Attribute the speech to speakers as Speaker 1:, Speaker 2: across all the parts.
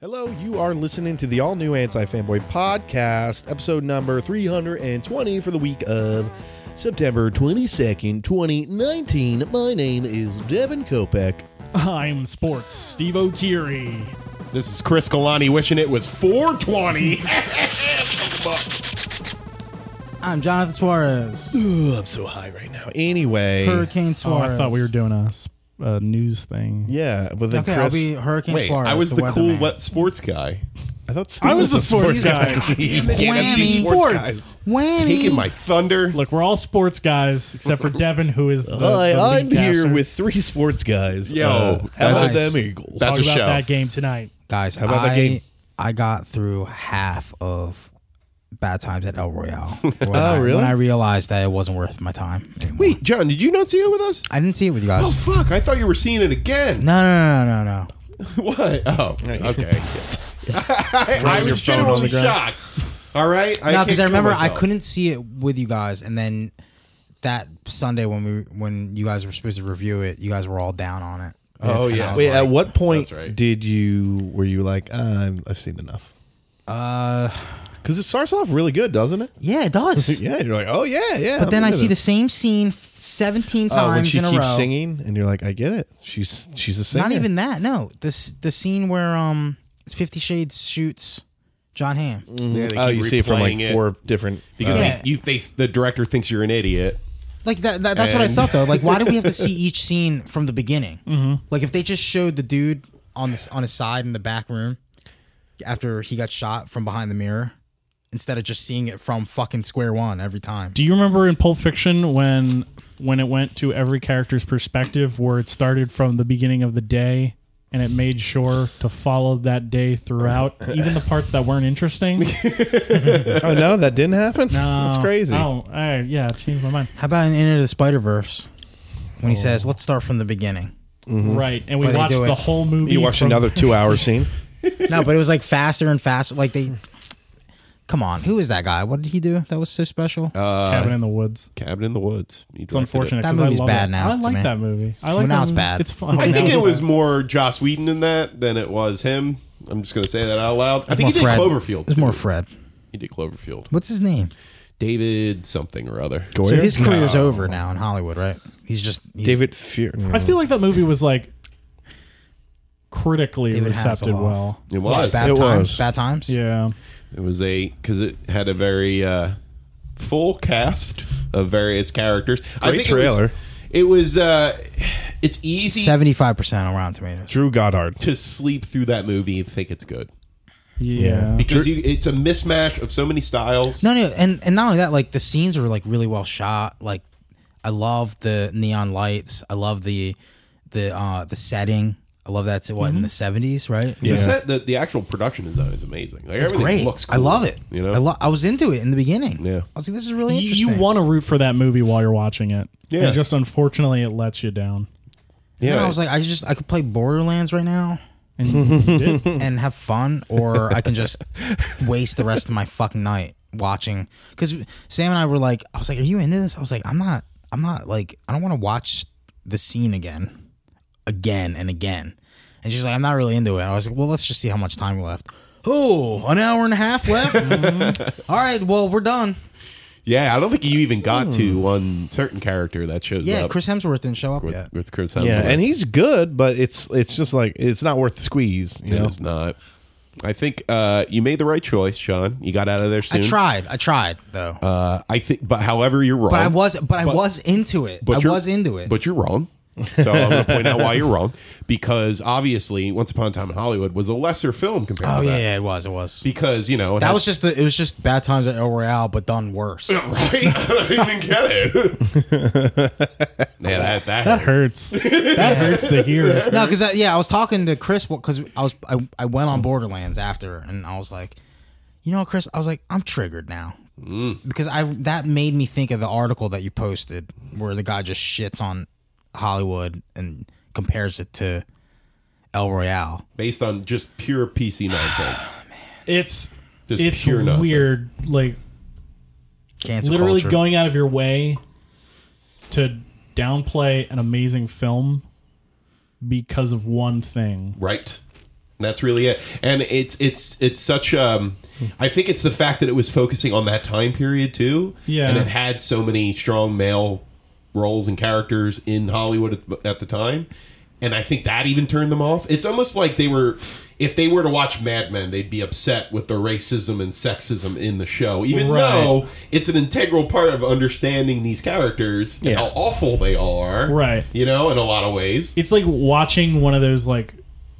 Speaker 1: Hello, you are listening to the all new Anti Fanboy Podcast, episode number 320 for the week of September 22nd, 2019. My name is Devin Kopeck.
Speaker 2: I'm sports, Steve O'Teary.
Speaker 3: This is Chris Kalani wishing it was 420.
Speaker 4: I'm Jonathan Suarez.
Speaker 1: Ooh, I'm so high right now. Anyway.
Speaker 4: Hurricane
Speaker 2: Oh,
Speaker 4: Suarez.
Speaker 2: I thought we were doing a, s- a news thing.
Speaker 1: yeah, but then
Speaker 4: Okay,
Speaker 1: Chris.
Speaker 4: I'll be Hurricane
Speaker 3: Wait,
Speaker 4: Suarez.
Speaker 3: I was the, cool
Speaker 4: weatherman.
Speaker 3: wet sports guy.
Speaker 1: I thought Steve
Speaker 2: I was the sports guy.
Speaker 3: You can't
Speaker 4: Whammy.
Speaker 3: be
Speaker 4: Sports.
Speaker 3: guys.
Speaker 4: Whammy.
Speaker 3: Taking my thunder.
Speaker 2: Look, we're all sports guys except for Devin, who is the.
Speaker 1: Hi,
Speaker 2: the lead
Speaker 1: I'm here
Speaker 2: caster.
Speaker 1: with three sports guys. Uh,
Speaker 3: Yo,
Speaker 5: Uh,
Speaker 1: that's
Speaker 3: that's
Speaker 1: of
Speaker 3: a-
Speaker 1: them Eagles.
Speaker 3: that's
Speaker 2: Talk
Speaker 3: a
Speaker 2: about
Speaker 3: show.
Speaker 2: that game tonight.
Speaker 4: guys.
Speaker 1: about
Speaker 4: I,
Speaker 1: that game?
Speaker 4: I got through half of Bad Times at El Royale. When I,
Speaker 1: really?
Speaker 4: When I realized that it wasn't worth my time. anymore.
Speaker 3: Wait, John, did you not see it with us?
Speaker 4: I didn't see it with you guys.
Speaker 3: Oh, fuck. I thought you were seeing it again.
Speaker 4: no, no, no, no, no.
Speaker 3: What? Oh, okay. I, I
Speaker 1: your
Speaker 3: was
Speaker 1: phone on
Speaker 3: genuinely
Speaker 1: the ground.
Speaker 3: shocked. All right?
Speaker 4: No,
Speaker 3: can't
Speaker 4: because I
Speaker 3: kill
Speaker 4: remember I
Speaker 3: myself.
Speaker 4: couldn't see it with you guys, and then that Sunday when we when you guys were supposed to review it, you guys were all down on it.
Speaker 3: Oh,
Speaker 4: And I
Speaker 3: yeah.
Speaker 4: was
Speaker 1: Wait,
Speaker 4: like,
Speaker 1: at what point
Speaker 3: That's right.
Speaker 1: did you, were you like, ah, I'm- I've seen enough?
Speaker 4: uh,
Speaker 1: Because it starts off really good, doesn't it?
Speaker 4: yeah, it does.
Speaker 1: Yeah, you're like, oh yeah, yeah.
Speaker 4: But then I see
Speaker 1: the
Speaker 4: the same scene 17
Speaker 1: oh, when
Speaker 4: times
Speaker 1: she
Speaker 4: in a
Speaker 1: keeps
Speaker 4: row.
Speaker 1: singing, and you're like, I get it. She's she's a singer.
Speaker 4: Not even that. No, this the scene where um Fifty Shades shoots John Hamm.
Speaker 2: Mm.
Speaker 3: Yeah, they
Speaker 1: Oh,
Speaker 3: keep
Speaker 1: you see it from like
Speaker 3: replaying it.
Speaker 1: four different.
Speaker 3: Because
Speaker 1: uh,
Speaker 4: Yeah.
Speaker 3: they, you, they, the director thinks you're an idiot.
Speaker 4: Like that. that that's what I
Speaker 3: And-
Speaker 4: felt though. Like, why do we have to see each scene from the beginning?
Speaker 2: Mm-hmm.
Speaker 4: Like, if they just showed the dude on this on his side in the back room after he got shot from behind the mirror, instead of just seeing it from fucking square one every time.
Speaker 2: Do you remember in Pulp Fiction when when it went to every character's perspective, where it started from the beginning of the day? And it made sure to follow that day throughout, even the parts that weren't interesting. No,
Speaker 1: oh no, that didn't happen. that's crazy.
Speaker 2: Oh, I, yeah, it changed my mind.
Speaker 4: How about in Into the Spider Verse
Speaker 2: Oh.
Speaker 4: when he says, "Let's start from the beginning."
Speaker 1: Mm-hmm.
Speaker 2: Right, and we
Speaker 4: But they
Speaker 2: watched
Speaker 4: do it.
Speaker 2: the whole movie.
Speaker 1: You watched
Speaker 2: from-
Speaker 1: another two-hour scene.
Speaker 4: No, but it was like faster and faster. Like they, come on, who is that guy? What did he do that was so special?
Speaker 2: Cabin in the Woods.
Speaker 3: Cabin in the Woods. He
Speaker 2: It's
Speaker 3: directed it.
Speaker 2: unfortunate.
Speaker 4: That
Speaker 2: 'cause I
Speaker 4: movie's
Speaker 2: love
Speaker 4: bad
Speaker 2: it.
Speaker 4: now
Speaker 2: I
Speaker 4: to
Speaker 2: like
Speaker 4: me.
Speaker 2: that movie. I like
Speaker 4: Well, now
Speaker 2: that
Speaker 4: it's
Speaker 2: movie.
Speaker 4: bad.
Speaker 2: It's fun.
Speaker 3: I think
Speaker 2: Now
Speaker 3: it
Speaker 2: it's
Speaker 3: was
Speaker 2: bad.
Speaker 3: more Joss Whedon in that than it was him. I'm just going to say that out loud. I think he did
Speaker 4: Fred.
Speaker 3: Cloverfield.
Speaker 4: It's more
Speaker 3: too.
Speaker 4: Fred.
Speaker 3: He did Cloverfield.
Speaker 4: What's his name?
Speaker 3: David something or other.
Speaker 4: So his career's over now in Hollywood, right? He's just he's,
Speaker 1: David Fear.
Speaker 2: I feel like that movie was like critically
Speaker 4: David
Speaker 2: accepted
Speaker 4: Hasselhoff.
Speaker 2: well.
Speaker 3: It was.
Speaker 4: Bad
Speaker 1: It
Speaker 4: times.
Speaker 1: was.
Speaker 4: Bad times.
Speaker 2: Yeah,
Speaker 3: It was a because it had a very uh, full cast of various characters. I
Speaker 1: Great
Speaker 3: think
Speaker 1: trailer.
Speaker 3: It was. It was uh, it's easy
Speaker 4: Seventy-five percent on Rotten Tomatoes.
Speaker 1: Drew Goddard.
Speaker 3: to sleep through that movie and think it's good
Speaker 2: yeah.
Speaker 3: because you, it's a mismatch of so many styles.
Speaker 4: No, no, and and not only that, like the scenes are like really well shot. Like, I love the neon lights. I love the the uh the setting. I love that. What
Speaker 2: Mm-hmm.
Speaker 4: in the seventies, right?
Speaker 3: The set, the, the actual production design is amazing. Like
Speaker 4: It's
Speaker 3: everything
Speaker 4: great.
Speaker 3: looks.
Speaker 4: I
Speaker 3: cool,
Speaker 4: love it.
Speaker 3: You know,
Speaker 4: I, lo- I was into it in the beginning.
Speaker 3: Yeah.
Speaker 4: I was like, this is really
Speaker 2: You,
Speaker 4: interesting.
Speaker 2: want to root for that movie while you're watching it.
Speaker 3: Yeah.
Speaker 2: And just unfortunately, it lets you down.
Speaker 4: And
Speaker 3: yeah.
Speaker 4: I was like, I just I could play Borderlands right now
Speaker 2: And you did.
Speaker 4: and have fun, or I can just waste the rest of my fucking night watching. Because Sam and I were like, I was like, are you into this? I was like, I'm not. I'm not like I don't want to watch the scene again, again and again. And she's like, I'm not really into it. I was like, well, let's just see how much time we left. Oh, an hour and a half left. Mhm. All right, well, we're done.
Speaker 3: yeah. I don't think you even got to one certain character that shows
Speaker 4: Hmm. Yeah,
Speaker 3: up
Speaker 4: Chris Hemsworth didn't show up
Speaker 3: with,
Speaker 4: yet.
Speaker 3: with Chris Hemsworth.
Speaker 1: Yeah, and he's good, but it's it's just like it's not worth the squeeze. You know,
Speaker 3: It is not. I think uh, you made the right choice, Sean. You got out of there
Speaker 4: I
Speaker 3: soon.
Speaker 4: tried. I tried though.
Speaker 3: Uh, I think, but however, you're wrong.
Speaker 4: But I was, but, I
Speaker 3: But-
Speaker 4: was into it.
Speaker 3: but
Speaker 4: I
Speaker 3: you're-
Speaker 4: was into it.
Speaker 3: But you're wrong. So I'm going to point out why you're wrong because obviously, Once Upon a Time in Hollywood was a lesser film compared
Speaker 4: oh
Speaker 3: to
Speaker 4: yeah,
Speaker 3: that.
Speaker 4: yeah, it was, it was.
Speaker 3: Because you know it
Speaker 4: That
Speaker 3: had-
Speaker 4: was just the, it was just bad times at El Royale, but done worse.
Speaker 3: right. I don't even get it. yeah, that that,
Speaker 2: That
Speaker 3: hurt.
Speaker 2: hurts. That hurts to hear.
Speaker 4: no, because yeah, I was talking to Chris because I was I, I went on Borderlands after, and I was like, you know, what, Chris, I was like, I'm triggered now
Speaker 3: Mm.
Speaker 4: because I that made me think of the article that you posted where the guy just shits on Hollywood and compares it to El Royale.
Speaker 3: based on just pure PC nonsense.
Speaker 2: It's
Speaker 3: Just
Speaker 2: it's
Speaker 3: pure nonsense.
Speaker 2: weird. Like
Speaker 4: Cancel
Speaker 2: literally
Speaker 4: culture.
Speaker 2: going out of your way to downplay an amazing film because of one thing.
Speaker 3: Right. That's really it. And it's it's it's such um I think it's the fact that it was focusing on that time period too.
Speaker 2: Yeah.
Speaker 3: And it had so many strong male roles and characters in Hollywood at, the- at the time. And I think that even turned them off. It's almost like they were if they were to watch Mad Men, they'd be upset with the racism and sexism in the show. Even
Speaker 2: Right.
Speaker 3: though it's an integral part of understanding these characters and
Speaker 2: Yeah.
Speaker 3: how awful they are.
Speaker 2: Right.
Speaker 3: You know, in a lot of ways.
Speaker 2: it's like watching one of those like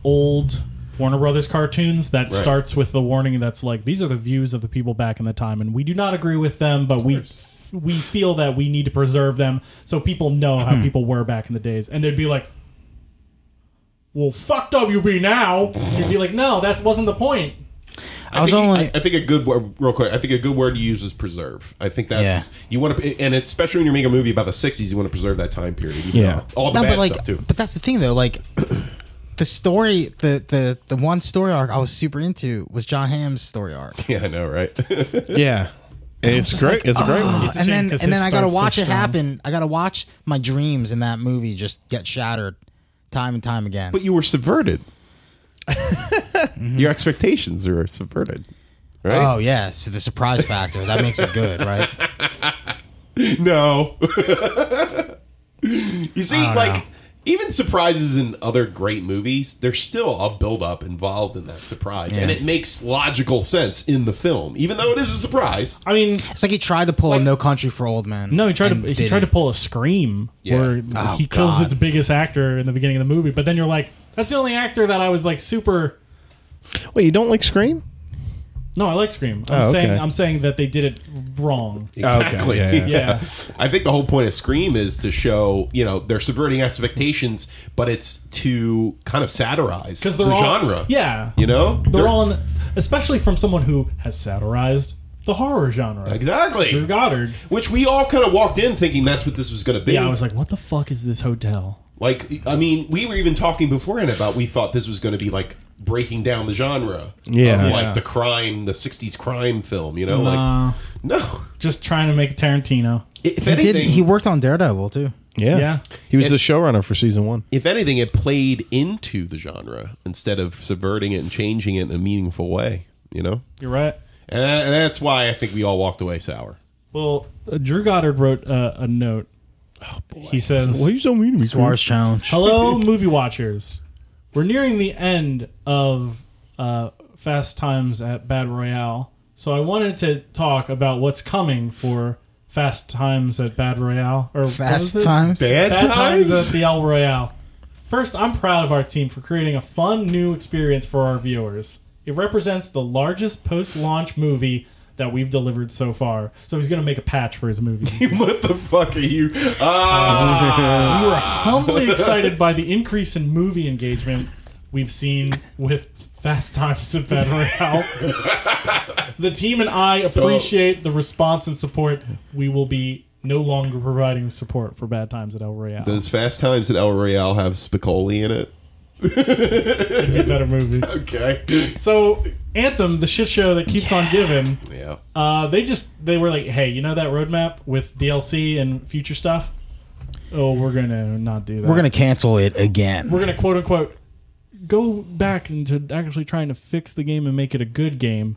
Speaker 2: old Warner Brothers cartoons that
Speaker 3: Right.
Speaker 2: starts with the warning that's like these are the views of the people back in the time and we do not agree with them but we we feel that we need to preserve them so people know how
Speaker 4: Hmm.
Speaker 2: people were back in the days and they'd be like well fuck WB now you'd be like no that wasn't the point
Speaker 4: I was
Speaker 3: think,
Speaker 4: only
Speaker 3: I, I think a good word, real quick. I think a good word to use is preserve. I think that's
Speaker 4: Yeah.
Speaker 3: you want to, and especially when you're making a movie about the '60s, you want to preserve that time period. You
Speaker 1: Yeah.
Speaker 3: know, all the
Speaker 4: no,
Speaker 3: bad
Speaker 4: but like,
Speaker 3: stuff too.
Speaker 4: but that's the thing though. Like, the story, the the the one story arc I was super into was John Hamm's story arc.
Speaker 3: Yeah, I know, right?
Speaker 1: Yeah. And it's ah. great. it's a great one.
Speaker 2: It's a shame
Speaker 4: and then
Speaker 2: 'cause
Speaker 4: and
Speaker 2: his
Speaker 4: then I gotta
Speaker 2: star's so
Speaker 4: watch it
Speaker 2: strong.
Speaker 4: happen. I gotta watch my dreams in that movie just get shattered time and time again.
Speaker 3: but you were subverted. Your expectations are subverted, right?
Speaker 4: Oh yeah, so the surprise factor that makes it good, right?
Speaker 3: No, you see,
Speaker 4: don't
Speaker 3: like.
Speaker 4: know.
Speaker 3: Even surprises in other great movies, there's still a buildup involved in that surprise, and
Speaker 4: Yeah.
Speaker 3: it makes logical sense in the film, even though it is a surprise.
Speaker 2: I mean
Speaker 4: It's like he tried to pull
Speaker 3: Like-
Speaker 4: a No Country for Old Men.
Speaker 2: no he tried
Speaker 4: and
Speaker 2: to he tried to
Speaker 4: didn't.
Speaker 2: pull a scream
Speaker 3: Yeah.
Speaker 2: where
Speaker 4: Oh,
Speaker 2: he kills
Speaker 4: God.
Speaker 2: its biggest actor in the beginning of the movie but then you're like that's the only actor that I was like super
Speaker 1: Wait, you don't like Scream?
Speaker 2: No, I like Scream. I'm
Speaker 1: Oh, okay.
Speaker 2: saying I'm saying that they did it wrong.
Speaker 3: Exactly.
Speaker 1: Okay, yeah, yeah.
Speaker 2: Yeah.
Speaker 3: I think the whole point of Scream is to show, you know, they're subverting expectations, but it's to kind of satirize the
Speaker 2: Because they're all
Speaker 3: genre.
Speaker 2: Yeah.
Speaker 3: You know?
Speaker 2: They're all in especially from someone who has satirized the horror genre. Drew
Speaker 3: Exactly.
Speaker 2: Goddard.
Speaker 3: Which we all kind of walked in thinking that's what this was going to be.
Speaker 2: Yeah, I was like, what the fuck is this hotel?
Speaker 3: Like, I mean, we were even talking beforehand about we thought this was going to be like breaking down the genre.
Speaker 1: Yeah.
Speaker 3: Of like
Speaker 2: Yeah.
Speaker 3: the crime, the 60s crime film, you know? Like,
Speaker 2: Uh,
Speaker 3: no.
Speaker 2: just trying to make a Tarantino.
Speaker 3: If
Speaker 4: He did.
Speaker 3: anything,
Speaker 4: He worked on Daredevil too.
Speaker 1: Yeah.
Speaker 2: Yeah.
Speaker 1: He was the showrunner for season one.
Speaker 3: if anything, it played into the genre instead of subverting it and changing it in a meaningful way, you know?
Speaker 2: You're right.
Speaker 3: And, that, and that's why I think we all walked away sour.
Speaker 2: Well, uh, Drew Goddard wrote uh, a note.
Speaker 3: Oh,
Speaker 2: He says,
Speaker 1: Why are you so mean to me?
Speaker 4: Suarez challenge.
Speaker 2: Hello, movie watchers. We're nearing the end of uh, Fast Times at Bad Royale, so I wanted to talk about what's coming for Fast Times at Bad Royale or what
Speaker 4: Fast
Speaker 2: is it?
Speaker 4: times.
Speaker 3: Bad,
Speaker 2: Bad Times at the El Royale. First, I'm proud of our team for creating a fun new experience for our viewers. It represents the largest post-launch movie that we've delivered so far. So he's going to make a patch for his movie.
Speaker 3: what the fuck are you? Ah!
Speaker 2: We were humbly excited by the increase in movie engagement we've seen with Fast Times at Bad Royale. the team and I appreciate the response and support. We will be no longer providing support for Bad Times at El Royale.
Speaker 3: Does Fast Times at El Royale have Spicoli in it?
Speaker 2: It's a better movie.
Speaker 3: Okay.
Speaker 2: So, Anthem, the shit show that keeps on giving,
Speaker 3: Yeah.
Speaker 2: uh, they just they were like, hey, you know that roadmap with DLC and future stuff? Oh, we're gonna not do that.
Speaker 4: We're gonna cancel it again.
Speaker 2: we're gonna quote unquote go back into actually trying to fix the game and make it a good game.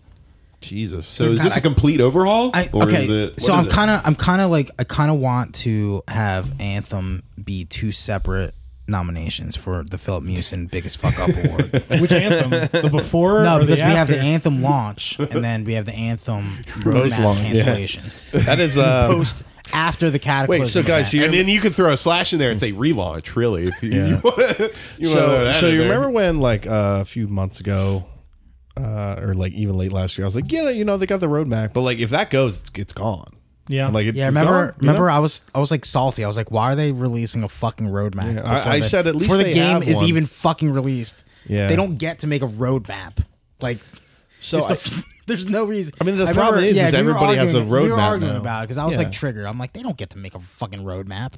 Speaker 3: Jesus. So is
Speaker 4: God,
Speaker 3: this a
Speaker 4: I-
Speaker 3: complete overhaul?
Speaker 4: I,
Speaker 3: Or
Speaker 4: okay,
Speaker 3: is it-
Speaker 4: so
Speaker 3: what
Speaker 4: I'm
Speaker 3: is it?
Speaker 4: kind of, I'm kind of like, I kind of want to have Anthem be two separate nominations for the Philip Mewson Biggest Fuck Up Award.
Speaker 2: Which anthem? The before?
Speaker 4: no,
Speaker 2: or
Speaker 4: because we
Speaker 2: the
Speaker 4: have
Speaker 2: after?
Speaker 4: the Anthem launch, and then we have the Anthem roadmap
Speaker 1: launch, yeah.
Speaker 4: cancellation
Speaker 1: That is uh
Speaker 4: post after the cataclysm.
Speaker 1: Wait, so guys,
Speaker 4: event.
Speaker 1: you
Speaker 3: And then you could throw a slash in there and say relaunch, really. If you,
Speaker 1: Yeah.
Speaker 3: you want to.
Speaker 1: so, so you remember when like uh, a few months ago uh, or like even late last year I was like, yeah, you know, they got the roadmap, but like if that goes, it's, it's gone.
Speaker 2: Yeah.
Speaker 1: Like it's,
Speaker 4: yeah,
Speaker 1: it's
Speaker 4: remember,
Speaker 1: gone, you know?
Speaker 4: remember, I was, I was like salty. I was like, why are they releasing a fucking roadmap?
Speaker 1: Yeah, I-
Speaker 4: before
Speaker 1: I
Speaker 4: the-
Speaker 1: said at least
Speaker 4: before the
Speaker 1: they
Speaker 4: game
Speaker 1: have
Speaker 4: is
Speaker 1: one.
Speaker 4: even fucking released.
Speaker 1: Yeah.
Speaker 4: they don't get to make a roadmap. Like
Speaker 1: So
Speaker 4: It's
Speaker 1: I-
Speaker 4: the- there's no reason.
Speaker 1: I mean, the problem is- is
Speaker 4: we were
Speaker 1: everybody has a
Speaker 4: arguing- We were
Speaker 1: roadmap
Speaker 4: arguing
Speaker 1: now.
Speaker 4: about it because I was
Speaker 1: Yeah.
Speaker 4: like triggered. I'm like, they don't get to make a fucking roadmap.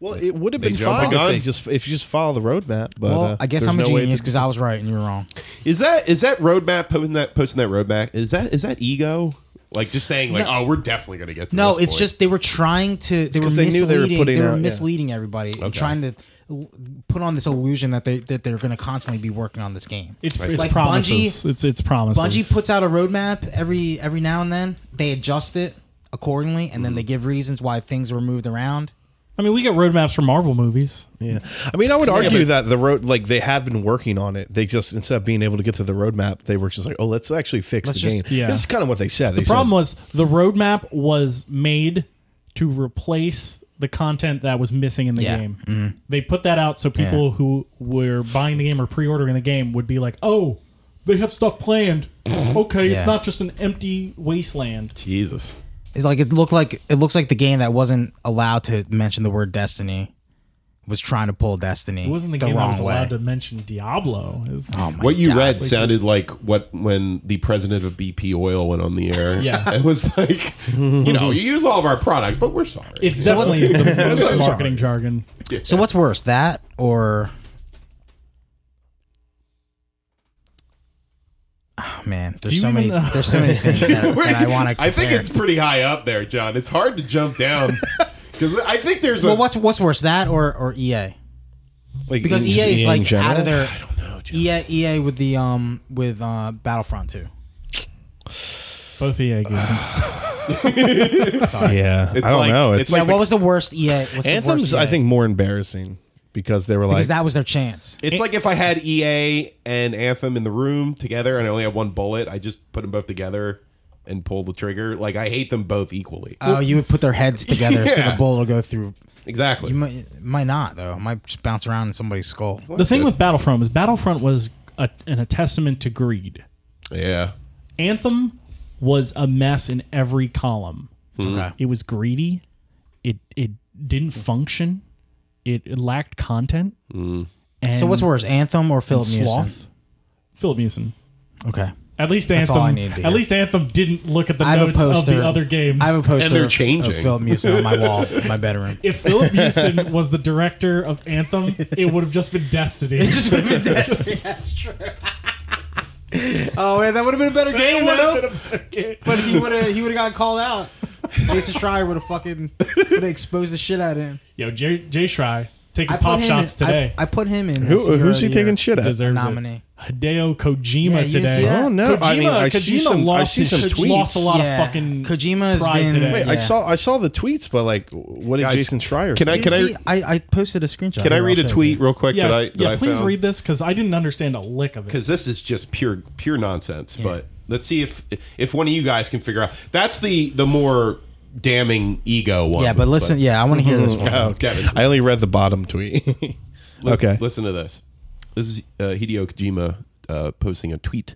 Speaker 1: well, it would have
Speaker 3: They
Speaker 1: been
Speaker 3: jump
Speaker 1: fine
Speaker 3: the
Speaker 1: if, they
Speaker 3: gun.
Speaker 1: just, if you just follow the roadmap. But
Speaker 4: well,
Speaker 1: uh,
Speaker 4: I guess
Speaker 1: there's
Speaker 4: I'm a
Speaker 1: no way
Speaker 4: genius
Speaker 1: to-
Speaker 4: because I was right and you were wrong.
Speaker 3: Is that is that roadmap posting that posting that roadmap? Is that is that ego? Like just saying like, oh, we're definitely gonna get to
Speaker 4: No,
Speaker 3: this
Speaker 4: it's
Speaker 3: point.
Speaker 4: just they were trying to. They were
Speaker 1: 'cause they knew
Speaker 4: misleading.
Speaker 1: they were
Speaker 4: They were,
Speaker 1: putting out- yeah.
Speaker 4: misleading everybody and trying to l- put on this illusion that they that they're going to constantly be working on this game.
Speaker 2: It's, it's
Speaker 4: Like
Speaker 2: promises.
Speaker 4: Bungie-
Speaker 2: it's it's promises.
Speaker 4: Bungie puts out a roadmap every every now and then. They adjust it accordingly, and then they give reasons why things were moved around.
Speaker 2: I mean, we get roadmaps for Marvel movies.
Speaker 1: Yeah, I mean, I would argue
Speaker 3: but-
Speaker 1: that the road, like they have been working on it. They just instead of being able to get to the roadmap, they were just like, "Oh, let's actually fix
Speaker 4: Let's
Speaker 1: the
Speaker 4: just-
Speaker 1: game."
Speaker 2: yeah.
Speaker 1: This is kind of what they said. They
Speaker 2: The problem was the roadmap was made to replace the content that was missing in the
Speaker 4: Yeah. Mm-hmm.
Speaker 2: game. They put that out so people who were buying the game or pre-ordering the game would be like, "Oh, they have stuff planned. okay,
Speaker 4: Yeah.
Speaker 2: it's not just an empty wasteland."
Speaker 3: Jesus.
Speaker 4: It, like it looked like it looks like the game that wasn't allowed to mention the word Destiny was trying to pull Destiny.
Speaker 2: It wasn't the,
Speaker 4: the
Speaker 2: game I
Speaker 4: wrong
Speaker 2: was
Speaker 4: way.
Speaker 2: allowed to mention Diablo. It was-
Speaker 4: Oh my
Speaker 3: what you
Speaker 4: God.
Speaker 3: read sounded like what when the president of BP Oil went on the air.
Speaker 2: Yeah.
Speaker 3: it was like, you know, you use all of our products, but we're sorry.
Speaker 2: It's definitely the most marketing jargon.
Speaker 4: So what's worse, that or? Oh, man,
Speaker 2: you
Speaker 4: there's so
Speaker 2: even
Speaker 4: many.
Speaker 2: know?
Speaker 4: There's so many things that, that I want to.
Speaker 3: I think it's pretty high up there, John. It's hard to jump down because I think there's a
Speaker 4: Well, what's what's worse, that or or EA?
Speaker 1: like,
Speaker 4: Because
Speaker 1: in-
Speaker 4: EA is
Speaker 1: E in
Speaker 4: like
Speaker 1: general.
Speaker 4: out of their E
Speaker 3: No, John.
Speaker 4: EA EA with the um with uh Battlefront 2.
Speaker 2: Both EA games.
Speaker 4: Ah.
Speaker 1: Yeah,
Speaker 3: It's
Speaker 1: I don't
Speaker 3: like-
Speaker 1: know.
Speaker 3: it's
Speaker 1: It's,
Speaker 4: Yeah,
Speaker 1: like
Speaker 3: like-
Speaker 4: what was the worst EA? What's the
Speaker 1: Anthem's.
Speaker 4: worst EA?
Speaker 1: I think more embarrassing because they were like,
Speaker 4: because that was their chance.
Speaker 3: It's like if I had EA and Anthem in the room together and I only had one bullet, I just put them both together and pull the trigger. Like I hate them both equally.
Speaker 4: Oh, you would put their heads together so the
Speaker 3: Yeah.
Speaker 4: bullet will go through.
Speaker 3: exactly.
Speaker 4: You might, might not though. It might just bounce around in somebody's skull.
Speaker 2: the thing with Battlefront is Battlefront was a, an, a testament to greed.
Speaker 3: yeah.
Speaker 2: Anthem was a mess in every column.
Speaker 4: Okay.
Speaker 1: Hmm.
Speaker 2: It was greedy. It it didn't function. It, it lacked content. And
Speaker 4: Mm. So what's worse, Anthem or Philip Mewson?
Speaker 2: Sloth. Philip Mewson.
Speaker 4: Okay.
Speaker 2: At least
Speaker 4: That's
Speaker 2: Anthem.
Speaker 4: all I need to
Speaker 2: at
Speaker 4: hear.
Speaker 2: least Anthem didn't look at the
Speaker 4: I have a
Speaker 2: notes of
Speaker 4: poster.
Speaker 2: the other games.
Speaker 4: I have a poster
Speaker 3: they're
Speaker 4: of-
Speaker 3: changing.
Speaker 4: of Philip Mewson on my wall in my bedroom.
Speaker 2: if Philip Mewson was the director of Anthem, it would have just been Destiny. It just would have been Destiny.
Speaker 4: Oh man, that would have been a better game though.
Speaker 2: but
Speaker 4: But he would have he would have gotten called out. Jason Schreier would have fucking would have exposed the shit out of him.
Speaker 2: yo, Jay, Jay Shry taking
Speaker 4: I put
Speaker 2: pop
Speaker 4: him
Speaker 2: shots
Speaker 4: in, I-
Speaker 2: today.
Speaker 4: I, put him in. as
Speaker 1: "Who
Speaker 4: Hero
Speaker 1: who's
Speaker 4: of
Speaker 1: he
Speaker 4: the
Speaker 1: taking
Speaker 4: Year
Speaker 1: shit at?"
Speaker 2: Deserves it.
Speaker 4: Nominee.
Speaker 2: Hideo Kojima
Speaker 4: Yeah, you didn't
Speaker 2: today.
Speaker 4: see that?
Speaker 1: Oh no!
Speaker 2: Kojima,
Speaker 1: I mean, I
Speaker 2: Kojima
Speaker 1: see some. I
Speaker 2: lost
Speaker 1: see
Speaker 2: his-
Speaker 1: some tweets.
Speaker 2: Lost a lot
Speaker 4: Yeah.
Speaker 2: of fucking
Speaker 4: Kojima has
Speaker 2: pride
Speaker 4: been-
Speaker 2: today.
Speaker 1: Wait, I
Speaker 4: Yeah.
Speaker 1: saw. I saw the tweets, but like, what did
Speaker 3: Guys,
Speaker 1: Jason Schreier?
Speaker 3: can I-
Speaker 1: say?
Speaker 3: can
Speaker 4: Didn't he- I, I posted a screenshot.
Speaker 3: Can I
Speaker 4: Here,
Speaker 3: read
Speaker 4: I'll
Speaker 3: a
Speaker 4: show it
Speaker 3: tweet
Speaker 4: to you.
Speaker 3: real quick
Speaker 2: yeah,
Speaker 3: that I that
Speaker 2: yeah
Speaker 3: I
Speaker 2: please
Speaker 3: found?
Speaker 2: read this because I didn't understand a lick of it.
Speaker 3: because this is just pure pure nonsense. But let's see if if one of you guys can figure out. That's the the more damning ego one.
Speaker 4: Yeah, but listen. Yeah, I want to hear this one.
Speaker 3: Oh, Kevin,
Speaker 1: I only read the bottom tweet.
Speaker 3: Listen,
Speaker 1: okay.
Speaker 3: Listen to this. This is uh, Hideo Kojima uh, posting a tweet.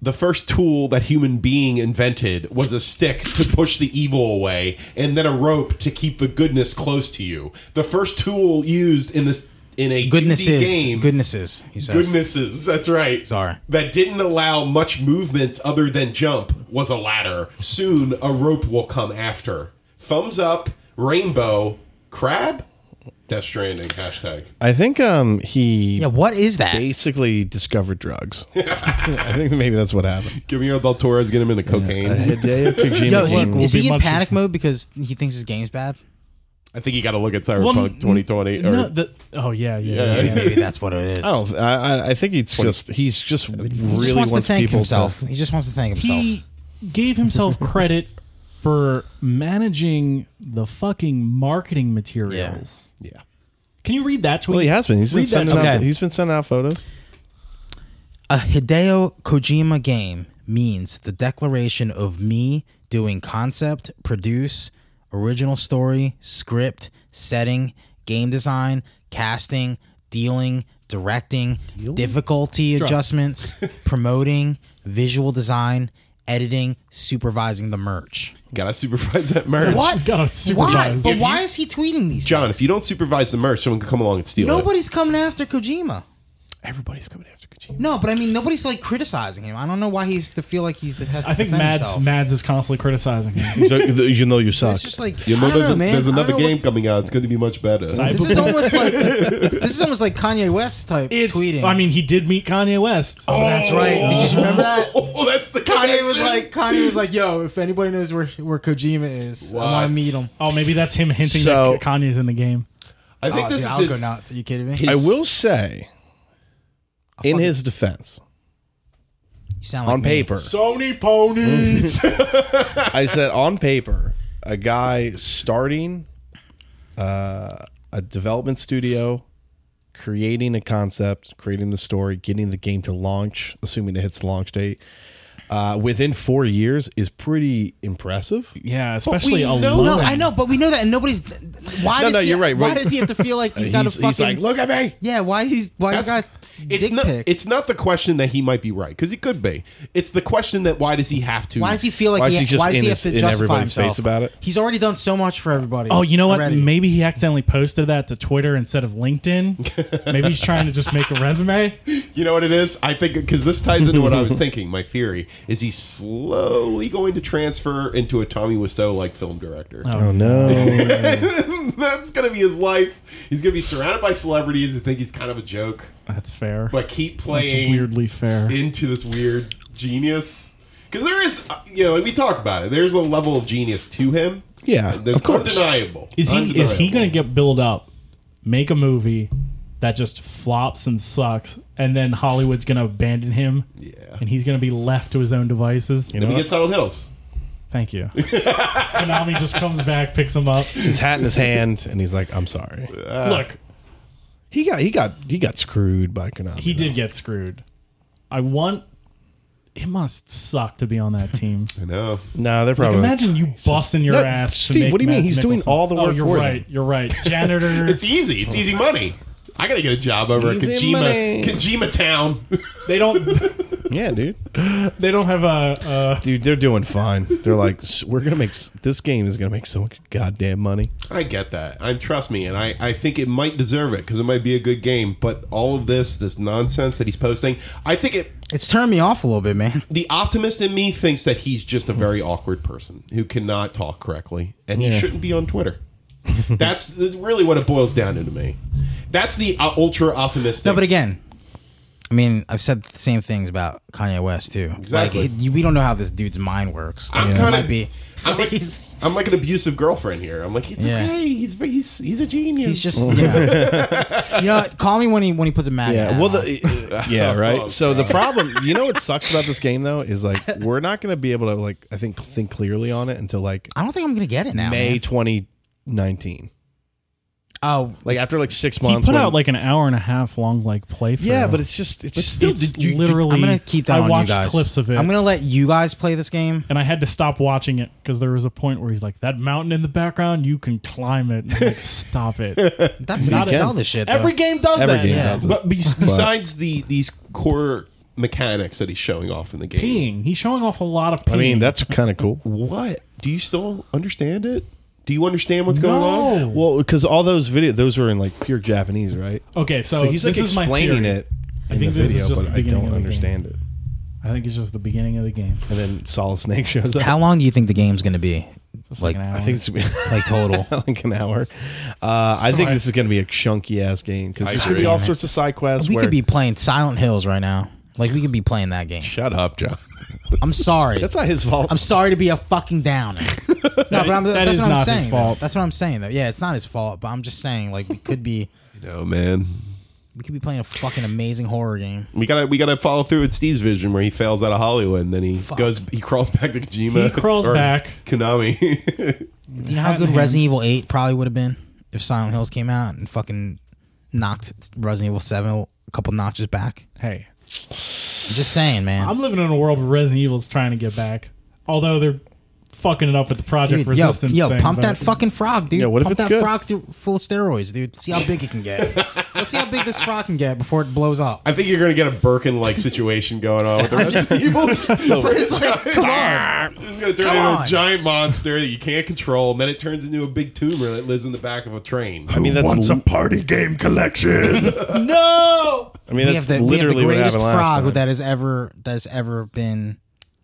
Speaker 3: The first tool that human being invented was a stick to push the evil away, and then a rope to keep the goodness close to you. The first tool used in this in a 2D game
Speaker 4: Goodnesses, goodnesses. He says.
Speaker 3: goodnesses. That's right.
Speaker 4: Sorry.
Speaker 3: That didn't allow much movements other than jump was a ladder. Soon a rope will come after. Thumbs up, rainbow, crab, death stranding hashtag.
Speaker 1: I think um he
Speaker 4: Yeah, what is that?
Speaker 1: basically discovered drugs. I think maybe that's what happened.
Speaker 3: Guillermo del Toro's getting him into cocaine.
Speaker 1: Uh, Hideo Kojima
Speaker 4: Yo, is
Speaker 1: game.
Speaker 4: he,
Speaker 2: will
Speaker 4: is
Speaker 2: be
Speaker 4: he in
Speaker 2: much-
Speaker 4: panic mode because he thinks his game's bad?
Speaker 3: I think you got to look at Cyberpunk
Speaker 2: Well, n-
Speaker 3: 2020. Or,
Speaker 2: no, the, oh yeah, yeah. yeah.
Speaker 4: Yeah, maybe that's what it is.
Speaker 1: I don't- I, I- I think he's just he's just
Speaker 4: he
Speaker 1: really
Speaker 4: just wants, to thank
Speaker 1: people
Speaker 4: himself. He just wants to thank himself.
Speaker 2: He gave himself credit for managing the fucking marketing materials.
Speaker 3: yeah.
Speaker 2: Can you read that tweet?
Speaker 1: Well, he has been. He's been
Speaker 2: Read that
Speaker 1: sending out.
Speaker 4: Okay.
Speaker 1: He's been sending out photos.
Speaker 4: A Hideo Kojima game means the declaration of me doing concept, produce, original story, script, setting, game design, casting, dealing, directing, difficulty adjustments, promoting, visual design, editing, supervising the merch.
Speaker 3: Got to supervise that merch.
Speaker 4: What?
Speaker 2: gotta
Speaker 4: Why?
Speaker 2: supervise.
Speaker 4: But why is he tweeting these?
Speaker 3: John,
Speaker 4: things?
Speaker 3: if you don't supervise the merch, someone can come along and steal it.
Speaker 4: nobody's coming after Kojima.
Speaker 3: Everybody's coming after Kojima.
Speaker 4: No, but I mean, nobody's like criticizing him. I don't know why he's to feel like he has. To
Speaker 2: I think
Speaker 4: defend
Speaker 2: Mads
Speaker 4: himself.
Speaker 2: Mads is constantly criticizing him.
Speaker 1: you know you suck.
Speaker 4: It's just like
Speaker 3: You know,
Speaker 4: I don't
Speaker 3: there's,
Speaker 4: know,
Speaker 3: a-
Speaker 4: man.
Speaker 3: there's
Speaker 4: I don't
Speaker 3: another
Speaker 4: know
Speaker 3: game coming out. It's going to be much better.
Speaker 4: what- this is almost like this is almost like Kanye West type
Speaker 2: It's,
Speaker 4: tweeting.
Speaker 2: I mean, he did meet Kanye West.
Speaker 4: oh, that's right. Did you remember that?
Speaker 3: Oh, that's the
Speaker 4: Kanye was
Speaker 3: connection.
Speaker 4: like, Kanye was like, "Yo, if anybody knows where where Kojima is, I
Speaker 3: What?
Speaker 4: want to meet him."
Speaker 2: Oh, maybe that's him hinting
Speaker 1: So-
Speaker 2: that Kanye's in the game.
Speaker 3: I think
Speaker 4: Oh,
Speaker 3: this
Speaker 4: dude,
Speaker 3: is
Speaker 4: I'll
Speaker 3: his,
Speaker 4: go nuts. Are you kidding me?
Speaker 3: his-
Speaker 5: I will say, in his defense,
Speaker 4: you sound like
Speaker 5: on
Speaker 4: me.
Speaker 5: paper,
Speaker 3: Sony ponies.
Speaker 5: I said on paper, a guy starting uh, a development studio, creating a concept, creating the story, getting the game to launch, assuming it hits the launch date, uh, within four years is pretty impressive.
Speaker 2: Yeah, especially
Speaker 3: know-
Speaker 2: alone.
Speaker 4: No, I know, but we know that, and nobody's. Why?
Speaker 5: No,
Speaker 4: does
Speaker 5: no,
Speaker 4: he,
Speaker 5: you're right,
Speaker 4: Why
Speaker 5: right.
Speaker 4: does he have to feel like he's got
Speaker 5: he's,
Speaker 4: a fucking?
Speaker 5: he's like, look at me.
Speaker 4: yeah, why he's why he's got
Speaker 3: That's- it's
Speaker 4: dick
Speaker 3: not.
Speaker 4: pic?
Speaker 3: It's not the question that he might be right because he could be. It's the question that why does he have to?
Speaker 4: why does he feel like
Speaker 5: Why
Speaker 4: he,
Speaker 5: is he just
Speaker 4: why does
Speaker 5: in
Speaker 4: he
Speaker 5: his-
Speaker 4: have to
Speaker 5: in
Speaker 4: justify
Speaker 5: everybody's face
Speaker 4: himself
Speaker 5: about it?
Speaker 4: He's already done so much for everybody.
Speaker 2: Oh, you know what?
Speaker 4: already.
Speaker 2: Maybe he accidentally posted that to Twitter instead of LinkedIn. Maybe he's trying to just make a resume.
Speaker 3: You know what it is? I think because this ties into what I was thinking. My theory is he's slowly going to transfer into a Tommy Wiseau like film director.
Speaker 5: Oh no!
Speaker 3: That's gonna be his life. He's gonna be surrounded by celebrities who think he's kind of a joke,
Speaker 2: That's fair.
Speaker 3: but keep
Speaker 2: That's
Speaker 3: playing
Speaker 2: weirdly fair.
Speaker 3: into this weird genius. Because there is, uh, you know, like we talked about it. There's a level of genius to him.
Speaker 5: Yeah,
Speaker 3: There's
Speaker 5: of course.
Speaker 3: undeniable.
Speaker 2: Is he is he
Speaker 3: Undeniable.
Speaker 2: going to get built up, make a movie that just flops and sucks, and then Hollywood's going to abandon him?
Speaker 3: Yeah.
Speaker 2: and he's going to be left to his own devices.
Speaker 5: You
Speaker 3: Then
Speaker 5: know
Speaker 3: we
Speaker 5: what?
Speaker 3: get Silent Hills.
Speaker 2: Thank you. Konami just comes back, picks him up.
Speaker 5: his hat in his hand, and he's like, "I'm sorry."
Speaker 2: Look,
Speaker 5: He got he got he got screwed by Konami.
Speaker 2: he did get screwed. I want. It must suck to be on that team.
Speaker 3: I know.
Speaker 5: No, they're
Speaker 2: Like,
Speaker 5: probably
Speaker 2: imagine you busting your
Speaker 5: No,
Speaker 2: ass. to
Speaker 5: Steve,
Speaker 2: make
Speaker 5: what do you mean?
Speaker 2: Mads
Speaker 5: He's doing
Speaker 2: Mikkelsen.
Speaker 5: all the
Speaker 2: Oh,
Speaker 5: work
Speaker 2: you're
Speaker 5: for them.
Speaker 2: right. You're right. Janitor.
Speaker 3: It's easy. It's easy money. I gotta get a job over
Speaker 5: Oh. Easy
Speaker 3: at Kojima,
Speaker 5: money.
Speaker 3: Kojima Town.
Speaker 2: they don't.
Speaker 5: Yeah, dude.
Speaker 2: They don't have a.
Speaker 5: Dude, they're doing fine. They're like, "S- we're gonna make s- this game is gonna make so much goddamn money.
Speaker 3: I get that. I trust me, and I, I think it might deserve it because it might be a good game. But all of this, this nonsense that he's posting, I think it.
Speaker 4: it's turned me off a little bit, man.
Speaker 3: The optimist in me thinks that he's just a
Speaker 4: Hmm.
Speaker 3: very awkward person who cannot talk correctly, and he
Speaker 5: Yeah.
Speaker 3: shouldn't be on Twitter. that's, that's really what it boils down to to me. That's the uh, ultra optimistic.
Speaker 4: No, but again, I mean, I've said the same things about Kanye West too.
Speaker 3: Exactly.
Speaker 4: Like, it, you, we don't know how this dude's mind works. Like,
Speaker 3: I'm
Speaker 4: it
Speaker 3: kind
Speaker 4: might
Speaker 3: of
Speaker 4: be.
Speaker 3: I'm like, I'm like an abusive girlfriend here. I'm like, it's
Speaker 4: Yeah.
Speaker 3: okay. He's he's he's a genius.
Speaker 4: He's just you know, you know what? call me when he when he puts a mad.
Speaker 5: Yeah,
Speaker 4: hat
Speaker 5: well,
Speaker 4: on.
Speaker 5: the, yeah, right. so the problem, you know, what sucks about this game though is like we're not gonna be able to like I think think clearly on it until like
Speaker 4: I don't think I'm gonna get it now.
Speaker 5: May
Speaker 4: man.
Speaker 5: 2019.
Speaker 4: Oh,
Speaker 5: Like after like six
Speaker 2: Uh, he
Speaker 5: months,
Speaker 2: put
Speaker 5: when-
Speaker 2: out like an hour and a half long like playthrough.
Speaker 5: yeah, but it's just it's just-
Speaker 2: still,
Speaker 5: it's-
Speaker 2: did you- literally-
Speaker 4: I'm gonna keep that
Speaker 2: I
Speaker 4: on
Speaker 2: watched
Speaker 4: you guys.
Speaker 2: clips of it.
Speaker 4: I'm gonna let you guys play this game.
Speaker 2: and I had to stop watching it because there was a point where he's like, "That mountain in the background, you can climb it." And I'm like, Stop it!
Speaker 4: That's not
Speaker 5: can.
Speaker 4: sell this shit. Though.
Speaker 2: Every game does
Speaker 5: every
Speaker 2: that.
Speaker 5: game
Speaker 4: Yeah.
Speaker 5: does it.
Speaker 3: But be- besides the these core mechanics that he's showing off in the game,
Speaker 2: Peeing. He's showing off a lot of peeing.
Speaker 5: I mean, that's kind of cool.
Speaker 3: what do you still understand it? Do you understand what's going on?
Speaker 2: no.
Speaker 5: Well, because all those video those were in like pure Japanese, right?
Speaker 2: Okay, Oh, so,
Speaker 5: So he's like
Speaker 2: this is
Speaker 5: explaining
Speaker 2: my theory.
Speaker 5: it in
Speaker 2: think
Speaker 5: the
Speaker 2: this is
Speaker 5: video,
Speaker 2: just
Speaker 5: but
Speaker 2: the
Speaker 5: I
Speaker 2: beginning
Speaker 5: don't
Speaker 2: of the game.
Speaker 5: understand it.
Speaker 2: I think it's just the beginning of the game.
Speaker 5: And then Solid Snake shows up.
Speaker 4: How long do you think the game's gonna be?
Speaker 2: Just like,
Speaker 4: Like,
Speaker 2: an hour.
Speaker 5: I think it's
Speaker 4: Like total.
Speaker 5: like an hour. Uh, I think this is going to be a chunky ass game because there's going to be
Speaker 3: agree.
Speaker 5: all sorts of side quests.
Speaker 4: we
Speaker 5: where,
Speaker 4: could be playing Silent Hills right now. Like we could be playing that game.
Speaker 3: Shut up, John.
Speaker 4: I'm sorry.
Speaker 5: That's not his fault.
Speaker 4: I'm sorry to be a fucking downer. no, but I'm,
Speaker 2: that
Speaker 4: that's
Speaker 2: is
Speaker 4: what I'm
Speaker 2: not his
Speaker 4: saying. though.
Speaker 2: fault.
Speaker 4: That's what I'm saying though. Yeah, it's not his fault, but I'm just saying like we could be
Speaker 3: No man,
Speaker 4: we could be playing a fucking amazing horror game.
Speaker 3: we gotta we gotta follow through with Steve's vision where he fails out of Hollywood and then he goes he crawls back to Kojima.
Speaker 2: He crawls
Speaker 3: or
Speaker 2: back.
Speaker 3: Konami.
Speaker 4: Do you know how
Speaker 2: Hat in
Speaker 4: good
Speaker 2: hand.
Speaker 4: Resident Evil 8 probably would have been if Silent Hills came out and fucking knocked Resident Evil 7 a couple notches back?
Speaker 2: hey,
Speaker 4: I'm just saying, man.
Speaker 2: I'm living in a world where Resident Evil's trying to get back, although they're fucking it up with the Project
Speaker 4: Dude, yo,
Speaker 2: Resistance.
Speaker 4: yo,
Speaker 2: thing,
Speaker 4: pump
Speaker 2: but-
Speaker 4: that fucking frog, dude.
Speaker 5: Yeah, what if
Speaker 4: pump
Speaker 5: it's
Speaker 4: that
Speaker 5: good?
Speaker 4: frog through, full of steroids, dude. Let's see how big it can get. Let's see how big this frog can get before it blows up.
Speaker 3: I think you're gonna get a Birkin like situation going on with the rest of people.
Speaker 4: It's like, come on.
Speaker 3: It's gonna turn
Speaker 4: Come
Speaker 3: into a
Speaker 4: on.
Speaker 3: giant monster that you can't control, and then it turns into a big tumor that lives in the back of a train.
Speaker 5: I mean, that's
Speaker 6: wants a party game collection.
Speaker 2: No.
Speaker 5: I mean,
Speaker 4: We have
Speaker 5: that's
Speaker 4: the, we have the
Speaker 5: literally what
Speaker 4: greatest
Speaker 5: happened last
Speaker 4: frog
Speaker 5: time.
Speaker 4: that has ever that has ever been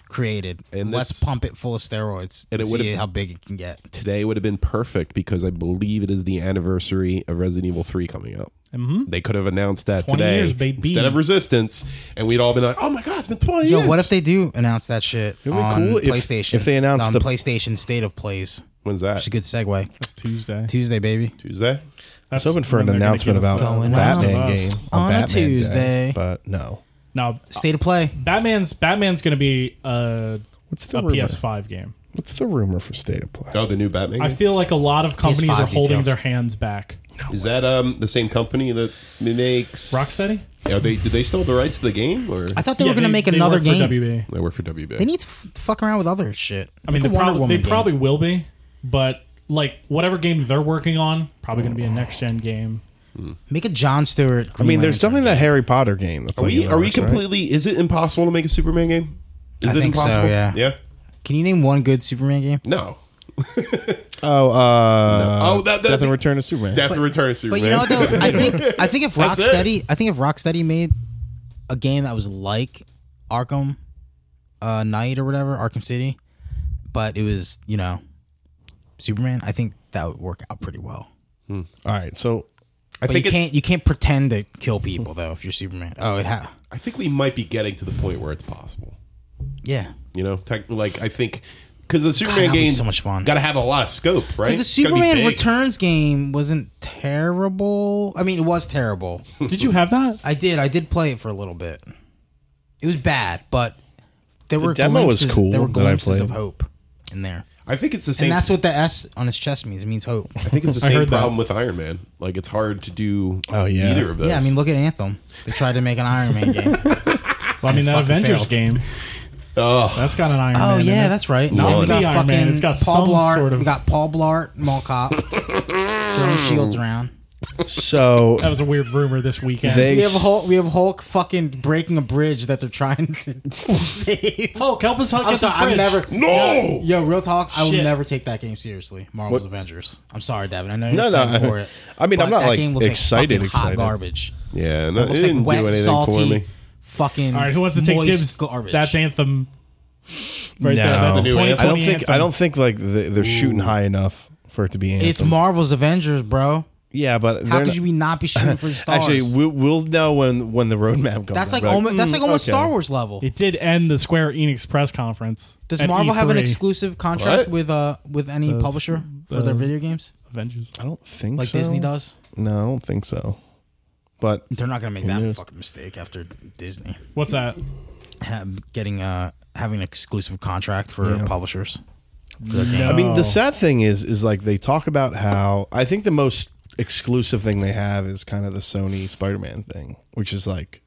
Speaker 4: created.
Speaker 3: And
Speaker 4: Let's
Speaker 3: this-
Speaker 4: pump it full of steroids
Speaker 3: And
Speaker 4: and
Speaker 3: it
Speaker 4: see
Speaker 3: would've-
Speaker 4: how big it can get.
Speaker 3: today would have been perfect because I believe it is the anniversary of Resident Evil 3 coming up. Mm-hmm. They could have announced that
Speaker 2: 20
Speaker 3: today
Speaker 2: years, baby.
Speaker 3: instead of Resistance, and we'd all been like, "Oh my god, it's been 20
Speaker 4: Yo,
Speaker 3: years."
Speaker 4: what if they do announce that shit
Speaker 5: be
Speaker 4: on
Speaker 5: cool if-
Speaker 4: PlayStation?
Speaker 5: if they announce
Speaker 4: on
Speaker 5: the-
Speaker 4: PlayStation State of Plays,
Speaker 3: When's
Speaker 4: it's
Speaker 3: that?
Speaker 4: a good segue.
Speaker 2: It's Tuesday.
Speaker 4: Tuesday, baby.
Speaker 3: Tuesday.
Speaker 5: I was hoping for
Speaker 2: when
Speaker 5: an
Speaker 2: they're gonna
Speaker 5: announcement
Speaker 2: give us
Speaker 5: about
Speaker 2: the-
Speaker 4: Going
Speaker 5: Batman
Speaker 2: out.
Speaker 5: game on,
Speaker 4: On a
Speaker 5: Batman Day,
Speaker 4: Tuesday.
Speaker 5: but no.
Speaker 2: Now,
Speaker 4: State of play.
Speaker 2: Batman's Batman's going to be a,
Speaker 5: What's the
Speaker 2: a
Speaker 5: rumor?
Speaker 2: PS5 game.
Speaker 5: What's the rumor for State of Play?
Speaker 3: Oh, the new Batman.
Speaker 2: I
Speaker 3: game?
Speaker 2: feel like a lot of companies
Speaker 4: PS5
Speaker 2: are holding
Speaker 4: details.
Speaker 2: their hands back.
Speaker 3: Is that um the same company that makes
Speaker 2: Rocksteady?
Speaker 3: Are they? Did they still have the rights to the game, or
Speaker 4: I thought they
Speaker 2: Yeah,
Speaker 4: were going to make
Speaker 2: they
Speaker 4: another
Speaker 2: work for
Speaker 4: game.
Speaker 2: WB.
Speaker 3: they work for WB?
Speaker 4: They need to f- fuck around with other shit.
Speaker 2: I mean,
Speaker 4: Make
Speaker 2: they,
Speaker 4: a Wonder
Speaker 2: prob-
Speaker 4: Woman
Speaker 2: they
Speaker 4: game.
Speaker 2: probably will be, but like whatever game they're working on, probably going to be a next gen game.
Speaker 4: make a John Stewart.
Speaker 5: I
Speaker 4: Green
Speaker 5: mean, there's
Speaker 4: Lantern
Speaker 5: definitely that Harry Potter game. That's
Speaker 3: are
Speaker 5: like
Speaker 3: we
Speaker 5: in the
Speaker 3: are we
Speaker 5: works, right?
Speaker 3: completely? Is it impossible to make a Superman game? Is
Speaker 4: I
Speaker 3: it
Speaker 4: think so,
Speaker 3: impossible?
Speaker 4: yeah.
Speaker 3: Yeah.
Speaker 4: game. Can you name one good Superman game?
Speaker 3: No.
Speaker 5: Oh, uh,
Speaker 3: No. Oh, that- that-
Speaker 5: Death and Return of Superman.
Speaker 3: Death and Return of
Speaker 4: But
Speaker 3: Superman.
Speaker 4: you know what though? I think I think if
Speaker 3: That's it.
Speaker 4: Rocksteady, I think if Rocksteady made a game that was like Arkham uh, Knight or whatever, Arkham City, but it was you know Superman, I think that would work out pretty well.
Speaker 5: All right, so
Speaker 3: I think
Speaker 4: But you
Speaker 3: it's-
Speaker 4: can't you can't pretend to kill people though if you're Superman. Oh, it ha-
Speaker 3: I think we might be getting to the point where it's possible.
Speaker 4: yeah.
Speaker 3: You know, tech, like I think because the
Speaker 4: that'd
Speaker 3: Superman
Speaker 4: be
Speaker 3: game
Speaker 4: so much fun.
Speaker 3: Got to have a lot of scope, right?
Speaker 4: The
Speaker 3: It's gotta be
Speaker 4: Superman
Speaker 3: big.
Speaker 4: Returns game wasn't terrible. I mean, it was terrible.
Speaker 2: Did you have that?
Speaker 4: I did. I did play it for a little bit. It was bad, but there were
Speaker 5: demo was
Speaker 4: glimpses,
Speaker 5: cool
Speaker 4: There were
Speaker 5: that I
Speaker 4: glimpses of
Speaker 5: played.
Speaker 4: hope in there,
Speaker 3: I think it's the same.
Speaker 4: and that's what the S on his chest means. It means hope.
Speaker 3: I think it's the
Speaker 2: I
Speaker 3: same
Speaker 2: heard that.
Speaker 3: problem with Iron Man. Like it's hard to do
Speaker 5: Oh, yeah.
Speaker 3: either of those.
Speaker 4: Yeah, I mean, look at Anthem. They tried to make an Iron Man game.
Speaker 2: Well, I mean, that
Speaker 4: fucking
Speaker 2: Avengers
Speaker 4: failed.
Speaker 2: game
Speaker 3: Ugh.
Speaker 2: that's got an Iron Man.
Speaker 4: oh
Speaker 2: in
Speaker 4: yeah,
Speaker 2: it.
Speaker 4: that's right.
Speaker 3: No,
Speaker 4: And
Speaker 3: it
Speaker 4: we got
Speaker 2: is. Iron
Speaker 4: fucking
Speaker 2: Man, it's got
Speaker 4: Paul
Speaker 2: some
Speaker 4: Blart.
Speaker 2: sort of-
Speaker 4: We got Paul Blart, Mall Cop, throwing shields around.
Speaker 5: so
Speaker 2: That was a weird rumor this weekend.
Speaker 5: They-
Speaker 4: We have Hulk. We have Hulk fucking breaking a bridge that they're trying to save.
Speaker 2: Hulk, help us Hulk.
Speaker 4: I'm sorry. I'm never.
Speaker 3: No!
Speaker 4: Yo, real talk. I will
Speaker 2: Shit.
Speaker 4: never take that game seriously. Marvel's Avengers. I'm sorry, Devin. I know you're
Speaker 5: No, no,
Speaker 4: excited
Speaker 5: I-
Speaker 4: for it.
Speaker 5: I mean, I'm
Speaker 4: but
Speaker 5: not,
Speaker 4: that
Speaker 5: like,
Speaker 4: game looks
Speaker 5: excited,
Speaker 4: fucking hot
Speaker 5: excited.
Speaker 4: garbage.
Speaker 3: Yeah, no, it,
Speaker 4: Looks
Speaker 3: didn't
Speaker 4: like wet,
Speaker 3: do anything
Speaker 4: salty,
Speaker 3: for me.
Speaker 4: fucking.
Speaker 2: All right, who wants to take
Speaker 4: moist
Speaker 2: dibs?
Speaker 4: Garbage.
Speaker 2: That's Anthem.
Speaker 5: No.
Speaker 2: Right there. That's
Speaker 5: That's the
Speaker 3: new
Speaker 2: 2020
Speaker 3: Anthem.
Speaker 5: I don't think
Speaker 2: Anthem.
Speaker 5: I don't think like they- they're shooting high enough for it to be. Anthem.
Speaker 4: It's Marvel's Avengers, bro.
Speaker 5: yeah, but
Speaker 4: How
Speaker 5: they're
Speaker 4: could
Speaker 5: not-
Speaker 4: you be not be shooting for the stars?
Speaker 5: actually we'll, we'll know when when the roadmap comes.
Speaker 4: that's
Speaker 5: out.
Speaker 4: like
Speaker 5: We're
Speaker 4: almost, that's
Speaker 5: "Mm,
Speaker 4: like almost
Speaker 5: okay."
Speaker 4: Star Wars level.
Speaker 2: It did end the Square Enix press conference.
Speaker 4: Does
Speaker 2: at E
Speaker 4: Marvel have an
Speaker 2: E3.
Speaker 4: exclusive
Speaker 3: What?
Speaker 4: contract with uh with any
Speaker 2: Those-
Speaker 4: publisher for their
Speaker 2: those-
Speaker 4: video games
Speaker 2: Avengers?
Speaker 5: I don't think
Speaker 4: like
Speaker 5: so.
Speaker 4: Disney does?
Speaker 5: No, I don't think so. But
Speaker 4: They're not gonna make that fucking mistake after Disney
Speaker 2: What's that?
Speaker 4: ha- getting uh having an exclusive contract for publishers.
Speaker 2: No.
Speaker 5: I mean, the sad thing is, is like they talk about how I think the most exclusive thing they have is kind of the Sony Spider-Man thing, which is like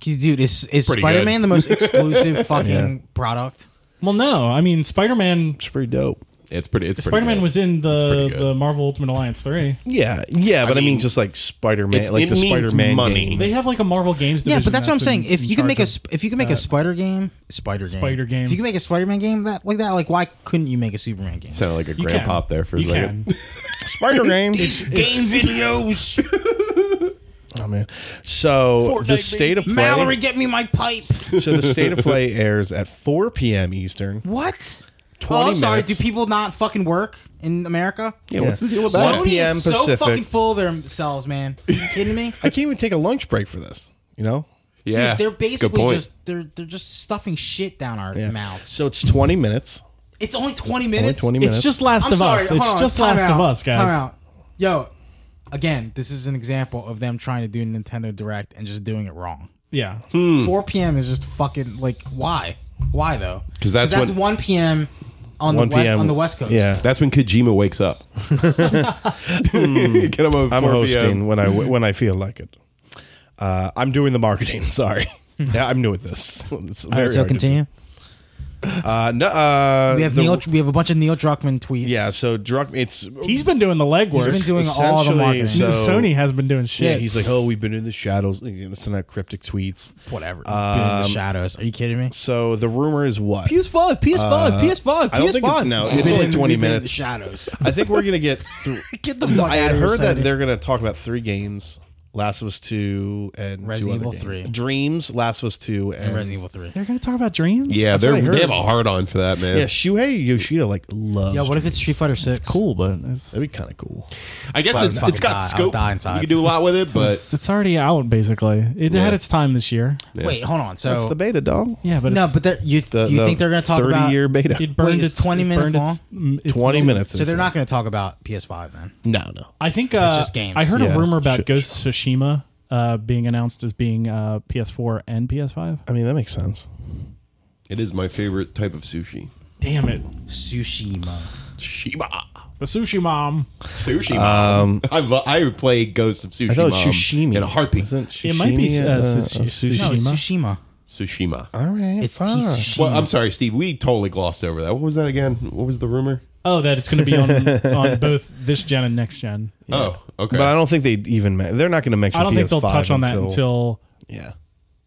Speaker 4: Dude, is is
Speaker 3: Pretty
Speaker 4: Spider Man
Speaker 3: good.
Speaker 4: the most exclusive fucking product?
Speaker 2: Well, no. I mean, Spider Man.
Speaker 5: it's pretty dope.
Speaker 3: It's pretty. It's pretty
Speaker 2: Spider Man
Speaker 3: good.
Speaker 2: was in the
Speaker 3: pretty good.
Speaker 2: the Marvel Ultimate Alliance three.
Speaker 5: Yeah, yeah, but I mean,
Speaker 3: mean,
Speaker 5: just like Spider-Man,
Speaker 3: it's-
Speaker 5: like
Speaker 3: it
Speaker 5: the
Speaker 3: means
Speaker 5: Spider-Man
Speaker 3: money.
Speaker 5: game.
Speaker 2: They have like a Marvel games.
Speaker 4: Yeah,
Speaker 2: Division
Speaker 4: but that's what I'm saying.
Speaker 2: in-
Speaker 4: If
Speaker 2: in
Speaker 4: you can make a
Speaker 2: charge
Speaker 4: sp- if you can make a Spider game, Spider game,
Speaker 2: Spider game.
Speaker 4: If you can make a Spider Man game that like that, like why couldn't you make a Superman game?
Speaker 3: sounded like a
Speaker 2: of- you
Speaker 3: grand
Speaker 2: can.
Speaker 3: pop there for a
Speaker 2: you
Speaker 3: second.
Speaker 2: can.
Speaker 5: Spider-Man.
Speaker 4: game videos.
Speaker 5: oh man. So the state of play.
Speaker 4: Mallory, get me my pipe.
Speaker 5: So the state of play airs at 4 p.m. Eastern.
Speaker 4: What?
Speaker 5: 20
Speaker 4: Oh, I'm sorry. Do
Speaker 5: minutes.
Speaker 4: people not fucking work in America?
Speaker 3: Yeah, what's the deal with
Speaker 5: What?
Speaker 3: that?
Speaker 4: Sony
Speaker 5: 1 p.m.
Speaker 4: is so
Speaker 5: Pacific.
Speaker 4: fucking full of themselves, man. Are you kidding me?
Speaker 5: I can't even take a lunch break for this. You know.
Speaker 3: Yeah,
Speaker 4: Dude, they're
Speaker 3: good
Speaker 4: basically
Speaker 3: point.
Speaker 4: just they're they're just stuffing shit down our mouths.
Speaker 5: So it's 20 minutes.
Speaker 4: It's only 20
Speaker 5: Only
Speaker 4: minutes.
Speaker 5: 20 minutes.
Speaker 2: It's just Last
Speaker 4: I'm
Speaker 2: of
Speaker 4: sorry,
Speaker 2: Us.
Speaker 4: hold
Speaker 2: It's
Speaker 4: on,
Speaker 2: just
Speaker 4: time
Speaker 2: Last of
Speaker 4: out,
Speaker 2: Us,
Speaker 4: Time
Speaker 2: guys.
Speaker 4: out. Yo, again, this is an example of them trying to do Nintendo Direct and just doing it wrong.
Speaker 2: Yeah.
Speaker 5: Hmm.
Speaker 4: 4 p.m. is just fucking like why? Why though?
Speaker 3: 'Cause that's
Speaker 4: that's
Speaker 3: when-
Speaker 4: 1 p.m. on
Speaker 5: 1
Speaker 4: the west
Speaker 5: p.m.
Speaker 4: on the west coast.
Speaker 5: Yeah.
Speaker 3: That's when Kojima wakes up. Get him a
Speaker 5: I'm
Speaker 3: 4
Speaker 5: hosting
Speaker 3: PM.
Speaker 5: when I when I feel like it. Uh, I'm doing the marketing. Sorry, yeah, I'm new at this. It's
Speaker 4: Hmm. All
Speaker 5: very
Speaker 4: right, so
Speaker 5: hard to do.
Speaker 4: continue.
Speaker 5: Uh, no, uh,
Speaker 4: We have
Speaker 5: the-
Speaker 4: Neil. We have a bunch of Neil Druckmann tweets.
Speaker 5: Yeah, so Druck. It's
Speaker 2: He's been doing the legwork.
Speaker 4: he's been doing all the
Speaker 5: essentially,
Speaker 4: marketing.
Speaker 5: so-
Speaker 2: Sony has been doing
Speaker 5: yeah.
Speaker 2: shit.
Speaker 5: He's like, oh, we've been in the shadows. It's not cryptic tweets.
Speaker 4: Whatever. Been in the
Speaker 5: Um,
Speaker 4: shadows. Are you kidding me? Uh,
Speaker 5: So the rumor is what?
Speaker 4: PS5, PS5, PS5, PS5.
Speaker 5: I don't think it's- no, it's
Speaker 4: Been
Speaker 5: only 20
Speaker 4: in- been in the
Speaker 5: minutes.
Speaker 4: shadows.
Speaker 5: I think we're gonna get. Through,
Speaker 4: Get the fuck
Speaker 5: I
Speaker 4: out
Speaker 5: had
Speaker 4: of here,
Speaker 5: heard that
Speaker 4: Sandy.
Speaker 5: they're gonna talk about three games Last of Us Two, and two
Speaker 4: Resident
Speaker 5: other
Speaker 4: Evil
Speaker 5: games.
Speaker 4: 3.
Speaker 5: Dreams, Last of Us Two, and
Speaker 4: Resident Evil Three.
Speaker 2: They're going to talk about dreams?
Speaker 3: Yeah,
Speaker 5: That's what I
Speaker 3: they they
Speaker 5: heard.
Speaker 3: have a hard on for that, man.
Speaker 5: Yeah, Shuhei Yoshida like loves.
Speaker 4: Yeah, what if
Speaker 5: Dreams.
Speaker 4: it's Street Fighter Six?
Speaker 2: Cool, but it's,
Speaker 5: That'd be kind of cool.
Speaker 3: I guess
Speaker 4: Well,
Speaker 3: it's
Speaker 4: I'll
Speaker 3: it's got
Speaker 4: die- I'll
Speaker 3: scope.
Speaker 4: die
Speaker 3: You
Speaker 4: inside.
Speaker 3: can do a lot with it, but
Speaker 2: it's, it's already out, basically. It
Speaker 3: Yeah.
Speaker 2: had its time this year.
Speaker 4: Wait, hold on.
Speaker 5: That's
Speaker 4: So
Speaker 5: the beta, dog.
Speaker 2: Yeah, but
Speaker 4: no,
Speaker 2: it's,
Speaker 4: but they're- you
Speaker 5: The,
Speaker 4: do you
Speaker 5: the
Speaker 4: think they're going to talk
Speaker 5: thirty
Speaker 4: about
Speaker 5: year beta?
Speaker 2: it burned
Speaker 4: Wait, it's 20
Speaker 2: it
Speaker 4: minutes
Speaker 2: burned its- mm, it's-
Speaker 5: Twenty minutes.
Speaker 4: So
Speaker 5: is
Speaker 4: they're
Speaker 5: it?
Speaker 4: not going to talk about PS5 then.
Speaker 5: No, no.
Speaker 2: I think uh,
Speaker 4: just games.
Speaker 2: I heard
Speaker 5: Yeah.
Speaker 2: a rumor about
Speaker 5: Sh-
Speaker 2: Ghost of Tsushima uh, being announced as being uh, PS4 and PS5.
Speaker 5: I mean, that makes sense.
Speaker 3: it is my favorite type of sushi.
Speaker 2: Damn it,
Speaker 4: Tsushima.
Speaker 3: Shiba.
Speaker 2: the sushi mom.
Speaker 3: Sushi Mom. I, lo- I would play Ghost of Sushi
Speaker 5: Um, I thought
Speaker 3: Mom
Speaker 4: um,
Speaker 5: Shushimi
Speaker 3: in a heartbeat.
Speaker 5: Isn't
Speaker 2: It might be,
Speaker 5: Shushimi,
Speaker 2: uh, Sushi-
Speaker 5: a
Speaker 2: Sushi.
Speaker 4: No, it's
Speaker 2: Tsushima?
Speaker 4: Tsushima.
Speaker 3: Tsushima.
Speaker 5: All right,
Speaker 4: It's
Speaker 5: fine.
Speaker 4: Tsushima.
Speaker 3: Well, I'm sorry, Steve. We totally glossed over that. What was that again? What was the rumor?
Speaker 2: Oh, that it's going to be on on both this gen and next gen.
Speaker 3: Oh, okay.
Speaker 5: But I don't think they even. Ma- they're not going to mention.
Speaker 2: I don't think they'll
Speaker 5: PS5
Speaker 2: touch on that until
Speaker 5: yeah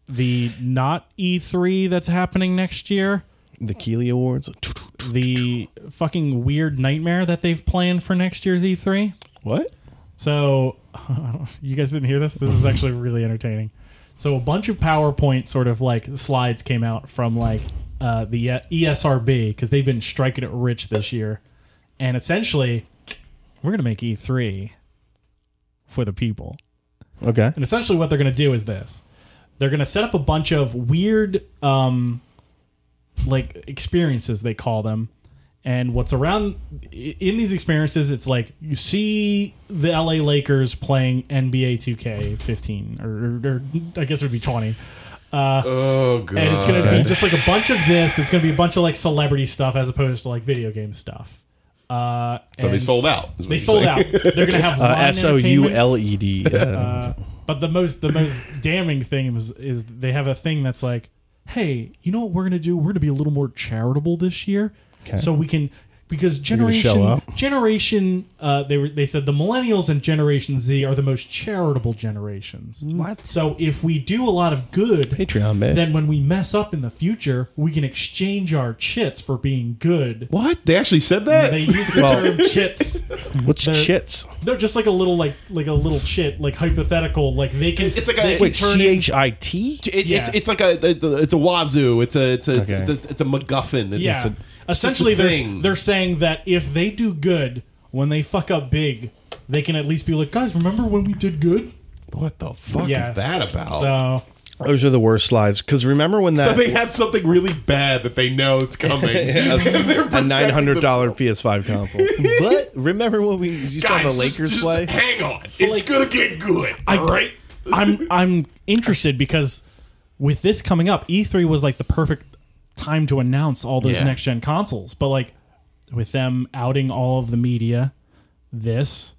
Speaker 2: the not E3 that's happening next year.
Speaker 5: the Keeley Awards.
Speaker 2: The fucking weird nightmare that they've planned for next year's E E3.
Speaker 5: What?
Speaker 2: So, you guys didn't hear this? This is actually really entertaining. So, a bunch of PowerPoint sort of like slides came out from like uh, the uh, ESRB because they've been striking it rich this year. And essentially, we're going to make E3 for the people.
Speaker 5: Okay.
Speaker 2: And essentially, what they're going to do is this they're going to set up a bunch of weird, um, like, experiences, they call them. And what's around i- in these experiences, it's like you see the LA Lakers playing NBA 2K15, or, or, or I guess it would be 20.
Speaker 3: oh, God.
Speaker 2: And it's going to be just like a bunch of this. It's going to be a bunch of like celebrity stuff as opposed to like video game stuff. Uh,
Speaker 3: so they
Speaker 2: and
Speaker 3: sold out. is what
Speaker 2: They
Speaker 3: you're
Speaker 2: sold
Speaker 3: saying.
Speaker 2: out. They're going to have live
Speaker 5: Uh, S O U
Speaker 2: entertainment.
Speaker 5: L E D.
Speaker 2: Uh, but the most the most damning thing is is they have a thing that's like, hey, you know what we're gonna do? We're gonna be a little more charitable this year, so we can because
Speaker 5: gonna show
Speaker 2: generation
Speaker 5: up?
Speaker 2: generation uh, they were they said the millennials and Generation Z are the most charitable generations.
Speaker 5: Mm.
Speaker 4: What?
Speaker 2: So if we do a lot of good,
Speaker 5: Patreon, man.
Speaker 2: then when we mess up in the future, we can exchange our chits for being good.
Speaker 3: What? They actually said that?
Speaker 2: They use the term chits.
Speaker 5: What's
Speaker 2: they're-
Speaker 5: chits?
Speaker 2: No, just like a little like like a little chit, like hypothetical, like they can.
Speaker 3: It's like a-
Speaker 2: they can
Speaker 3: Wait,
Speaker 2: turn
Speaker 5: C H I T.
Speaker 3: It,
Speaker 2: Yeah.
Speaker 3: It's it's like a it's a wazoo. It's a it's a
Speaker 5: Okay.
Speaker 3: it's a, it's a MacGuffin. It's,
Speaker 2: Yeah.
Speaker 3: it's a- it's
Speaker 2: Essentially,
Speaker 3: just a
Speaker 2: they're,
Speaker 3: thing.
Speaker 2: they're saying that if they do good, when they fuck up big, they can at least be like, guys, remember when we did good?
Speaker 3: what the fuck
Speaker 2: Yeah.
Speaker 3: is that about?
Speaker 2: So,
Speaker 5: Those are the worst slides. Because remember when
Speaker 3: So
Speaker 5: that
Speaker 3: they have something really bad that they know it's coming. And
Speaker 5: a
Speaker 3: they're protecting
Speaker 5: nine hundred dollar
Speaker 3: themselves.
Speaker 5: PS5 console? but remember when we you saw
Speaker 3: Guys,
Speaker 5: the
Speaker 3: just-
Speaker 5: Lakers
Speaker 3: just
Speaker 5: play?
Speaker 3: Hang on, it's
Speaker 2: like-
Speaker 3: gonna get good.
Speaker 2: I-
Speaker 3: all right.
Speaker 2: I'm I'm interested because with this coming up, E3 was like the perfect time to announce all those
Speaker 4: Yeah.
Speaker 2: next gen consoles. But like with them outing all of the media, this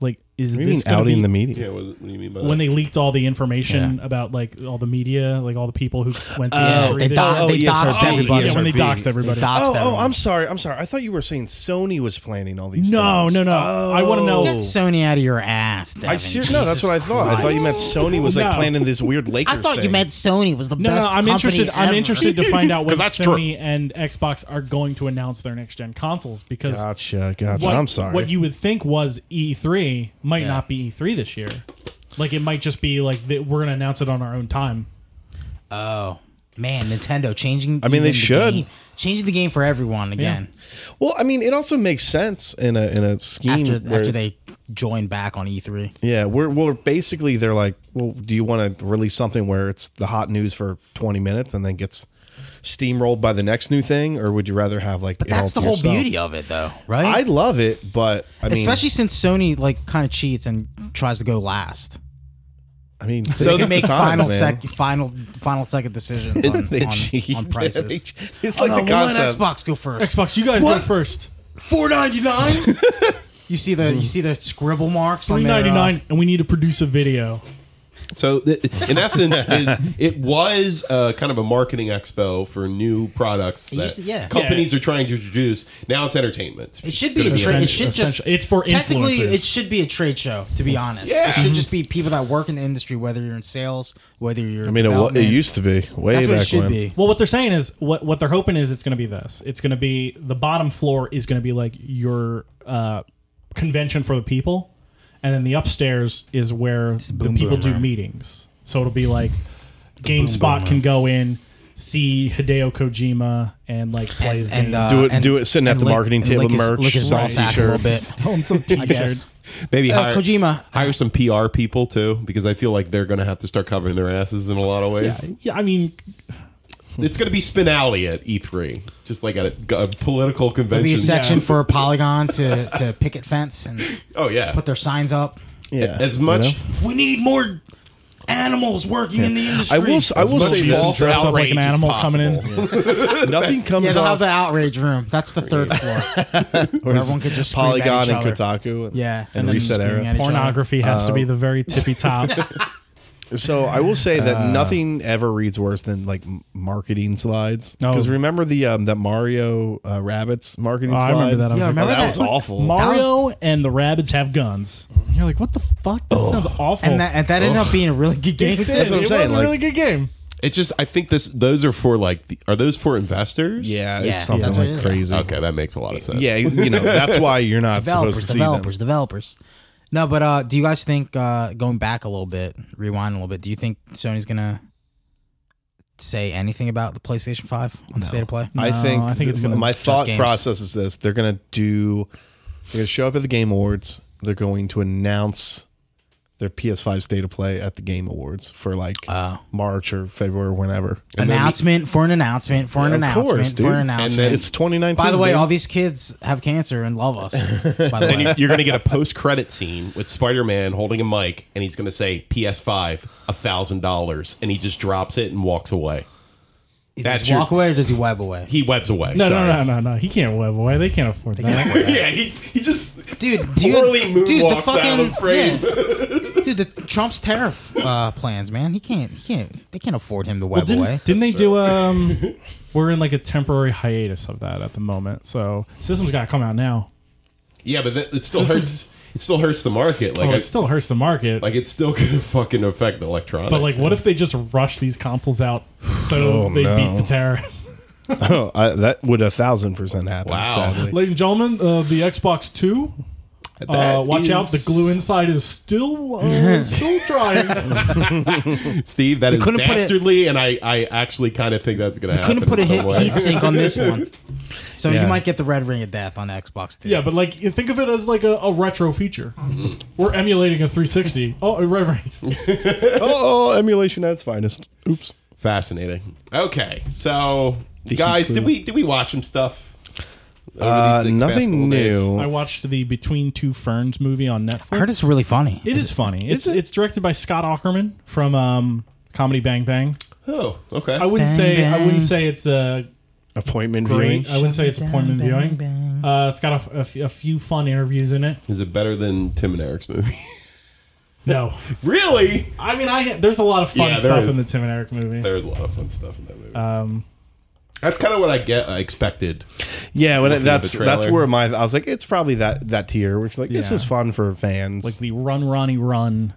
Speaker 2: like is
Speaker 5: What do
Speaker 2: this
Speaker 5: you mean
Speaker 2: gonna
Speaker 5: outing
Speaker 2: be-
Speaker 5: the media?
Speaker 3: Yeah. What, what do you mean by
Speaker 2: when
Speaker 3: that?
Speaker 2: they leaked all the information about like all the media, like all the people who went to
Speaker 4: Yeah,
Speaker 2: E3
Speaker 4: they,
Speaker 2: this
Speaker 4: do-
Speaker 2: year.
Speaker 5: oh,
Speaker 4: they
Speaker 5: yes,
Speaker 4: doxed
Speaker 5: our
Speaker 4: everybody.
Speaker 2: Yeah, when they
Speaker 5: BSRB.
Speaker 2: doxed
Speaker 4: They
Speaker 2: everybody.
Speaker 4: doxed
Speaker 5: Oh,
Speaker 4: everyone.
Speaker 5: oh, I'm sorry. I'm sorry. I thought you were saying Sony was planning all these.
Speaker 2: No,
Speaker 5: things.
Speaker 2: no, no. I want to know.
Speaker 4: Get Sony out of your ass, Devin.
Speaker 5: I ser- no, that's
Speaker 4: Jesus
Speaker 5: what I thought. I thought you meant
Speaker 4: Christ.
Speaker 5: Sony was like
Speaker 2: No.
Speaker 5: planning this weird Lakers.
Speaker 4: I thought you
Speaker 5: thing.
Speaker 4: meant Sony was the
Speaker 2: No, no,
Speaker 4: best.
Speaker 2: I'm
Speaker 4: company
Speaker 2: interested. I'm
Speaker 4: ever.
Speaker 2: interested to find out when
Speaker 3: 'Cause that's
Speaker 2: Sony
Speaker 3: true.
Speaker 2: and Xbox are going to announce their next gen consoles because
Speaker 5: Gotcha, gotcha.
Speaker 2: what,
Speaker 5: I'm sorry.
Speaker 2: what you would think was E3 might
Speaker 4: Yeah.
Speaker 2: not be E3 this year. Like it might just be like that we're going to announce it on our own time.
Speaker 4: Oh man, Nintendo changing.
Speaker 5: I mean, they
Speaker 4: even the
Speaker 5: should.
Speaker 4: game- changing the game for everyone again
Speaker 5: well, I mean, it also makes sense in a in a scheme
Speaker 4: after
Speaker 5: where,
Speaker 4: after they join back on E E3.
Speaker 5: yeah, we're we're basically they're like, well, do you want to release something where it's the hot news for 20 minutes and then gets steamrolled by the next new thing, or would you rather have like? But
Speaker 4: That's the whole beauty of it, though,
Speaker 5: I
Speaker 4: right?
Speaker 5: love it, but I mean,
Speaker 4: Especially since Sony like kind of cheats and tries to go last.
Speaker 5: I mean,
Speaker 4: So they can make final
Speaker 5: man.
Speaker 4: sec, final final second decisions on,
Speaker 5: They cheat.
Speaker 4: on, on prices.
Speaker 5: it's
Speaker 4: Oh,
Speaker 5: like
Speaker 4: no,
Speaker 5: the
Speaker 4: we'll let
Speaker 5: concept.
Speaker 4: Xbox go first.
Speaker 2: Xbox, you guys
Speaker 4: What?
Speaker 2: go first.
Speaker 4: Four ninety nine. You see the you see the scribble marks on
Speaker 2: Three
Speaker 4: there. uh,
Speaker 2: ninety nine, and we need to produce a video.
Speaker 3: So, th- in essence, it, it was uh, kind of a marketing expo for new products that
Speaker 4: used to- yeah.
Speaker 3: companies are trying to introduce. Now it's entertainment.
Speaker 4: It should be a
Speaker 3: Gonna
Speaker 4: trade. It
Speaker 2: essential-
Speaker 4: should just.
Speaker 2: essential. It's for
Speaker 4: technically.
Speaker 2: influencers.
Speaker 4: It should be a trade show. To be honest,
Speaker 3: Yeah.
Speaker 4: it should just be people that work in the industry, whether you're in sales, whether you're.
Speaker 5: I mean, it, wa- it used to be way
Speaker 4: That's
Speaker 5: back
Speaker 4: what it should
Speaker 5: when.
Speaker 4: be.
Speaker 2: Well, what they're saying is what what they're hoping is it's going to be this. It's going to be the bottom floor is going to be like your uh, convention for the people, and then the upstairs is where the
Speaker 4: boom
Speaker 2: people
Speaker 4: boom
Speaker 2: do
Speaker 4: room.
Speaker 2: meetings. So it'll be like
Speaker 4: boom
Speaker 2: GameSpot can
Speaker 4: room.
Speaker 2: go in, see Hideo Kojima, and like play his
Speaker 4: and
Speaker 2: game.
Speaker 4: uh,
Speaker 5: Do it-
Speaker 4: and-
Speaker 5: do it sitting at
Speaker 4: and
Speaker 5: the
Speaker 4: lick-
Speaker 5: marketing
Speaker 4: and
Speaker 5: table,
Speaker 4: lick his-
Speaker 5: merch,
Speaker 4: lick his
Speaker 5: sell
Speaker 4: ball sack a little
Speaker 5: t-shirts.
Speaker 4: bit.
Speaker 2: Own some t-shirts.
Speaker 3: Maybe
Speaker 4: Uh,
Speaker 3: hire
Speaker 4: Kojima.
Speaker 3: hire some PR people too, because I feel like they're going to have to start covering their asses in a lot of ways.
Speaker 2: yeah, I mean,
Speaker 3: It's going to be Spinelli at E3, just like at a, a political
Speaker 4: There'll
Speaker 3: convention.
Speaker 4: be a section for Polygon to, to picket fence and
Speaker 3: Oh yeah,
Speaker 4: put their signs up.
Speaker 5: Yeah,
Speaker 3: as much.
Speaker 4: We need more animals working in the industry.
Speaker 5: I will. s- I will
Speaker 2: much
Speaker 5: say
Speaker 2: as
Speaker 5: this:
Speaker 2: possible. dressed up like an animal coming in.
Speaker 5: nothing
Speaker 4: yeah,
Speaker 5: comes
Speaker 4: they'll have
Speaker 5: off
Speaker 4: the outrage room. That's the third floor. where everyone could just scream at
Speaker 5: Polygon
Speaker 4: each
Speaker 5: and
Speaker 4: other.
Speaker 5: Kotaku. And,
Speaker 4: Yeah,
Speaker 5: and,
Speaker 4: then
Speaker 5: Reset
Speaker 4: screaming
Speaker 5: Era.
Speaker 4: at each other.
Speaker 2: pornography has to be
Speaker 4: Uh,
Speaker 2: the very tippy top.
Speaker 5: So I will say that
Speaker 2: Uh.
Speaker 5: nothing ever reads worse than like m- marketing slides.
Speaker 2: No.
Speaker 5: Because remember the um, that Mario uh, rabbits marketing
Speaker 2: Oh, I
Speaker 5: slide.
Speaker 2: remember that. I was
Speaker 4: Yeah,
Speaker 2: like,
Speaker 4: remember
Speaker 5: that was
Speaker 4: that?
Speaker 5: awful.
Speaker 2: Mario and the rabbits have guns. And you're like, what the fuck? This sounds awful.
Speaker 4: And that, and that ended up being a really good game.
Speaker 2: it,
Speaker 4: too.
Speaker 5: That's what I'm
Speaker 2: it
Speaker 5: saying,
Speaker 2: was
Speaker 5: like-
Speaker 2: a really good game.
Speaker 3: It's just I think this those are for like the, are those for investors?
Speaker 5: yeah,
Speaker 4: Yeah,
Speaker 5: it's something
Speaker 4: that's what
Speaker 5: like
Speaker 4: it is.
Speaker 5: crazy.
Speaker 2: Uh,
Speaker 3: Okay, that makes a lot of sense.
Speaker 5: Yeah, you know that's why you're not supposed to
Speaker 4: developers,
Speaker 5: see
Speaker 4: developers,
Speaker 5: them.
Speaker 4: developers. No, but uh, do you guys think uh, going back a little bit, rewind a little bit? Do you think Sony's gonna say anything about the PlayStation Five on the state of play?
Speaker 5: I
Speaker 2: No,
Speaker 5: think
Speaker 2: I think it's
Speaker 5: th-
Speaker 2: gonna-
Speaker 5: my thought
Speaker 4: games.
Speaker 5: process is this: they're gonna do, they're gonna show up at the Game Awards. They're going to announce their PS5 state of play at the Game Awards for like
Speaker 4: Oh.
Speaker 5: March or February or whenever.
Speaker 4: announcement for an announcement for an
Speaker 5: Of course,
Speaker 4: announcement
Speaker 5: dude.
Speaker 4: for an
Speaker 5: And
Speaker 4: announcement.
Speaker 5: it's 2019.
Speaker 4: By the way,
Speaker 5: baby.
Speaker 4: all these kids have cancer and love us. By the
Speaker 3: Then you,
Speaker 4: way,
Speaker 3: you're going to get a post credit scene with Spider Man holding a mic, and he's going to say PS5 a thousand dollars, and he just drops it and walks away. that's
Speaker 4: does he
Speaker 3: your-
Speaker 4: walk away or does he web away?
Speaker 3: He webs away.
Speaker 2: No,
Speaker 3: sorry.
Speaker 2: no, no, no, no. He can't web away. They can't afford that.
Speaker 3: yeah, he's, he just
Speaker 4: Dude, do you-
Speaker 3: poorly moonwalks
Speaker 4: dude, the
Speaker 3: out
Speaker 4: fucking
Speaker 3: of frame.
Speaker 4: yeah. dude, the Trump's tariff uh, plans, man. He can't, he can't, they can't afford him to web away.
Speaker 2: Didn't, didn't they do um? we're in like a temporary hiatus of that at the moment. So system's got to come out now.
Speaker 3: Yeah, but that, it still
Speaker 2: So
Speaker 3: hurts.
Speaker 2: this
Speaker 3: it still hurts the market. Like
Speaker 2: oh,
Speaker 3: I,
Speaker 2: it still hurts the market.
Speaker 3: like it's still going to fucking affect the electronics.
Speaker 2: but like, what if they just rush these consoles out so
Speaker 5: Oh,
Speaker 2: they
Speaker 5: no.
Speaker 2: beat the tariffs?
Speaker 5: Oh, I, that would a thousand percent happen.
Speaker 3: Wow.
Speaker 5: Sadly.
Speaker 2: Ladies and gentlemen, uh, the Xbox Two. Uh,
Speaker 3: That
Speaker 2: watch out! The
Speaker 3: is-
Speaker 2: glue inside is still uh, still drying.
Speaker 3: Steve, that is
Speaker 4: couldn't put it-
Speaker 3: dastardly, and I, I actually kind of think that's going to happen.
Speaker 4: couldn't put a
Speaker 3: in
Speaker 4: hit,
Speaker 3: some way.
Speaker 4: heat sink on this one. So
Speaker 5: Yeah.
Speaker 4: you might get the red ring of death on Xbox too.
Speaker 2: yeah, but like, you think of it as like a, a retro feature.
Speaker 3: Mm-hmm.
Speaker 2: We're emulating a 360. Oh, right, right.
Speaker 5: oh, oh, emulation at its finest. Oops.
Speaker 3: Fascinating. Okay, so guys, did we did we watch some stuff? over
Speaker 5: Uh,
Speaker 3: these, like, past couple
Speaker 5: nothing
Speaker 3: days?
Speaker 5: new.
Speaker 2: I watched the Between Two Ferns movie on Netflix.
Speaker 4: I heard it's really funny.
Speaker 2: It is funny. It's
Speaker 5: is it?
Speaker 2: it's directed by Scott Ackerman from um, Comedy Bang Bang.
Speaker 3: Oh, okay.
Speaker 2: I wouldn't
Speaker 4: Bang
Speaker 2: say I
Speaker 4: bang.
Speaker 2: wouldn't say it's a
Speaker 5: Appointment
Speaker 2: great. I
Speaker 5: viewing.
Speaker 2: wouldn't say it's appointment
Speaker 4: Bang
Speaker 2: viewing.
Speaker 4: bang.
Speaker 2: Uh, it's got a f- a, f- a few fun interviews in it.
Speaker 3: Is it better than Tim and Eric's movie?
Speaker 2: No,
Speaker 3: really?
Speaker 2: I mean I there's a lot of fun
Speaker 3: Yeah, there
Speaker 2: stuff
Speaker 3: is.
Speaker 2: in the Tim and Eric movie.
Speaker 3: There's a lot of fun stuff in that movie.
Speaker 2: Um,
Speaker 3: that's kind of what I get. I expected.
Speaker 5: Yeah, when it,
Speaker 3: Looking at
Speaker 5: that's
Speaker 3: the
Speaker 5: that's
Speaker 3: trailer.
Speaker 5: where my I was like, it's probably that that tier, which like this
Speaker 2: Yeah.
Speaker 5: is fun for fans.
Speaker 2: like the Run Ronnie Run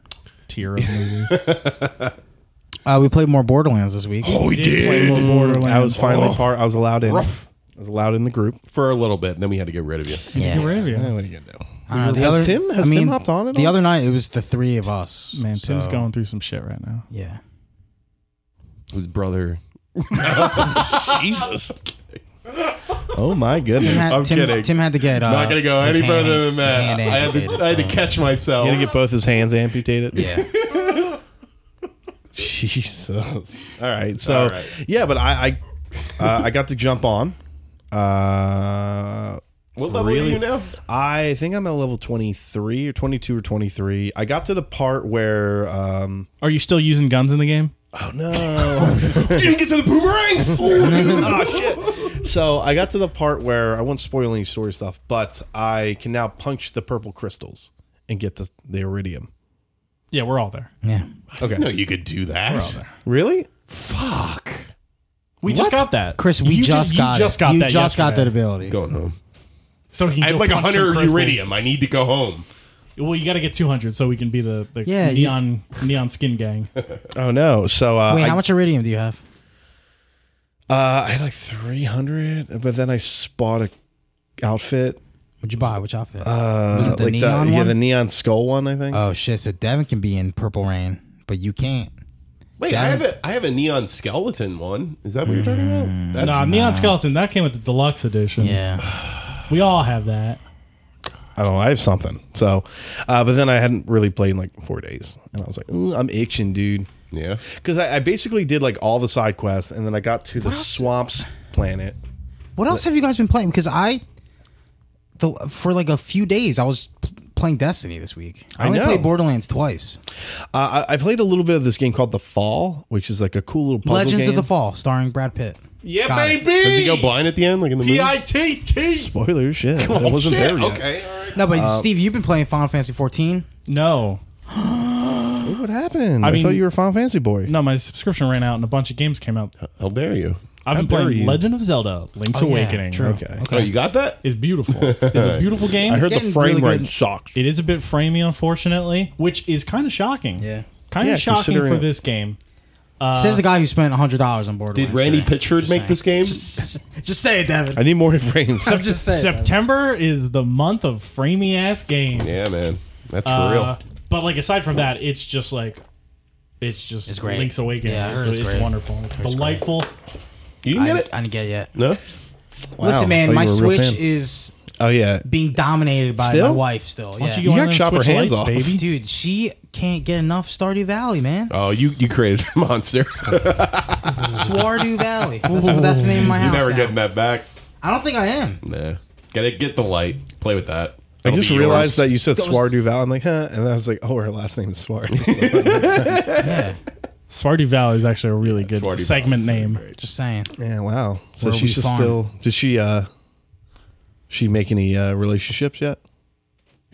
Speaker 2: tier of movies.
Speaker 4: Uh, we played more Borderlands this week.
Speaker 5: oh, we
Speaker 2: did play more Borderlands.
Speaker 5: I was
Speaker 4: Oh.
Speaker 5: finally part. I was allowed in.
Speaker 3: Rough.
Speaker 5: I was allowed in the group.
Speaker 3: For a little bit, and then we had to get rid of you.
Speaker 2: Get rid of you.
Speaker 5: Eh, What are you gonna do?
Speaker 4: I don't know, the
Speaker 5: Has
Speaker 4: other,
Speaker 5: Tim- has
Speaker 4: I mean,
Speaker 5: Tim hopped on at
Speaker 4: the
Speaker 5: all?
Speaker 4: other night it was the three of us.
Speaker 2: Man, Tim's
Speaker 4: so-
Speaker 2: going through some shit right now.
Speaker 4: Yeah,
Speaker 3: His brother.
Speaker 5: Jesus. oh my goodness.
Speaker 4: Tim had,
Speaker 3: I'm
Speaker 4: Tim,
Speaker 3: kidding.
Speaker 4: Tim had to get. Uh,
Speaker 3: Not gonna go
Speaker 4: his
Speaker 3: any
Speaker 4: hand-
Speaker 3: further than
Speaker 4: his
Speaker 3: that.
Speaker 4: hand
Speaker 3: I had,
Speaker 4: amputated.
Speaker 3: to, I had to catch myself.
Speaker 5: You gonna get both his hands amputated?
Speaker 4: Yeah.
Speaker 5: Jesus. All right. So
Speaker 3: All right.
Speaker 5: yeah, but I I, uh, I got to jump on. Uh,
Speaker 3: what level
Speaker 5: Really?
Speaker 3: are you now?
Speaker 5: I think I'm at level 23 or 22 or 23. I got to the part where um
Speaker 2: Are you still using guns in the game?
Speaker 5: oh no.
Speaker 3: you didn't get to the boomerangs.
Speaker 5: so I got to the part where I won't spoil any story stuff, but I can now punch the purple crystals and get the, the iridium.
Speaker 2: Yeah, we're all there.
Speaker 4: yeah.
Speaker 5: Okay.
Speaker 3: no, you could do that.
Speaker 5: Really?
Speaker 3: Fuck.
Speaker 2: We just got that,
Speaker 4: Chris, we
Speaker 2: You
Speaker 4: just
Speaker 2: ju-
Speaker 4: got.
Speaker 2: you
Speaker 4: it.
Speaker 2: just got
Speaker 4: You
Speaker 2: that.
Speaker 4: just got that
Speaker 2: yesterday.
Speaker 4: ability.
Speaker 3: Going home.
Speaker 2: So he can
Speaker 3: I have
Speaker 2: go
Speaker 3: like
Speaker 2: punch some
Speaker 3: hundred
Speaker 2: crystals.
Speaker 3: iridium. I need to go home.
Speaker 2: Well, you got to get 200 so we can be the, the
Speaker 4: Yeah, you-
Speaker 2: neon neon skin gang.
Speaker 5: Oh no. So uh
Speaker 4: Wait,
Speaker 5: I,
Speaker 4: how much iridium do you have?
Speaker 5: uh I had like 300, but then I spot a outfit
Speaker 4: What'd you buy? Which outfit? was it the
Speaker 5: Uh, like
Speaker 4: neon
Speaker 5: the, yeah,
Speaker 4: one?
Speaker 5: the neon skull one, I think.
Speaker 4: oh shit! So Devin can be in Purple Rain, but you can't.
Speaker 3: Wait, I have a I have a neon skeleton one. Is that what you're talking about? That's
Speaker 2: Mm. Nah, Neon Skeleton, that came with the deluxe
Speaker 4: Mm.
Speaker 2: edition.
Speaker 4: Yeah.
Speaker 2: We all have that.
Speaker 5: I don't know. Oh, I have something. So, uh, but then I hadn't really played in like four days, and I was like, Ooh, I'm itching, dude.
Speaker 3: yeah.
Speaker 5: Because I, I basically did like all the side quests, and then I got to the swamps planet.
Speaker 4: What else have you guys been playing? Because I, the, for like a few days, I was p- playing Destiny this week. I,
Speaker 5: I
Speaker 4: only
Speaker 5: know.
Speaker 4: played Borderlands twice.
Speaker 5: Uh, I, I played a little bit of this game called The Fall, which is like a cool little puzzle
Speaker 4: Legends
Speaker 5: game.
Speaker 4: of the Fall, starring Brad Pitt.
Speaker 2: Yeah,
Speaker 4: Got it.
Speaker 2: baby.
Speaker 3: Does he go blind at the end, like in the movie?
Speaker 2: P-I-T-T.
Speaker 5: Spoiler shit. it wasn't
Speaker 3: Shit,
Speaker 5: there yet.
Speaker 3: Okay, all right.
Speaker 4: No, but Steve, you've been playing Final Fantasy 14.
Speaker 2: No.
Speaker 5: What happened? I,
Speaker 2: I mean-
Speaker 5: thought you were a Final Fantasy boy.
Speaker 2: No, my subscription ran out and a bunch of games came out.
Speaker 3: How dare you?
Speaker 2: I've been
Speaker 5: dare
Speaker 2: playing
Speaker 5: you.
Speaker 2: Legend of Zelda: Link's Awakening.
Speaker 4: true.
Speaker 5: Okay.
Speaker 3: Oh, you got that?
Speaker 2: It's beautiful. It's a beautiful game.
Speaker 5: I heard the
Speaker 4: getting
Speaker 5: frame
Speaker 4: really
Speaker 5: rate
Speaker 4: good.
Speaker 5: sucks.
Speaker 2: It is a bit framey, unfortunately, which is kind of shocking.
Speaker 4: Yeah.
Speaker 2: Kind
Speaker 5: Yeah,
Speaker 2: of shocking
Speaker 5: considering
Speaker 2: for
Speaker 5: it.
Speaker 2: this game.
Speaker 4: Says the guy who spent hundred dollars on Borderlands.
Speaker 3: Did Randy
Speaker 4: 3.
Speaker 3: Pitchford
Speaker 4: Just
Speaker 3: make this game?
Speaker 4: saying. Just say it, Devin.
Speaker 5: I need more frames.
Speaker 4: I'm just saying.
Speaker 2: September is the month of framey ass games.
Speaker 3: Yeah, man. That's for
Speaker 2: Uh,
Speaker 3: real.
Speaker 2: but like aside from that, it's just like it's just
Speaker 4: It's great.
Speaker 2: Link's Awakening.
Speaker 4: Yeah, I heard
Speaker 2: it's,
Speaker 4: it's
Speaker 2: it's
Speaker 4: great.
Speaker 2: wonderful. It's delightful.
Speaker 3: You didn't
Speaker 4: I,
Speaker 3: get
Speaker 4: I
Speaker 3: it?
Speaker 4: didn't get it yet.
Speaker 3: No.
Speaker 5: Wow,
Speaker 4: Listen,
Speaker 5: thought
Speaker 4: man,
Speaker 5: you
Speaker 4: my
Speaker 5: were a real
Speaker 4: Switch
Speaker 5: fan.
Speaker 4: is
Speaker 5: Oh yeah.
Speaker 4: being dominated by
Speaker 5: Still?
Speaker 4: my wife. Still,
Speaker 2: Why
Speaker 4: yeah.
Speaker 2: don't you go
Speaker 5: You
Speaker 2: on
Speaker 5: gotta
Speaker 2: and
Speaker 5: chop her
Speaker 2: switch
Speaker 5: hands
Speaker 2: lights,
Speaker 5: off.
Speaker 2: baby?
Speaker 4: Dude, she can't get enough Stardew Valley, man.
Speaker 3: Oh, you you created a monster. You're
Speaker 4: Swardew Valley. That's, that's the name of my house.
Speaker 3: never
Speaker 4: now.
Speaker 3: getting that back.
Speaker 4: I don't think I am.
Speaker 3: Nah. Gotta get the light. Play with that.
Speaker 5: I
Speaker 3: That'll
Speaker 5: just
Speaker 3: be
Speaker 5: realized
Speaker 3: yours.
Speaker 5: that you said
Speaker 4: Those-
Speaker 5: Swar Duval. I'm like, huh? And I was like, oh, her last name is Swar.
Speaker 4: Yeah,
Speaker 2: Swarty Valley is actually a really good
Speaker 3: Swarty
Speaker 2: segment
Speaker 3: Valley.
Speaker 2: name.
Speaker 4: just saying.
Speaker 5: yeah, wow. So
Speaker 4: Where we
Speaker 5: she's just
Speaker 4: farm.
Speaker 5: still. Did she? uh She make any uh relationships yet?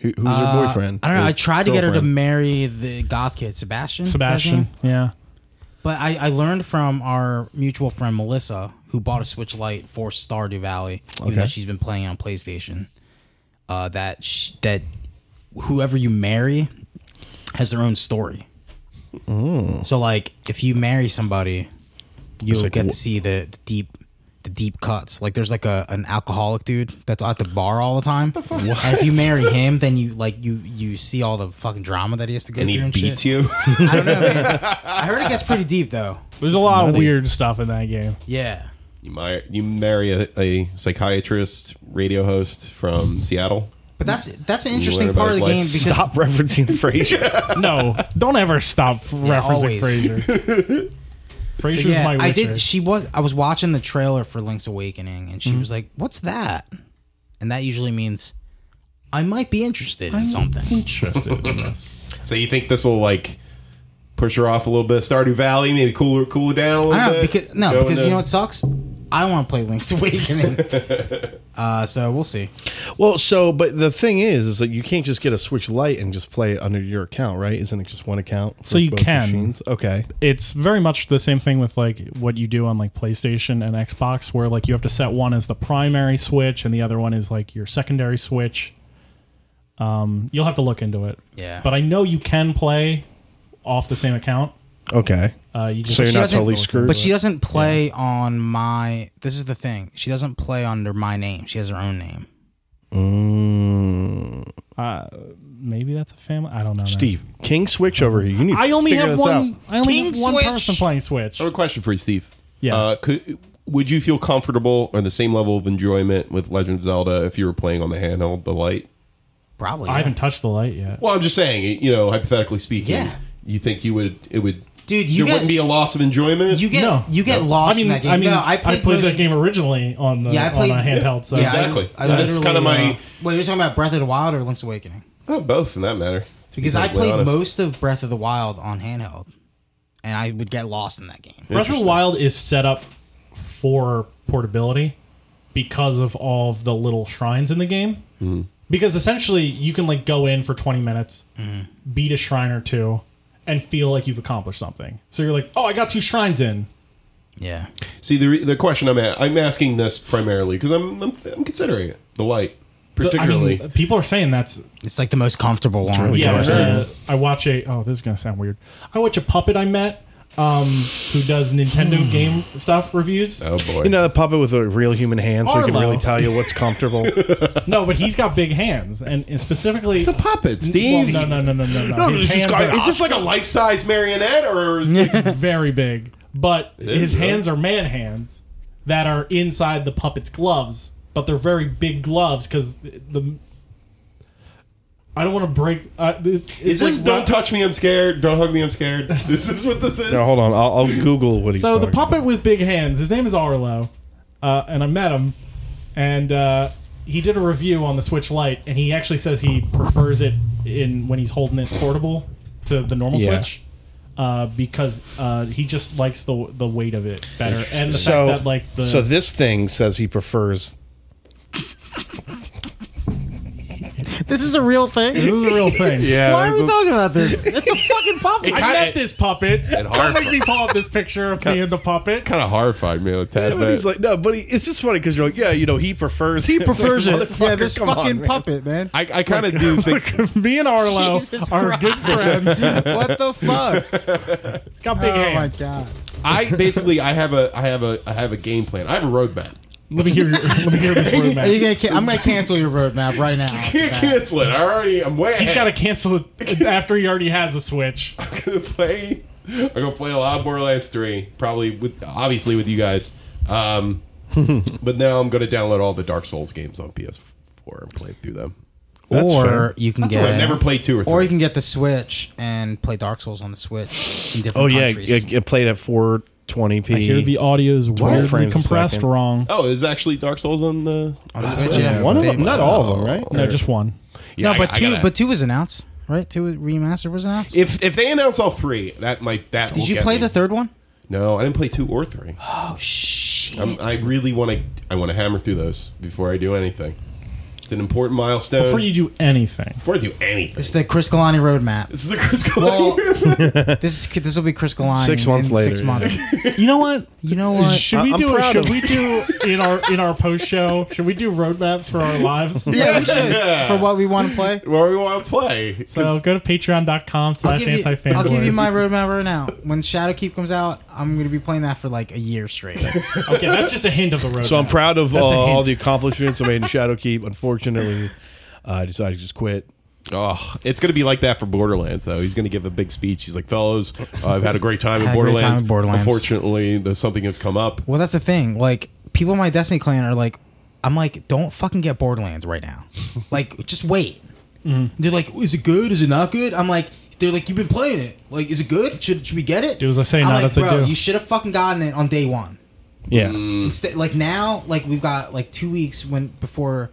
Speaker 5: Who, who's her
Speaker 4: Uh,
Speaker 5: boyfriend?
Speaker 4: I don't know.
Speaker 5: Her
Speaker 4: I tried to get her to
Speaker 5: girlfriend?
Speaker 4: marry the goth kid, Sebastian. is that his
Speaker 2: Sebastian.
Speaker 4: name?
Speaker 2: Yeah.
Speaker 4: But I, I learned from our mutual friend Melissa, who bought a Switch Lite for Stardew Valley, even though she's been playing on PlayStation, uh, that sh- that whoever you marry has their own story.
Speaker 3: Mm.
Speaker 4: So, like, if you marry somebody, you'll
Speaker 5: like
Speaker 4: get
Speaker 5: wh-
Speaker 4: to see the, the deep the deep cuts. Like, there's like a an alcoholic dude that's at the bar all the time. And if you marry him, then you like you you see all the fucking drama that he has to go
Speaker 3: And
Speaker 4: through
Speaker 3: he
Speaker 4: and
Speaker 3: beats
Speaker 4: shit.
Speaker 3: you.
Speaker 4: I don't know, man. I heard it gets pretty deep though.
Speaker 2: There's a lot of weird stuff in that game.
Speaker 4: Yeah.
Speaker 3: you marry you marry a, a psychiatrist, radio host from Seattle.
Speaker 4: But that's that's an
Speaker 3: learn
Speaker 4: interesting
Speaker 3: about
Speaker 4: part of
Speaker 3: his
Speaker 4: the
Speaker 3: life.
Speaker 4: game because
Speaker 5: Stop referencing Frasier.
Speaker 2: No, don't ever stop referencing
Speaker 4: always.
Speaker 2: Frasier. Frasier's
Speaker 4: yeah,
Speaker 2: my Witcher.
Speaker 4: I did she was I was watching the trailer for Link's Awakening and she was like, "What's that?" And that usually means I might be interested in something.
Speaker 2: interested in this.
Speaker 3: So you think this will like push her off a little bit? Stardew Valley, maybe cool her cool her down a little
Speaker 4: I don't know
Speaker 3: bit.
Speaker 4: because no,
Speaker 3: Go
Speaker 4: because you
Speaker 3: into-
Speaker 4: know what sucks? I want to play Link's Awakening. uh, so we'll see.
Speaker 5: well, so but the thing is, is that you can't just get a Switch Lite and just play it under your account, right? Isn't it just one account? for
Speaker 2: So you
Speaker 5: both
Speaker 2: can.
Speaker 5: Okay.
Speaker 2: It's very much the same thing with like what you do on like PlayStation and Xbox, where like you have to set one as the primary switch and the other one is like your secondary switch. Um, you'll have to look into it.
Speaker 4: Yeah.
Speaker 2: But I know you can play off the same account.
Speaker 5: Okay.
Speaker 2: Uh, you just
Speaker 5: So you're
Speaker 4: She
Speaker 5: not
Speaker 4: doesn't-
Speaker 5: totally screwed.
Speaker 4: But she doesn't play on my. This is the thing. She doesn't play under my name. She has her own name.
Speaker 2: uh, maybe that's a family. I don't know. man.
Speaker 5: Steve, King Switch over here. You need. to
Speaker 2: I only
Speaker 5: figure
Speaker 2: have
Speaker 5: this
Speaker 2: one.
Speaker 5: out. Oh,
Speaker 2: I only
Speaker 4: King
Speaker 2: have one
Speaker 4: Switch.
Speaker 2: person playing Switch.
Speaker 3: I have a question for you, Steve.
Speaker 2: Yeah.
Speaker 3: Uh, could, would you feel comfortable or the same level of enjoyment with Legend of Zelda if you were playing on the handheld, the light?
Speaker 4: Probably.
Speaker 2: I
Speaker 4: yeah.
Speaker 2: haven't touched the light yet.
Speaker 3: Well, I'm just saying, you know, hypothetically speaking,
Speaker 4: Yeah.
Speaker 3: you think you would it would
Speaker 4: Dude, you
Speaker 3: there
Speaker 4: get-
Speaker 3: wouldn't be a loss of enjoyment?
Speaker 4: You get
Speaker 2: No.
Speaker 4: you get
Speaker 2: I
Speaker 4: lost
Speaker 2: mean,
Speaker 4: in that game.
Speaker 2: I mean,
Speaker 4: no, I
Speaker 2: I
Speaker 4: played,
Speaker 2: played, that
Speaker 4: most-
Speaker 2: game originally on the
Speaker 4: Yeah, I played
Speaker 2: on a handheld. So
Speaker 4: Yeah, I-
Speaker 3: Exactly.
Speaker 4: I,
Speaker 3: That's
Speaker 4: literally,
Speaker 3: kinda my-
Speaker 4: uh, wait, you're talking about Breath of the Wild or Link's Awakening?
Speaker 3: oh, both in that matter. to be
Speaker 4: Because I
Speaker 3: perfectly
Speaker 4: played
Speaker 3: honest.
Speaker 4: most of Breath of the Wild on handheld, and I would get lost in that game.
Speaker 2: Breath of the
Speaker 3: Interesting.
Speaker 2: Wild is set up for portability because of all of the little shrines in the game.
Speaker 3: Mm-hmm.
Speaker 2: Because essentially, you can like go in for twenty minutes, beat a shrine or two, and feel like you've accomplished something. So you're like, oh, I got two shrines in.
Speaker 4: Yeah,
Speaker 3: See the re- the question I'm at, I'm asking this primarily because I'm, I'm I'm considering it the light
Speaker 2: But, I
Speaker 3: particularly.
Speaker 2: mean, uh, people are saying that's
Speaker 4: it's like the most comfortable one.
Speaker 2: yeah.
Speaker 4: Of course.
Speaker 2: uh, I watch a oh, this is gonna sound weird. I watch a puppet I met um, who does Nintendo game stuff reviews.
Speaker 3: Hmm. Oh boy.
Speaker 5: You know the puppet with a real human hand, so he can
Speaker 2: Arlo.
Speaker 5: really tell you what's comfortable.
Speaker 2: No, but he's got big hands, and, and specifically
Speaker 3: it's a puppet,
Speaker 2: Well,
Speaker 3: Steve.
Speaker 2: no, no, no, no, no, no.
Speaker 3: Is
Speaker 2: His
Speaker 3: this,
Speaker 2: hands
Speaker 3: guy,
Speaker 2: are
Speaker 3: is this like a life-size marionette, or is
Speaker 2: it's very big. But his
Speaker 3: is, huh?
Speaker 2: hands are man hands that are inside the puppet's gloves, but they're very big gloves because the. I don't want to break. Uh, this,
Speaker 3: is
Speaker 2: it's
Speaker 3: this
Speaker 2: like
Speaker 3: "Don't
Speaker 2: Rob-
Speaker 3: touch me, I'm scared"? Don't hug me, I'm scared. This is what this is.
Speaker 5: No, hold on, I'll, I'll Google what he's.
Speaker 2: So the
Speaker 5: talking about.
Speaker 2: puppet with big hands, his name is Arlo, uh, and I met him, and uh, he did a review on the Switch Lite, and he actually says he prefers it in when he's holding it portable to the normal
Speaker 5: Yeah.
Speaker 2: Switch. Uh, because uh, he just likes the the weight of it better, and the
Speaker 5: So,
Speaker 2: fact that like the
Speaker 5: so this thing says he prefers.
Speaker 4: This is a real thing.
Speaker 2: this is a real thing.
Speaker 4: Why are we talking about this? It's a fucking puppet.
Speaker 2: I met this puppet. Don't make me pull up this picture of me and the puppet.
Speaker 3: Kind of horrified me with that.
Speaker 5: But he's like, no, but he, it's just funny because you're like, yeah, you know, he prefers. He
Speaker 4: prefers it. Yeah, this
Speaker 5: come on,
Speaker 4: fucking
Speaker 5: man.
Speaker 4: puppet, man.
Speaker 3: I, I kind of do think
Speaker 2: me and Arlo
Speaker 4: Jesus
Speaker 2: are good friends.
Speaker 4: what the fuck?
Speaker 2: He's got big
Speaker 4: Oh my
Speaker 2: hands.
Speaker 4: god.
Speaker 3: I basically I have a I have a I have a game plan. I have a roadmap.
Speaker 2: Let me hear. Your, let me hear this word,
Speaker 4: Are
Speaker 2: Matt.
Speaker 4: you gonna can- I'm gonna cancel your roadmap right now.
Speaker 3: Can't cancel it. I already I'm way
Speaker 2: He's got to
Speaker 3: ahead.
Speaker 2: cancel it after he already has a Switch.
Speaker 3: I'm gonna play. I'm gonna play a lot of Borderlands three, probably with obviously with you guys. Um, but now I'm gonna download all the Dark Souls games on PS4 and play through them.
Speaker 5: That's
Speaker 4: or
Speaker 5: fair.
Speaker 4: you can
Speaker 3: So
Speaker 4: get
Speaker 3: I've never played two or three.
Speaker 4: Or you can get the Switch and play Dark Souls on the Switch in
Speaker 5: Oh
Speaker 4: different
Speaker 5: yeah,
Speaker 4: countries.
Speaker 5: it, it played at 420p.
Speaker 2: Here, the audio is weirdly
Speaker 5: frames a
Speaker 2: compressed
Speaker 5: second.
Speaker 2: wrong.
Speaker 3: oh, is actually Dark Souls on the?
Speaker 4: on the Switch, yeah.
Speaker 5: one of
Speaker 4: They-
Speaker 5: them, not all of them, right?
Speaker 4: Oh.
Speaker 2: No, just one.
Speaker 3: Yeah,
Speaker 4: no, but
Speaker 3: I- I
Speaker 4: two,
Speaker 3: gotta-
Speaker 4: but two was announced, right? Two remastered was announced.
Speaker 3: if if they announce all three, that might that.
Speaker 4: Did you play the third one?
Speaker 3: No, I didn't play two or three.
Speaker 4: Oh shit!
Speaker 3: I'm, I really want to. I want to hammer through those before I do anything. It's an important milestone.
Speaker 2: Before you do anything,
Speaker 3: before I do anything,
Speaker 4: It's the Chris Galani roadmap.
Speaker 3: this is the Chris
Speaker 4: Well,
Speaker 3: Kalani.
Speaker 4: this is, this will be Chris Galani.
Speaker 5: Six months
Speaker 4: in Six
Speaker 5: later.
Speaker 4: months.
Speaker 2: you know what?
Speaker 4: You know what?
Speaker 2: Should
Speaker 5: I-
Speaker 2: we
Speaker 5: I'm
Speaker 2: do?
Speaker 5: proud
Speaker 2: Should
Speaker 5: of-
Speaker 2: we do in our in our post show? Should we do roadmaps for our lives?
Speaker 4: yeah, we should.
Speaker 3: Yeah.
Speaker 4: For what we want to play.
Speaker 3: Where we want to play.
Speaker 2: So go to patreon.com
Speaker 4: I'll
Speaker 2: slash
Speaker 4: give, you,
Speaker 2: anti
Speaker 4: I'll give you
Speaker 2: fanboy.
Speaker 4: my roadmap right now. When Shadowkeep comes out, I'm going to be playing that for like a year straight.
Speaker 2: Okay, that's just a hint of the roadmap.
Speaker 5: So I'm proud of uh,
Speaker 2: That's a hint.
Speaker 5: all the accomplishments I made in Shadowkeep. Unfortunately, uh, I decided to just quit.
Speaker 3: Oh, it's going to be like that for Borderlands, though. He's going to give a big speech. He's like, fellows, I've had a great time in
Speaker 4: Had a great time
Speaker 3: Borderlands.
Speaker 4: in Borderlands."
Speaker 3: Unfortunately, there's something that's come up.
Speaker 4: well, that's the thing. Like, people in my Destiny clan are like, I'm like, don't fucking get Borderlands right now. Like, just wait.
Speaker 2: Mm-hmm.
Speaker 4: They're like, is it good? Is it not good? I'm like, they're like, you've been playing it. Like, is it good? Should, should we get it?
Speaker 2: Do as I say,
Speaker 4: I'm
Speaker 2: not
Speaker 4: like,
Speaker 2: as I
Speaker 4: bro,
Speaker 2: do."
Speaker 4: you should have fucking gotten it on day one.
Speaker 5: Yeah,
Speaker 2: Mm.
Speaker 4: Instead, like now, like we've got like two weeks when before,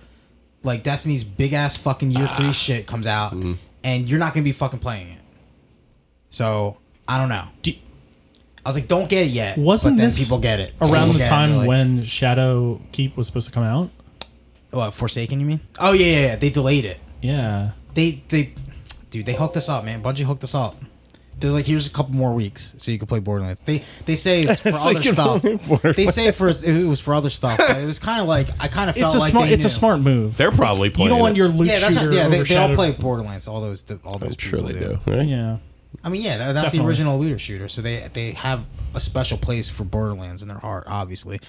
Speaker 4: like Destiny's big ass fucking year three shit comes out, and you're not gonna be fucking playing it. So I don't know.
Speaker 2: Do-
Speaker 4: I was like, don't get it yet.
Speaker 2: Wasn't
Speaker 4: but then
Speaker 2: this
Speaker 4: people get it
Speaker 2: around
Speaker 4: People
Speaker 2: the
Speaker 4: get it,
Speaker 2: time
Speaker 4: they're like,
Speaker 2: when Shadow Keep was supposed to come out.
Speaker 4: what, Forsaken? You mean? Oh yeah, yeah, yeah. They delayed it.
Speaker 2: Yeah,
Speaker 4: They they, dude, they hooked us up, man. Bungie hooked us up. They're like, here's a couple more weeks so you can play Borderlands. They they say it's for
Speaker 5: So you
Speaker 4: other
Speaker 5: can
Speaker 4: stuff.
Speaker 5: play Borderlands.
Speaker 4: They say it for it was for other stuff. But it was kind of like I kind of felt
Speaker 2: it's a
Speaker 4: like
Speaker 2: smart.
Speaker 4: they
Speaker 2: It's a
Speaker 4: knew.
Speaker 2: smart move.
Speaker 3: They're probably
Speaker 2: You
Speaker 3: playing.
Speaker 2: don't want
Speaker 3: it.
Speaker 2: your loot
Speaker 4: Yeah, that's
Speaker 2: shooter.
Speaker 4: not, yeah. They,
Speaker 2: over
Speaker 4: they all
Speaker 2: Shadow-
Speaker 4: play Borderlands. All those, all those.
Speaker 3: I'm sure
Speaker 4: people
Speaker 3: they do. Right?
Speaker 2: Yeah.
Speaker 4: I mean, yeah, that, that's the
Speaker 2: Definitely.
Speaker 4: original looter shooter. So they they have a special place for Borderlands in their heart, obviously.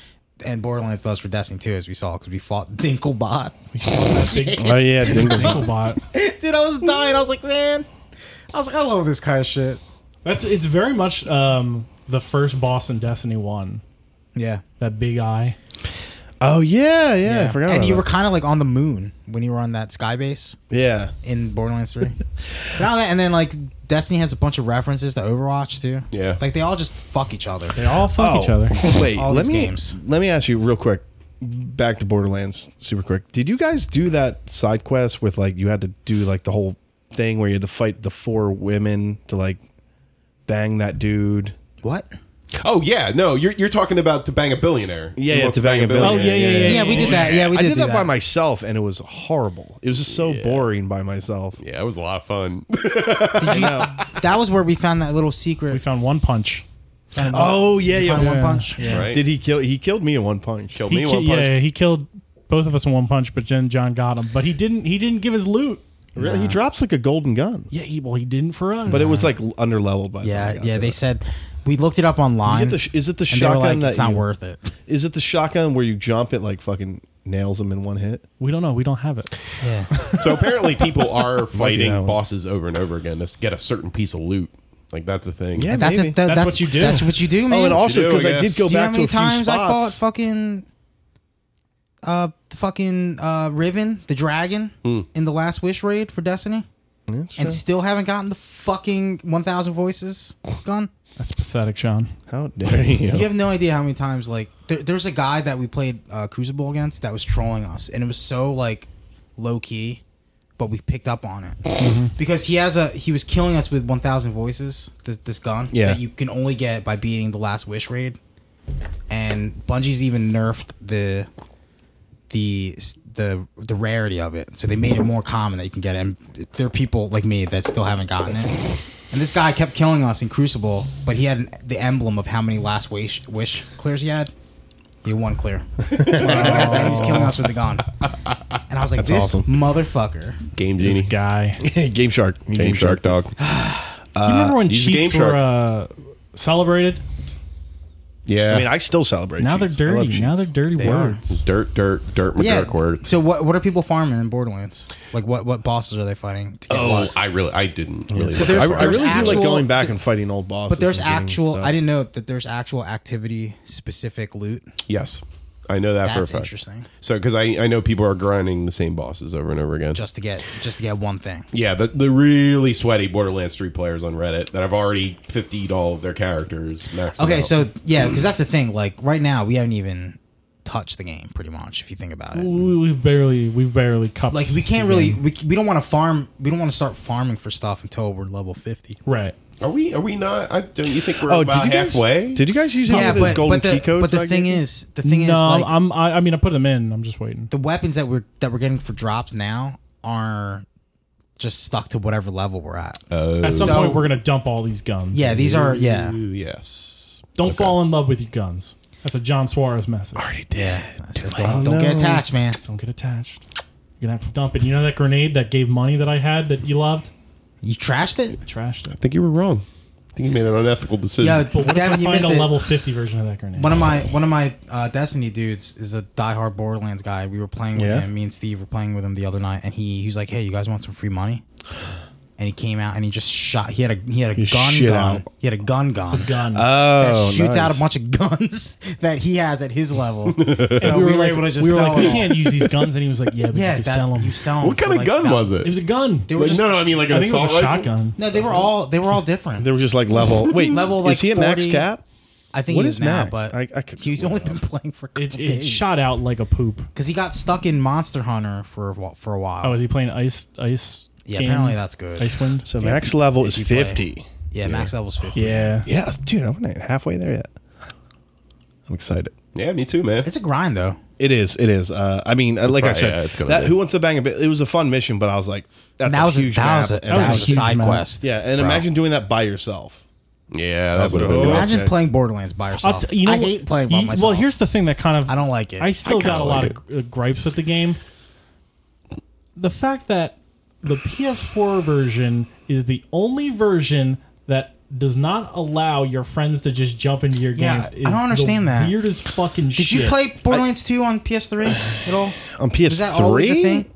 Speaker 4: And Borderlands does for Destiny too, as we saw, because we fought Dinklebot.
Speaker 5: oh yeah, Dingle.
Speaker 2: Dinglebot.
Speaker 4: Dude, I was dying. I was like, man, I was like, I love this kind of shit.
Speaker 2: That's it's very much um, the first boss in Destiny One.
Speaker 4: Yeah,
Speaker 2: That big eye.
Speaker 5: Oh yeah, yeah, I forgot.
Speaker 4: And
Speaker 5: about
Speaker 4: you were
Speaker 5: that.
Speaker 4: kind of like on the moon when you were on that sky base
Speaker 5: yeah.
Speaker 4: in Borderlands Three. now that, and then like Destiny has a bunch of references to Overwatch too.
Speaker 3: Yeah.
Speaker 4: like they all just fuck each other.
Speaker 2: They all fuck each other.
Speaker 5: Oh, Wait,
Speaker 4: All
Speaker 5: let
Speaker 4: these
Speaker 5: me
Speaker 4: games.
Speaker 5: let me ask you real quick. Back to Borderlands, super quick. Did you guys do that side quest with like you had to do like the whole thing where you had to fight the four women to like bang that dude?
Speaker 4: What?
Speaker 3: Oh yeah, no, you're you're talking about to bang a billionaire.
Speaker 5: Yeah,
Speaker 3: Who
Speaker 5: yeah,
Speaker 3: wants
Speaker 5: to bang a
Speaker 2: Oh yeah, yeah, yeah.
Speaker 4: Yeah, we did that. Yeah, we
Speaker 5: I
Speaker 4: did,
Speaker 5: did
Speaker 4: do
Speaker 5: that, by myself and it was horrible. It was just so boring by myself.
Speaker 3: Yeah, it was a lot of fun.
Speaker 4: Did you, that was where we found that little secret.
Speaker 2: We found one punch.
Speaker 4: And
Speaker 5: Oh yeah,
Speaker 4: we
Speaker 5: yeah.
Speaker 4: found
Speaker 5: one-
Speaker 4: one punch.
Speaker 2: Yeah.
Speaker 3: Right?
Speaker 5: Did he kill? He killed me in one punch.
Speaker 3: kill
Speaker 2: He
Speaker 3: me
Speaker 2: ki-
Speaker 3: one punch?
Speaker 2: Yeah, he killed both of us in one punch, but then John got him. But he didn't. He didn't give his loot.
Speaker 5: Really? He drops like a golden gun,
Speaker 2: Yeah, he, well, he didn't for us.
Speaker 5: but it was like under leveled by. the
Speaker 4: Yeah,
Speaker 5: time I got
Speaker 4: yeah.
Speaker 5: to
Speaker 4: They
Speaker 5: it.
Speaker 4: said We looked it up online.
Speaker 5: Get the sh- is it the
Speaker 4: and they were
Speaker 5: shotgun
Speaker 4: like,
Speaker 5: that
Speaker 4: it's not
Speaker 5: you-
Speaker 4: worth it.
Speaker 5: Is it the shotgun where you jump it like fucking nails them in one hit?
Speaker 2: We don't know. We don't have it.
Speaker 4: Yeah.
Speaker 3: So apparently, people are fighting
Speaker 5: that one.
Speaker 3: bosses over and over again to get a certain piece of loot. Like that's the thing.
Speaker 5: Yeah.
Speaker 4: that's,
Speaker 5: maybe.
Speaker 4: it, that,
Speaker 2: That's
Speaker 4: that's,
Speaker 2: what you do.
Speaker 4: That's what you do, man.
Speaker 5: Oh, and also
Speaker 3: do, I
Speaker 5: because I, did
Speaker 3: guess.
Speaker 5: go
Speaker 4: Do you know
Speaker 5: back
Speaker 4: how
Speaker 5: to
Speaker 4: many
Speaker 5: a few
Speaker 4: times I fought
Speaker 5: spots.
Speaker 4: fucking uh the fucking uh Riven, the dragon,
Speaker 5: Hmm.
Speaker 4: in the last wish raid for Destiny?
Speaker 5: That's
Speaker 4: and
Speaker 5: true.
Speaker 4: still haven't gotten the fucking one thousand voices gun.
Speaker 2: That's pathetic, Sean.
Speaker 5: How dare you?
Speaker 4: You have no idea how many times like there, there's a guy that we played uh, Crucible against that was trolling us, and it was so like low key, but we picked up on
Speaker 5: Mm-hmm.
Speaker 4: it because he has a he was killing us with 1,000 voices. This, this gun
Speaker 5: Yeah.
Speaker 4: that you can only get by beating the Last Wish raid, and Bungie's even nerfed the the the the rarity of it. So they made it more common that you can get it. And there are people like me that still haven't gotten it. And this guy kept killing us in Crucible, but he had an, the emblem of how many last wish, wish clears he had. He had one clear. he was killing us with the gun. And I was like, this
Speaker 5: awesome.
Speaker 4: motherfucker.
Speaker 3: Game
Speaker 2: This
Speaker 3: genie,
Speaker 2: guy. Do you
Speaker 5: Game Shark. Game,
Speaker 3: shark dog.
Speaker 2: remember when
Speaker 3: he's a
Speaker 2: cheats
Speaker 3: Game
Speaker 2: were
Speaker 3: Shark.
Speaker 2: uh, celebrated?
Speaker 3: Yeah.
Speaker 5: I mean, I still celebrate.
Speaker 2: Now they're
Speaker 5: cheats. I love
Speaker 2: dirty. Now they're
Speaker 5: cheats.
Speaker 2: dirty
Speaker 4: They are.
Speaker 2: words.
Speaker 3: dirt, dirt, dirt, yeah.
Speaker 4: Yeah.
Speaker 3: dark words.
Speaker 4: So what what are people farming in Borderlands? Like what, what bosses are they fighting? To get
Speaker 3: Oh,
Speaker 4: what?
Speaker 3: I really, I didn't really.
Speaker 5: So
Speaker 3: look
Speaker 5: there's-
Speaker 3: up.
Speaker 5: I,
Speaker 3: I- I
Speaker 5: really do like
Speaker 4: actual-
Speaker 5: going back and fighting old bosses.
Speaker 4: But there's
Speaker 5: and getting
Speaker 4: actual.
Speaker 5: stuff.
Speaker 4: I didn't know that there's actual activity specific loot.
Speaker 3: Yes, I know that for a
Speaker 4: That's
Speaker 3: fact.
Speaker 4: interesting.
Speaker 3: So because I I know people are grinding the same bosses over and over again.
Speaker 4: Just to get just to get one thing.
Speaker 3: yeah, the, the really sweaty Borderlands three players on Reddit that have already fiftied all of their characters. maxed them
Speaker 4: Okay,
Speaker 3: out.
Speaker 4: so yeah, because that's the thing. Like right now, we haven't even touched the game, pretty much. If you think about it,
Speaker 2: We, we've barely we've barely cupped.
Speaker 4: like we can't
Speaker 2: the
Speaker 4: really,
Speaker 2: game.
Speaker 4: we, we don't want to farm. We don't want to start farming for stuff until we're level fifty.
Speaker 2: Right.
Speaker 3: are we are we not? I don't you think we're
Speaker 5: Oh, did
Speaker 3: about
Speaker 5: you guys,
Speaker 3: halfway?
Speaker 5: Did you guys use any
Speaker 4: yeah,
Speaker 5: of those
Speaker 4: but
Speaker 5: golden
Speaker 4: but the
Speaker 5: key codes?
Speaker 4: but
Speaker 5: that
Speaker 4: the
Speaker 5: I
Speaker 4: thing
Speaker 5: gave you?
Speaker 4: is, the thing is,
Speaker 2: no,
Speaker 4: like
Speaker 2: I'm. I, I mean, I put them in. I'm just waiting.
Speaker 4: the weapons that we're that we're getting for drops now are just stuck to whatever level we're at.
Speaker 2: At some
Speaker 4: So-
Speaker 2: point, we're gonna dump all these guns.
Speaker 4: yeah, these are yeah.
Speaker 3: Ooh, yes.
Speaker 2: Don't fall in love with your guns. That's a John Suarez message.
Speaker 4: Yeah, I said, don't, don't get attached, man.
Speaker 2: Don't get attached. You're gonna have to dump it. You know that grenade that gave money that I had that you loved?
Speaker 4: You trashed it.
Speaker 2: Trashed
Speaker 3: I
Speaker 2: it.
Speaker 3: think you were wrong. I think you made an unethical decision.
Speaker 4: Yeah,
Speaker 2: But what
Speaker 4: Devin,
Speaker 2: if
Speaker 4: you
Speaker 2: I
Speaker 4: missed
Speaker 2: find a
Speaker 4: it.
Speaker 2: level 50 version of that grenade?
Speaker 4: One of my one of my uh, Destiny dudes is a diehard Borderlands guy. We were playing with
Speaker 5: Yeah?
Speaker 4: him. Me and Steve were playing with him the other night, and he he was like, "Hey, you guys want some free money?" And he came out and he just shot. He had a he had a
Speaker 5: You
Speaker 4: gun
Speaker 5: shit
Speaker 4: gun.
Speaker 5: out.
Speaker 4: He had a gun gun.
Speaker 2: gun.
Speaker 5: Oh,
Speaker 4: That shoots out a
Speaker 5: nice.
Speaker 4: bunch of guns that he has at his level. so we were,
Speaker 2: like,
Speaker 4: able to just
Speaker 2: we were
Speaker 4: sell
Speaker 2: like,
Speaker 4: it
Speaker 2: we
Speaker 4: all.
Speaker 2: can't use these guns, and he was like, yeah, but
Speaker 4: yeah,
Speaker 2: you can
Speaker 4: that,
Speaker 2: sell them.
Speaker 4: you sell 'em
Speaker 3: what kind
Speaker 4: for,
Speaker 3: of
Speaker 4: like,
Speaker 3: gun
Speaker 4: thousands-
Speaker 3: was it?
Speaker 2: It was a gun.
Speaker 4: They were
Speaker 3: Like,
Speaker 4: just,
Speaker 3: no, no, I mean like an
Speaker 2: I think it was
Speaker 3: assault
Speaker 2: a
Speaker 3: rifle?
Speaker 2: shotgun.
Speaker 4: no, they were all they were all different.
Speaker 5: They were just like level. Wait,
Speaker 4: Level,
Speaker 5: Is
Speaker 4: like,
Speaker 5: he a max
Speaker 4: 40?
Speaker 5: cap?
Speaker 4: I think
Speaker 5: What
Speaker 4: he
Speaker 5: is
Speaker 4: is now,
Speaker 5: max?
Speaker 4: but
Speaker 5: I- I could-
Speaker 4: he's only been playing for a couple
Speaker 2: It, it
Speaker 4: days.
Speaker 2: shot out like a poop.
Speaker 4: because he got stuck in Monster Hunter for a, wh- for a while.
Speaker 2: Oh, is he playing ice? Ice?
Speaker 4: Yeah,
Speaker 2: game?
Speaker 4: apparently that's good.
Speaker 2: Icewind.
Speaker 5: So max level is
Speaker 4: you play.
Speaker 5: fifty.
Speaker 4: yeah, max level's fifty.
Speaker 2: yeah.
Speaker 5: Yeah, dude, I'm not halfway there yet. I'm excited.
Speaker 3: yeah, me too, man.
Speaker 4: it's a grind though.
Speaker 5: It is. It is. Uh, I mean, uh, like
Speaker 3: probably-
Speaker 5: I said,
Speaker 3: yeah, it's gonna
Speaker 5: that
Speaker 3: be.
Speaker 5: who wants to bang a bit? It was a fun mission, but I was like, that's
Speaker 4: that
Speaker 5: a
Speaker 4: was a,
Speaker 5: huge
Speaker 4: that was a,
Speaker 5: map.
Speaker 4: that
Speaker 5: And I
Speaker 2: was a
Speaker 4: was a
Speaker 2: huge
Speaker 4: side
Speaker 2: map.
Speaker 4: quest.
Speaker 5: yeah, and
Speaker 4: bro.
Speaker 5: imagine doing that by yourself.
Speaker 3: yeah, that would have
Speaker 5: what
Speaker 3: been.
Speaker 5: it was.
Speaker 3: nice.
Speaker 4: imagine
Speaker 5: okay.
Speaker 4: playing Borderlands by
Speaker 2: I'll
Speaker 4: yourself.
Speaker 2: t- you know
Speaker 4: I
Speaker 2: what-
Speaker 4: hate playing by
Speaker 2: you-
Speaker 4: myself.
Speaker 2: Well, here's the thing that kind of
Speaker 4: I don't like it.
Speaker 2: I still
Speaker 3: kinda
Speaker 2: got a
Speaker 3: like
Speaker 2: lot of gr- uh, gripes with the game. The fact that the PS4 version is the only version that does not allow your friends to just jump into your
Speaker 4: Yeah,
Speaker 2: games.
Speaker 4: I
Speaker 2: Is
Speaker 4: don't understand
Speaker 2: the
Speaker 4: that.
Speaker 2: Weirdest fucking
Speaker 4: Did
Speaker 2: shit.
Speaker 4: you play Borderlands 2 on PS3 at all?
Speaker 5: On PS3,
Speaker 4: Was that always a thing?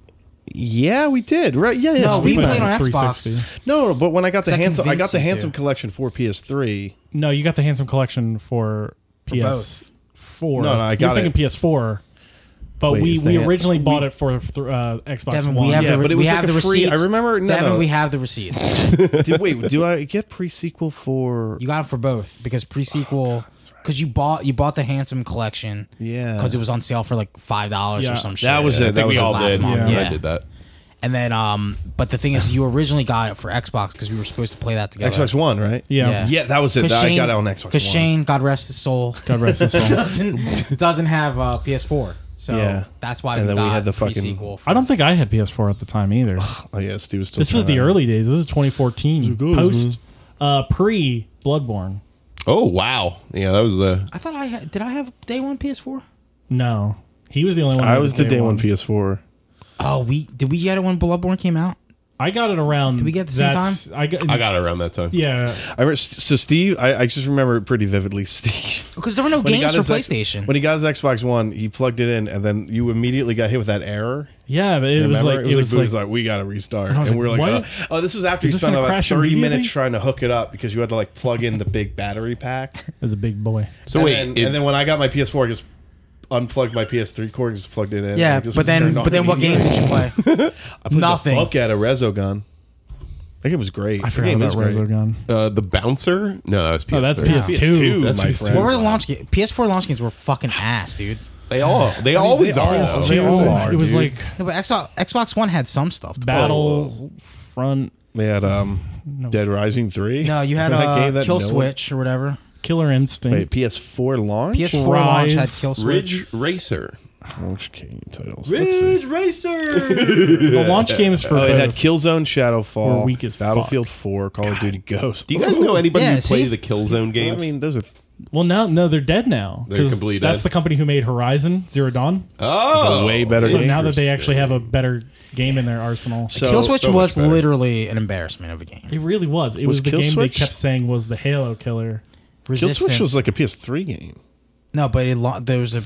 Speaker 5: yeah, we did. Right? Yeah, yeah.
Speaker 4: No,
Speaker 5: it's
Speaker 4: we
Speaker 5: different.
Speaker 4: played on
Speaker 2: 360.
Speaker 4: Xbox.
Speaker 5: No, but when I got the
Speaker 4: that
Speaker 5: handsome, I got the
Speaker 4: convinced you
Speaker 5: handsome
Speaker 4: to?
Speaker 5: collection for PS3.
Speaker 2: No, you got the handsome collection for,
Speaker 4: both.
Speaker 5: No,
Speaker 2: PS4.
Speaker 5: no, I got
Speaker 2: You're thinking
Speaker 5: it.
Speaker 2: PS4. But
Speaker 5: Wait,
Speaker 2: we,
Speaker 5: is the
Speaker 2: we
Speaker 5: hand-
Speaker 2: originally bought it for th- uh, Xbox
Speaker 4: Devin,
Speaker 2: One.
Speaker 4: we have
Speaker 5: Yeah,
Speaker 4: the,
Speaker 5: but it
Speaker 4: we
Speaker 5: was
Speaker 4: have
Speaker 5: like
Speaker 4: the
Speaker 5: a free-
Speaker 4: receipts.
Speaker 5: I remember- no,
Speaker 4: Devin,
Speaker 5: no.
Speaker 4: we have the receipts.
Speaker 5: Did, wait, do I get pre sequel for?
Speaker 4: You got them for both because pre-sequel because you bought you bought the Handsome Collection.
Speaker 5: Yeah.
Speaker 4: because it was on sale for like five dollars
Speaker 2: Yeah.
Speaker 4: or some shit.
Speaker 5: That was it.
Speaker 3: I
Speaker 5: That
Speaker 3: think we
Speaker 5: was
Speaker 3: all
Speaker 4: last
Speaker 3: did.
Speaker 4: month.
Speaker 3: Yeah. I
Speaker 4: Yeah.
Speaker 3: did that.
Speaker 4: And then, um, but the thing is, you originally got it for Xbox because we were supposed to play that together.
Speaker 5: Xbox One, right?
Speaker 2: Yeah.
Speaker 4: Yeah.
Speaker 5: Yeah, that was it. I got it on Xbox One.
Speaker 4: Because Shane, God rest his soul,
Speaker 2: God rest his soul.
Speaker 4: doesn't doesn't have uh, PS4, so
Speaker 5: Yeah.
Speaker 4: that's why
Speaker 5: And
Speaker 4: we
Speaker 5: then we
Speaker 4: got
Speaker 5: had the fucking-
Speaker 4: pre-sequel. for-
Speaker 2: I don't think I had PS4 at the time either.
Speaker 5: Oh yeah, Steve was still.
Speaker 2: This was
Speaker 5: trying
Speaker 2: the
Speaker 5: that.
Speaker 2: early days. This is 2014. Post, uh, pre Bloodborne.
Speaker 3: Oh wow, yeah, that was the.
Speaker 4: I thought I had, did. I have day one PS4.
Speaker 2: No, he was the only one.
Speaker 5: I
Speaker 2: who
Speaker 5: was the day one PS4.
Speaker 4: Oh, we did. We get it when Bloodborne came out.
Speaker 2: I got it around. Did
Speaker 4: we get it at the same
Speaker 2: I got.
Speaker 3: I got it around that time.
Speaker 2: yeah,
Speaker 5: I remember, so Steve, I, I just remember it pretty vividly. Steve,
Speaker 4: Because there were no
Speaker 5: when he
Speaker 4: games for
Speaker 5: got his X-
Speaker 4: PlayStation.
Speaker 5: when he got his Xbox One, he plugged it in, and then you immediately got hit with that error.
Speaker 2: yeah. But it was
Speaker 5: Remember?
Speaker 2: like it was
Speaker 5: Booty's
Speaker 2: like,
Speaker 5: like, we got to restart, and,
Speaker 2: was
Speaker 5: we were
Speaker 2: like,
Speaker 5: like,
Speaker 2: what?
Speaker 5: oh, oh, this was after
Speaker 2: Is
Speaker 5: you
Speaker 2: this
Speaker 5: spent
Speaker 2: gonna
Speaker 5: about
Speaker 2: crash
Speaker 5: thirty minutes
Speaker 2: immediately?
Speaker 5: trying to hook it up because you had to like plug in the big battery pack.
Speaker 2: it was a big boy.
Speaker 3: So
Speaker 5: and
Speaker 3: wait,
Speaker 5: then,
Speaker 3: it-
Speaker 5: and then when I got my PS4, I just unplugged my PS3 cord and just plugged it in.
Speaker 4: yeah,
Speaker 5: and it just
Speaker 4: but then
Speaker 5: turned on
Speaker 4: but then what game
Speaker 5: immediately.
Speaker 4: did you play?
Speaker 5: I played the
Speaker 4: Nothing.
Speaker 5: Fuck out of Resogun. That game was great.
Speaker 2: I
Speaker 5: That
Speaker 2: forgot
Speaker 5: game
Speaker 2: about
Speaker 5: is great.
Speaker 2: Resogun.
Speaker 3: uh, the bouncer? No, that was PS3.
Speaker 2: Oh, that's
Speaker 4: PS2.
Speaker 2: PS2.
Speaker 5: That's
Speaker 3: That's
Speaker 5: my
Speaker 3: what-
Speaker 5: friend.
Speaker 4: what were the launch games? PS4 launch games were fucking ass, dude.
Speaker 3: They all they always
Speaker 5: they
Speaker 3: are.
Speaker 5: all-
Speaker 3: though.
Speaker 5: they
Speaker 2: Two,
Speaker 5: all are,
Speaker 2: It was
Speaker 5: dude.
Speaker 2: like
Speaker 4: No, but Xbox, Xbox One had some stuff. to play.
Speaker 2: Battlefront,
Speaker 5: They had um, Dead Rising three.
Speaker 4: No, you had
Speaker 5: Remember that
Speaker 4: uh,
Speaker 5: game that
Speaker 4: Kill
Speaker 5: no one-
Speaker 4: Switch or whatever.
Speaker 2: Killer
Speaker 5: Wait,
Speaker 2: Instinct.
Speaker 5: PS4 launch.
Speaker 4: PS4 launch had
Speaker 2: Rise,
Speaker 4: Kill Switch.
Speaker 3: Ridge Racer.
Speaker 5: launch game titles. Let's see.
Speaker 2: The launch games for
Speaker 5: Oh, it had
Speaker 2: both.
Speaker 5: Killzone, Shadowfall,
Speaker 2: Were weak as
Speaker 5: Battlefield Four, Call of Duty Ghost.
Speaker 3: Do you guys know anybody
Speaker 4: Yeah,
Speaker 3: who played
Speaker 4: see?
Speaker 3: the Killzone
Speaker 5: I
Speaker 3: games?
Speaker 5: mean, those are
Speaker 2: Well, now no, they're dead now.
Speaker 3: They're
Speaker 2: 'cause
Speaker 3: completely
Speaker 2: That's
Speaker 3: dead.
Speaker 2: the company who made Horizon Zero Dawn.
Speaker 3: oh,
Speaker 5: way better.
Speaker 2: So
Speaker 5: games.
Speaker 2: now that they actually have a better game in their arsenal,
Speaker 5: so,
Speaker 4: Kill Switch
Speaker 3: so much
Speaker 4: was
Speaker 3: better.
Speaker 4: literally an embarrassment of a game.
Speaker 2: it really was. It was,
Speaker 5: Was
Speaker 2: the
Speaker 5: Kill
Speaker 2: game
Speaker 5: Switch-
Speaker 2: they kept saying was the Halo killer.
Speaker 5: Kill
Speaker 4: Resistance.
Speaker 5: Switch was like a PS3 game.
Speaker 4: no, but it lo- there was a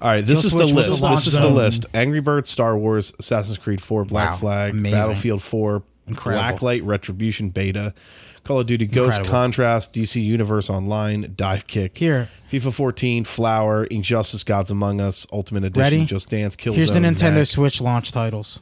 Speaker 5: All right, this
Speaker 4: Kill
Speaker 5: is the
Speaker 4: Switch was
Speaker 5: list.
Speaker 4: a
Speaker 5: This
Speaker 2: launch
Speaker 5: is the
Speaker 2: zone.
Speaker 5: list: Angry Birds, Star Wars, Assassin's Creed 4, Black
Speaker 4: Wow,
Speaker 5: Flag,
Speaker 4: amazing.
Speaker 5: Battlefield 4,
Speaker 4: Incredible.
Speaker 5: Blacklight, Retribution Beta, Call of Duty Ghost,
Speaker 4: Incredible.
Speaker 5: Contrast, DC Universe Online, Dive Kick,
Speaker 4: Here.
Speaker 5: FIFA 14, Flower, Injustice, Gods Among Us, Ultimate Edition,
Speaker 4: Ready?
Speaker 5: Just Dance, Killzone.
Speaker 4: here's the Nintendo
Speaker 5: Knack.
Speaker 4: Switch launch titles.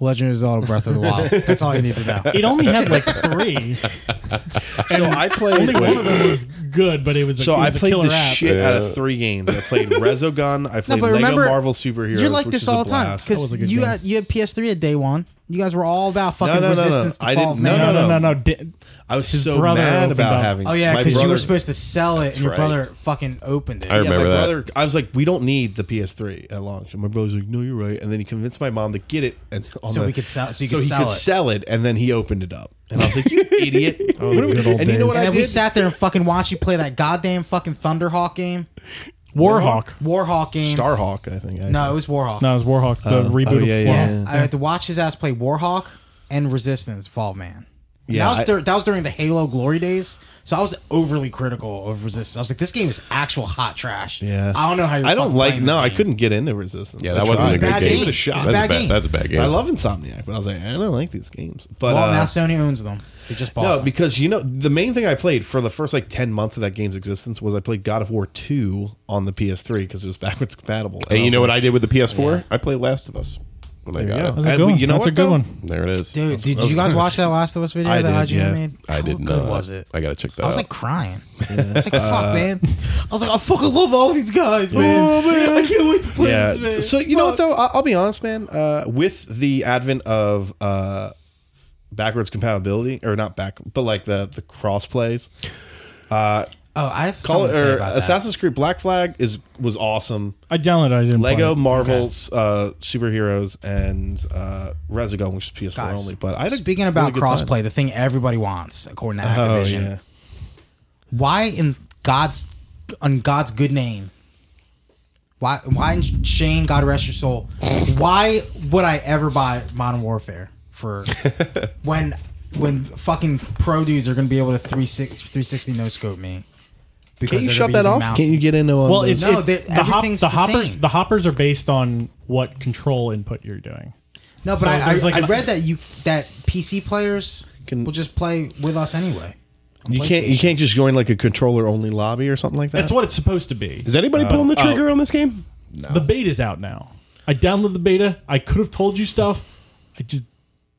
Speaker 4: Legend of Zelda: Breath of the Wild. That's all you need to know.
Speaker 2: It only had like three.
Speaker 5: So I played.
Speaker 2: Only
Speaker 5: wait.
Speaker 2: one of them was good, but it was a,
Speaker 5: So
Speaker 2: it
Speaker 5: I
Speaker 2: was a
Speaker 5: played
Speaker 2: killer
Speaker 5: the
Speaker 2: app.
Speaker 5: shit out of three games. I played Resogun. I played
Speaker 4: but
Speaker 5: Lego
Speaker 4: remember,
Speaker 5: Marvel Superheroes.
Speaker 4: You're like
Speaker 5: which
Speaker 4: this
Speaker 5: is a
Speaker 4: all the time
Speaker 5: blast.
Speaker 4: because you had you had PS3 at day one. You guys were all about fucking
Speaker 5: no, no, no.
Speaker 4: resistance to
Speaker 5: I
Speaker 4: fall of
Speaker 5: didn't-
Speaker 2: No, no,
Speaker 4: man.
Speaker 2: no,
Speaker 5: no,
Speaker 2: no,
Speaker 5: no.
Speaker 2: no. Di-
Speaker 5: I was
Speaker 2: his
Speaker 5: so
Speaker 2: brother
Speaker 5: mad
Speaker 2: opened
Speaker 5: about
Speaker 2: up.
Speaker 5: having.
Speaker 4: Oh yeah,
Speaker 5: my
Speaker 4: because you
Speaker 5: brother-
Speaker 4: were supposed to sell it, and your
Speaker 3: right.
Speaker 4: brother fucking opened it.
Speaker 3: I
Speaker 5: Yeah,
Speaker 3: remember
Speaker 5: my
Speaker 3: that.
Speaker 5: brother. I was like, we don't need the PS3 at launch, and my brother's like, no, you're right. And then he convinced my mom to get it, and on
Speaker 4: So
Speaker 5: the-
Speaker 4: we could sell- so you
Speaker 5: so
Speaker 4: could
Speaker 5: he
Speaker 4: sell
Speaker 5: could
Speaker 4: it.
Speaker 5: sell it, and then he opened it up, and I was like, you idiot.
Speaker 3: Oh,
Speaker 5: What are we-
Speaker 2: good old
Speaker 5: and you know what
Speaker 2: days.
Speaker 4: And
Speaker 5: I
Speaker 4: then we
Speaker 5: did?
Speaker 4: sat there and fucking watched you play that goddamn fucking Thunderhawk game,
Speaker 2: Warhawk.
Speaker 4: Warhawk game.
Speaker 5: Starhawk, I think. I
Speaker 4: no, it was Warhawk.
Speaker 2: No, it was Warhawk. The reboot.
Speaker 5: oh,
Speaker 2: of
Speaker 5: yeah,
Speaker 2: Warhawk.
Speaker 4: yeah.
Speaker 5: Yeah.
Speaker 4: I had to watch his ass play Warhawk and Resistance Fall of Man.
Speaker 5: Yeah,
Speaker 4: Yeah, that was,
Speaker 5: I-
Speaker 4: dur- that was during the Halo Glory days, so I was overly critical of Resistance. I was like, this game is actual hot trash.
Speaker 5: Yeah.
Speaker 4: I don't know how. You're
Speaker 5: I don't
Speaker 4: fucking
Speaker 5: like.
Speaker 4: playing
Speaker 5: No,
Speaker 4: this
Speaker 5: I
Speaker 4: game.
Speaker 5: couldn't get into Resistance.
Speaker 3: Yeah,
Speaker 5: I
Speaker 3: that wasn't
Speaker 5: tried.
Speaker 3: a
Speaker 4: It's a
Speaker 3: good
Speaker 4: bad
Speaker 3: game.
Speaker 4: game.
Speaker 3: Give it a
Speaker 4: It's
Speaker 3: shot.
Speaker 4: a
Speaker 3: That's
Speaker 4: bad game.
Speaker 3: That's a bad game.
Speaker 5: I love Insomniac, but I was like, I don't like these games. But
Speaker 4: Well, now
Speaker 5: uh,
Speaker 4: Sony owns them. They just bought.
Speaker 5: No,
Speaker 4: them.
Speaker 5: because you know the main thing I played for the first like ten months of that game's existence was I played God of War two on the PS3 because it was backwards compatible.
Speaker 3: And you know what I did with the PS4?
Speaker 4: Yeah.
Speaker 3: I played Last of Us when I
Speaker 5: There you
Speaker 3: got
Speaker 5: go.
Speaker 3: it.
Speaker 2: That's a
Speaker 5: I-
Speaker 2: good one.
Speaker 5: you know
Speaker 2: That's
Speaker 5: what,
Speaker 2: a good
Speaker 5: though?
Speaker 2: one.
Speaker 3: There it is.
Speaker 4: Dude, did you guys watch that Last of Us video
Speaker 5: I
Speaker 4: that
Speaker 5: did,
Speaker 4: IGN
Speaker 5: yeah.
Speaker 4: made?
Speaker 3: I did
Speaker 4: How
Speaker 3: not.
Speaker 4: good was it?
Speaker 3: I gotta check that.
Speaker 4: I was
Speaker 3: out.
Speaker 5: Oh.
Speaker 4: like crying. I was like,
Speaker 5: Uh,
Speaker 4: "Fuck, man!" I was like, "I fucking love all these guys, man! Oh man, I can't wait to play
Speaker 5: Yeah.
Speaker 4: this, man!"
Speaker 5: So you know what though? I- I'll be honest, man. Uh, with the advent of uh, backwards compatibility, or not back, but like the the cross plays,
Speaker 4: oh, I have
Speaker 5: Call
Speaker 4: something to say
Speaker 5: or
Speaker 4: about that.
Speaker 5: Assassin's Creed Black Flag is was awesome.
Speaker 2: I downloaded. it, I didn't.
Speaker 5: Lego
Speaker 2: Play. it.
Speaker 5: Marvels uh, superheroes and uh, Resogun, which is PS4
Speaker 4: Guys,
Speaker 5: only. But I had a
Speaker 4: speaking
Speaker 5: really
Speaker 4: about
Speaker 5: good time.
Speaker 4: crossplay, the thing everybody wants, according to
Speaker 5: Oh
Speaker 4: Activision,
Speaker 5: yeah.
Speaker 4: why in God's on God's good name? Why why in Shane, God rest your soul, why would I ever buy Modern Warfare for when when fucking pro dudes are gonna be able to 360, 360 no scope me? Because
Speaker 5: Can you
Speaker 4: they're
Speaker 5: shut
Speaker 4: gonna be
Speaker 5: that
Speaker 4: using
Speaker 5: off?
Speaker 4: mouse-
Speaker 5: Can you get into um,
Speaker 2: Well, it's,
Speaker 4: No,
Speaker 2: it's-
Speaker 4: they-
Speaker 2: the, hop, the,
Speaker 4: everything's the
Speaker 2: hoppers.
Speaker 4: same.
Speaker 2: The hoppers are based on what control input you're doing.
Speaker 4: No, but
Speaker 2: So
Speaker 4: I, I,
Speaker 2: there's like
Speaker 4: I
Speaker 2: an-
Speaker 4: read that you that PC players
Speaker 5: Can-
Speaker 4: will just play with us anyway. on
Speaker 5: You can't. You
Speaker 4: PlayStation.
Speaker 5: can't just join like a controller only lobby or something like that.
Speaker 2: That's what it's supposed to be.
Speaker 3: is anybody
Speaker 4: Uh,
Speaker 3: pulling the
Speaker 4: oh.
Speaker 3: trigger on this game?
Speaker 2: The beta's out now. I downloaded the beta. I could have told you stuff. I just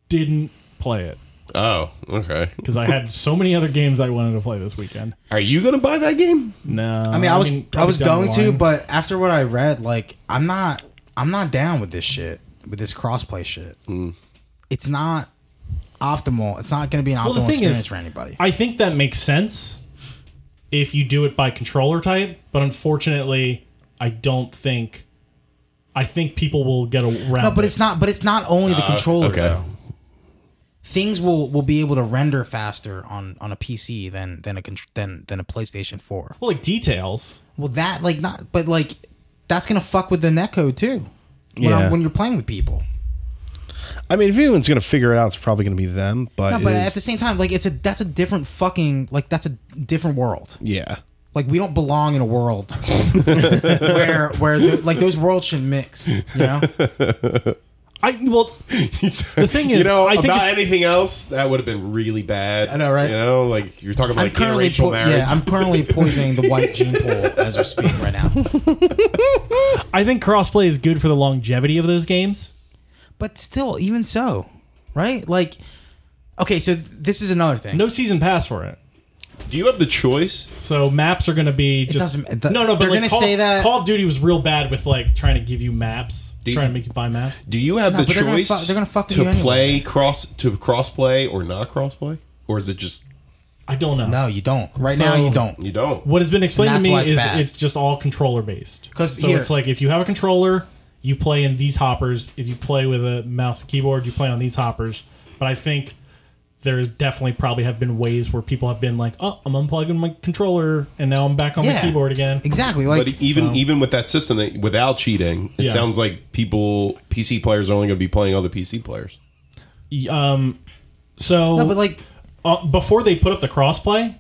Speaker 2: didn't play it
Speaker 3: Oh, okay.
Speaker 2: because I had so many other games I wanted to play this weekend.
Speaker 3: Are you gonna buy that game?
Speaker 2: No,
Speaker 4: I mean, I was I
Speaker 2: probably
Speaker 4: was
Speaker 2: down the
Speaker 4: going to,
Speaker 2: line.
Speaker 4: but after what I read, like I'm not I'm not down with this shit with this crossplay shit.
Speaker 5: Mm.
Speaker 4: It's not optimal. It's not going to be an
Speaker 2: the
Speaker 4: optimal
Speaker 2: thing
Speaker 4: experience
Speaker 2: is-
Speaker 4: for anybody.
Speaker 2: I think that makes sense if you do it by controller type. But unfortunately, I don't think. I think people will get around.
Speaker 4: no, but
Speaker 2: it.
Speaker 4: it's not. But it's not only
Speaker 5: Uh,
Speaker 4: the controller.
Speaker 3: Uh, okay.
Speaker 4: Though. Things will, will be able to render faster on, on a PC than than a contr- than than a PlayStation Four.
Speaker 2: well, like details.
Speaker 4: Well, that like not, but like that's gonna fuck with the netcode too. When, I'm-
Speaker 5: Yeah.
Speaker 4: when you're playing with people,
Speaker 5: I mean, if anyone's gonna figure it out, it's probably gonna be them. But,
Speaker 4: No, but
Speaker 5: it
Speaker 4: at
Speaker 5: is-
Speaker 4: the same time, like it's a that's a different fucking like that's a different world.
Speaker 5: yeah,
Speaker 4: Like we don't belong in a world where where the, like those worlds should mix. You know,
Speaker 2: I well, the thing is,
Speaker 3: you know,
Speaker 2: I think
Speaker 3: about
Speaker 2: it's-
Speaker 3: anything else, that would have been really bad.
Speaker 4: I know, right?
Speaker 3: You know, like you're talking about like, interracial
Speaker 4: po-
Speaker 3: marriage.
Speaker 4: yeah, I'm currently poisoning the white gene pool as we speak right now.
Speaker 2: I think crossplay is good for the longevity of those games.
Speaker 4: But still, even so, right? Like, okay, so th- this is another thing.
Speaker 2: No season pass for it.
Speaker 3: Do you have the choice?
Speaker 2: So maps are going to be just
Speaker 4: doesn't- it do-
Speaker 2: no, no. But
Speaker 4: they're
Speaker 2: like
Speaker 4: gonna
Speaker 2: Call,
Speaker 4: say that-
Speaker 2: Call of Duty was real bad with like trying to give you maps,
Speaker 3: you-
Speaker 2: trying to make you buy maps.
Speaker 3: Do you have
Speaker 4: No,
Speaker 3: the
Speaker 4: but they're gonna
Speaker 3: choice?
Speaker 4: fu- they're gonna fuck with
Speaker 3: to
Speaker 4: you anyway.
Speaker 3: play cross to cross play or not cross play, or is it just
Speaker 2: I don't know.
Speaker 4: No, you don't. Right now,
Speaker 2: So-
Speaker 4: you don't.
Speaker 3: you don't?
Speaker 2: What has been explained to
Speaker 4: And that's
Speaker 2: me
Speaker 4: why it's
Speaker 2: is
Speaker 4: bad.
Speaker 2: it's just all controller based.
Speaker 4: 'Cause
Speaker 2: so
Speaker 4: here-
Speaker 2: it's like if you have a controller, you play in these hoppers. If you play with a mouse and keyboard, you play on these hoppers. But I think there's definitely probably have been ways where people have been like, "Oh, I'm unplugging my controller and now I'm back on
Speaker 4: Yeah.
Speaker 2: my keyboard again."
Speaker 4: Exactly. Like,
Speaker 3: But even even with that system, that, without cheating, it
Speaker 2: Yeah.
Speaker 3: sounds like people PC players are only going to be playing other PC players.
Speaker 2: Um, so
Speaker 4: no, but like,
Speaker 2: uh, before they put up the crossplay,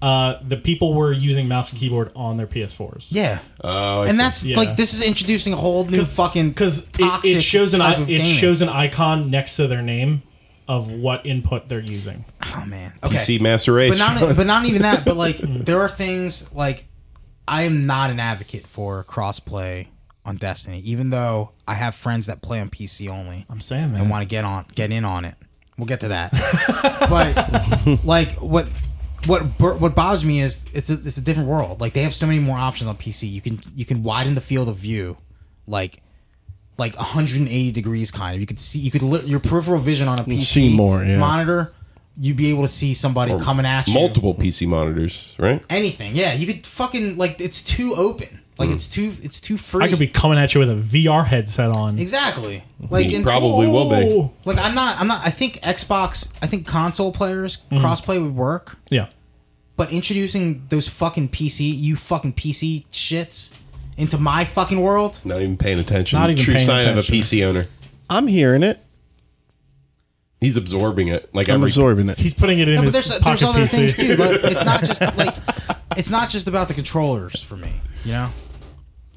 Speaker 2: uh, the people were using mouse and keyboard on their PS4s
Speaker 4: yeah.
Speaker 3: Oh, I see.
Speaker 4: and that's
Speaker 2: Yeah.
Speaker 4: like this is introducing a whole new fucking
Speaker 2: because it,
Speaker 4: toxic
Speaker 2: it shows an
Speaker 4: type
Speaker 2: i-
Speaker 4: of
Speaker 2: it
Speaker 4: gaming.
Speaker 2: shows an icon next to their name of what input they're using.
Speaker 4: oh man okay
Speaker 3: PC Master Race.
Speaker 4: but not e-, but not even that but like there are things like I am not an advocate for crossplay on Destiny even though I have friends that play on PC only
Speaker 2: I'm saying, man.
Speaker 4: and want to get on get in on it. We'll get to that. but like what what bur- what bothers me is it's a, it's a different world. Like they have so many more options on PC. You can you can widen the field of view like like 180 degrees kind of. You could see you could li- your peripheral vision on a PC
Speaker 5: see more, yeah.
Speaker 4: monitor. You'd be able to see somebody coming at you.
Speaker 3: multiple PC monitors, right?
Speaker 4: anything. Yeah, you could fucking like it's too open. Like it's
Speaker 3: Hmm.
Speaker 4: too it's too free.
Speaker 2: I could be coming at you with a VR headset on.
Speaker 4: exactly like
Speaker 3: You
Speaker 4: in-
Speaker 3: Hmm, probably will be.
Speaker 2: Oh.
Speaker 4: Like I'm not I'm not I think Xbox I think console players
Speaker 2: Hmm.
Speaker 4: crossplay would work,
Speaker 2: Yeah.
Speaker 4: but introducing those fucking PC you fucking PC shits into my fucking world.
Speaker 3: Not even paying attention.
Speaker 2: Not even
Speaker 3: True
Speaker 2: paying
Speaker 3: sign of a
Speaker 2: attention.
Speaker 3: PC owner.
Speaker 5: I'm hearing it.
Speaker 3: He's absorbing it like
Speaker 5: I'm
Speaker 3: every
Speaker 5: absorbing it.
Speaker 2: He's putting it in
Speaker 4: No, but
Speaker 2: his
Speaker 4: there's uh,
Speaker 2: pocket
Speaker 4: there's other
Speaker 2: PC.
Speaker 4: things too. Like, it's not just like it's not just about the controllers for me, you know?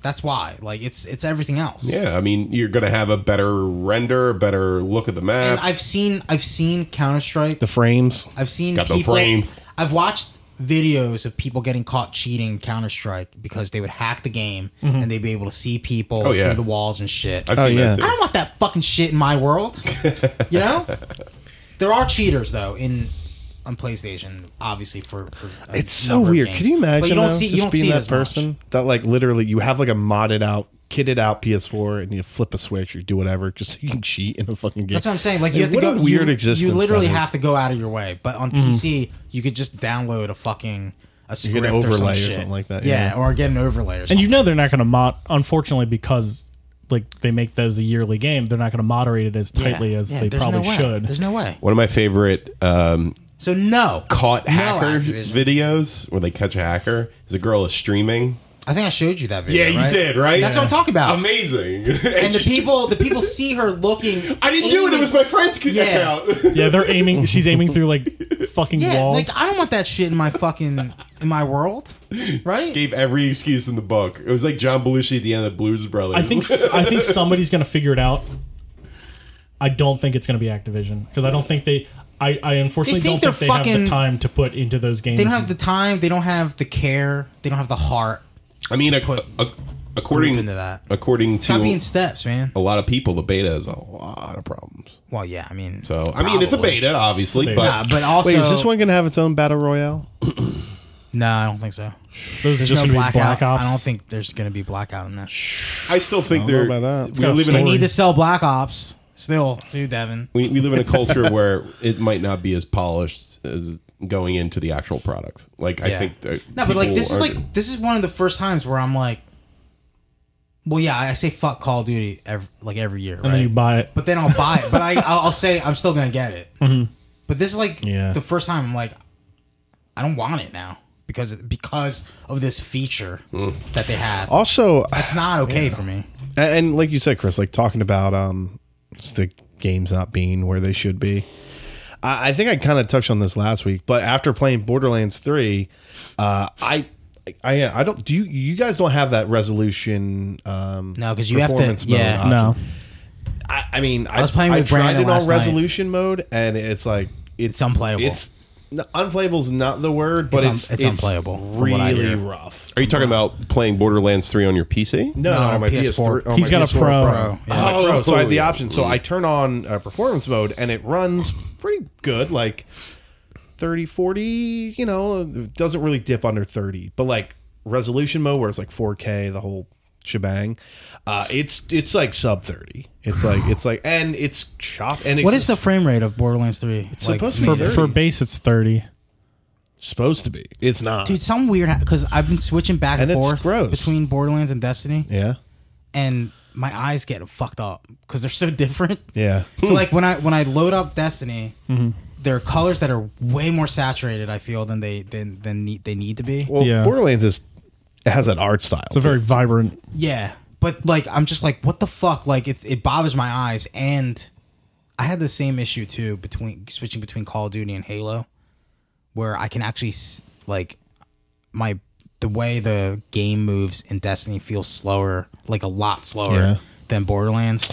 Speaker 4: That's why. Like it's it's everything else.
Speaker 3: Yeah, I mean, you're going to have a better render, a better look at the
Speaker 4: And
Speaker 3: map.
Speaker 4: I've seen I've seen Counter-Strike.
Speaker 5: The frames.
Speaker 4: I've seen
Speaker 3: Got no
Speaker 4: people
Speaker 3: frame.
Speaker 4: I've watched videos of people getting caught cheating Counter Strike because they would hack the game and they'd be able to see people
Speaker 3: Oh, yeah.
Speaker 4: through the walls and shit.
Speaker 3: I've
Speaker 4: I
Speaker 5: Oh,
Speaker 3: seen
Speaker 5: yeah.
Speaker 3: that too.
Speaker 4: don't want that fucking shit in my world. you know? There are cheaters though in on PlayStation, obviously for, for a
Speaker 5: It's so
Speaker 4: number of
Speaker 5: weird.
Speaker 4: games.
Speaker 5: Could you imagine?
Speaker 4: But you don't
Speaker 5: though,
Speaker 4: see you
Speaker 5: just
Speaker 4: don't
Speaker 5: being
Speaker 4: see it
Speaker 5: that
Speaker 4: as much.
Speaker 5: person that like literally you have like a modded out, kitted out PS4, and you flip a switch or do whatever just so you can cheat in a fucking game.
Speaker 4: That's what I'm saying. Like you have to
Speaker 5: what
Speaker 4: go
Speaker 5: a weird
Speaker 4: you,
Speaker 5: existence.
Speaker 4: You literally
Speaker 5: that is.
Speaker 4: have to go out of your way. But on
Speaker 2: Mm-hmm.
Speaker 4: PC, you could just download a fucking a script
Speaker 5: get an
Speaker 4: or, some
Speaker 5: overlay or
Speaker 4: shit.
Speaker 5: something like that, yeah.
Speaker 4: Yeah, or get an overlay or something.
Speaker 2: And you know they're not going to mod, unfortunately, because like they make those a yearly game. They're not going to moderate it as tightly as they
Speaker 4: there's
Speaker 2: probably
Speaker 4: no way.
Speaker 2: should.
Speaker 4: There's no way.
Speaker 3: One of my favorite um,
Speaker 4: So no,
Speaker 3: caught
Speaker 4: No,
Speaker 3: hacker
Speaker 4: Activision.
Speaker 3: videos where they catch a hacker is a girl is streaming.
Speaker 4: I think I showed you that video. right? That's what I'm talking about.
Speaker 3: Amazing. and
Speaker 4: and the
Speaker 3: she's-
Speaker 4: people, the people see her looking.
Speaker 3: I didn't do it. It
Speaker 4: aiming-
Speaker 3: was my friend's c-
Speaker 4: Yeah.
Speaker 3: account.
Speaker 2: yeah, they're aiming. She's aiming through like fucking
Speaker 4: Yeah,
Speaker 2: walls.
Speaker 4: like I don't want that shit in my fucking in my world, right?
Speaker 3: Gave every excuse in the book. It was like John Belushi at the end of Blues Brothers.
Speaker 2: I think I think somebody's going to figure it out. I don't think it's going to be Activision because I don't think they. I, I unfortunately
Speaker 4: They think
Speaker 2: don't think
Speaker 4: they're
Speaker 2: they have
Speaker 4: fucking-
Speaker 2: the time to put into those games.
Speaker 4: They don't have the time. They don't have the care. They don't have the heart.
Speaker 3: I mean, ac-
Speaker 4: put
Speaker 3: ac- according
Speaker 4: into that.
Speaker 3: according
Speaker 4: Stop being
Speaker 3: to
Speaker 4: steps, man.
Speaker 3: a lot of people, the beta is a lot of problems.
Speaker 4: Well, yeah, I mean,
Speaker 3: So I mean, it's a
Speaker 4: probably.
Speaker 3: beta, obviously,
Speaker 2: Beta.
Speaker 3: but
Speaker 4: Nah, but also,
Speaker 5: Wait, is this one going to have its own battle royale?
Speaker 4: No, I don't think so.
Speaker 2: those are
Speaker 4: There's
Speaker 2: just going
Speaker 4: no
Speaker 2: to be
Speaker 4: blackout.
Speaker 2: Black Ops.
Speaker 4: I don't think there's gonna be blackout in this.
Speaker 3: I still think they're.
Speaker 5: know about that.
Speaker 3: We
Speaker 2: got a
Speaker 3: live in
Speaker 2: story.
Speaker 3: a,
Speaker 4: They need to sell black ops still to Devin.
Speaker 3: we, we live in a culture where it might not be as polished as going into the actual product. Like I
Speaker 4: Yeah.
Speaker 3: think that
Speaker 4: No, but like
Speaker 3: people
Speaker 4: this is
Speaker 3: are-
Speaker 4: like this is one of the first times where I'm like, well, yeah, I say fuck Call of Duty every, like every year,
Speaker 2: and
Speaker 4: right?
Speaker 2: then you buy it.
Speaker 4: but then I'll buy it. But I I'll I'll say I'm still gonna get it.
Speaker 2: Mm-hmm.
Speaker 4: But this is like
Speaker 5: Yeah.
Speaker 4: the first time I'm like, I don't want it now because because of this feature that they have.
Speaker 2: Oh,
Speaker 5: Also,
Speaker 4: That's not okay for me.
Speaker 5: And, and like you said, Chris, like talking about um, it's the games not being where they should be. I, I think I kind of touched on this last week, but after playing Borderlands Three, uh, I. I, I don't do you, you guys don't have that resolution um
Speaker 4: No, 'cause you have to-
Speaker 5: performance mode
Speaker 4: yeah.
Speaker 5: option.
Speaker 2: No.
Speaker 5: I, I mean, I
Speaker 4: was playing
Speaker 5: I
Speaker 4: with
Speaker 5: tried
Speaker 4: Brandon
Speaker 5: it
Speaker 4: last
Speaker 5: on
Speaker 4: night.
Speaker 5: resolution mode, and it's like it's,
Speaker 4: It's unplayable.
Speaker 5: It's no, unplayable's not the word, but
Speaker 4: It's un-
Speaker 5: it's,
Speaker 4: it's unplayable, from what I
Speaker 5: Really
Speaker 4: hear.
Speaker 5: rough.
Speaker 3: Are you talking about playing Borderlands 3 on your PC?
Speaker 5: No,
Speaker 4: No,
Speaker 5: no,
Speaker 4: on
Speaker 5: my
Speaker 4: PS4.
Speaker 5: PS4. on
Speaker 2: He's
Speaker 5: oh, my
Speaker 2: got a
Speaker 5: PS4
Speaker 2: Pro.
Speaker 4: Pro, yeah.
Speaker 5: Oh,
Speaker 3: Oh,
Speaker 5: so I had the
Speaker 3: yeah.
Speaker 5: option. So I turn on uh, performance mode, and it runs pretty good, like 30, 40, you know, it doesn't really dip under 30, but like resolution mode where it's like 4K, the whole shebang, uh, it's it's like sub 30. It's like, it's like, and it's chopped. And it's
Speaker 4: What is the
Speaker 5: just
Speaker 4: frame rate of Borderlands Three? It's
Speaker 5: supposed to be
Speaker 2: For,
Speaker 5: Thirty.
Speaker 2: for base, it's 30.
Speaker 5: supposed to be? It's not.
Speaker 4: dude. Some weird because I've been switching back and,
Speaker 5: And it's
Speaker 4: forth
Speaker 5: gross.
Speaker 4: between Borderlands and Destiny,
Speaker 5: Yeah.
Speaker 4: and my eyes get fucked up because they're so different.
Speaker 5: Yeah. Mm-hmm.
Speaker 4: So like when I when I load up Destiny, there are colors that are way more saturated. I feel than they than than need, they need to be.
Speaker 5: Well,
Speaker 2: Yeah.
Speaker 5: Borderlands is it has an art style.
Speaker 2: It's a very vibrant.
Speaker 4: Yeah, but like I'm just like, what the fuck? Like it it bothers my eyes, and I had the same issue too between switching between Call of Duty and Halo, where I can actually s- like my the way the game moves in Destiny feels slower, like a lot slower
Speaker 5: Yeah.
Speaker 4: than Borderlands.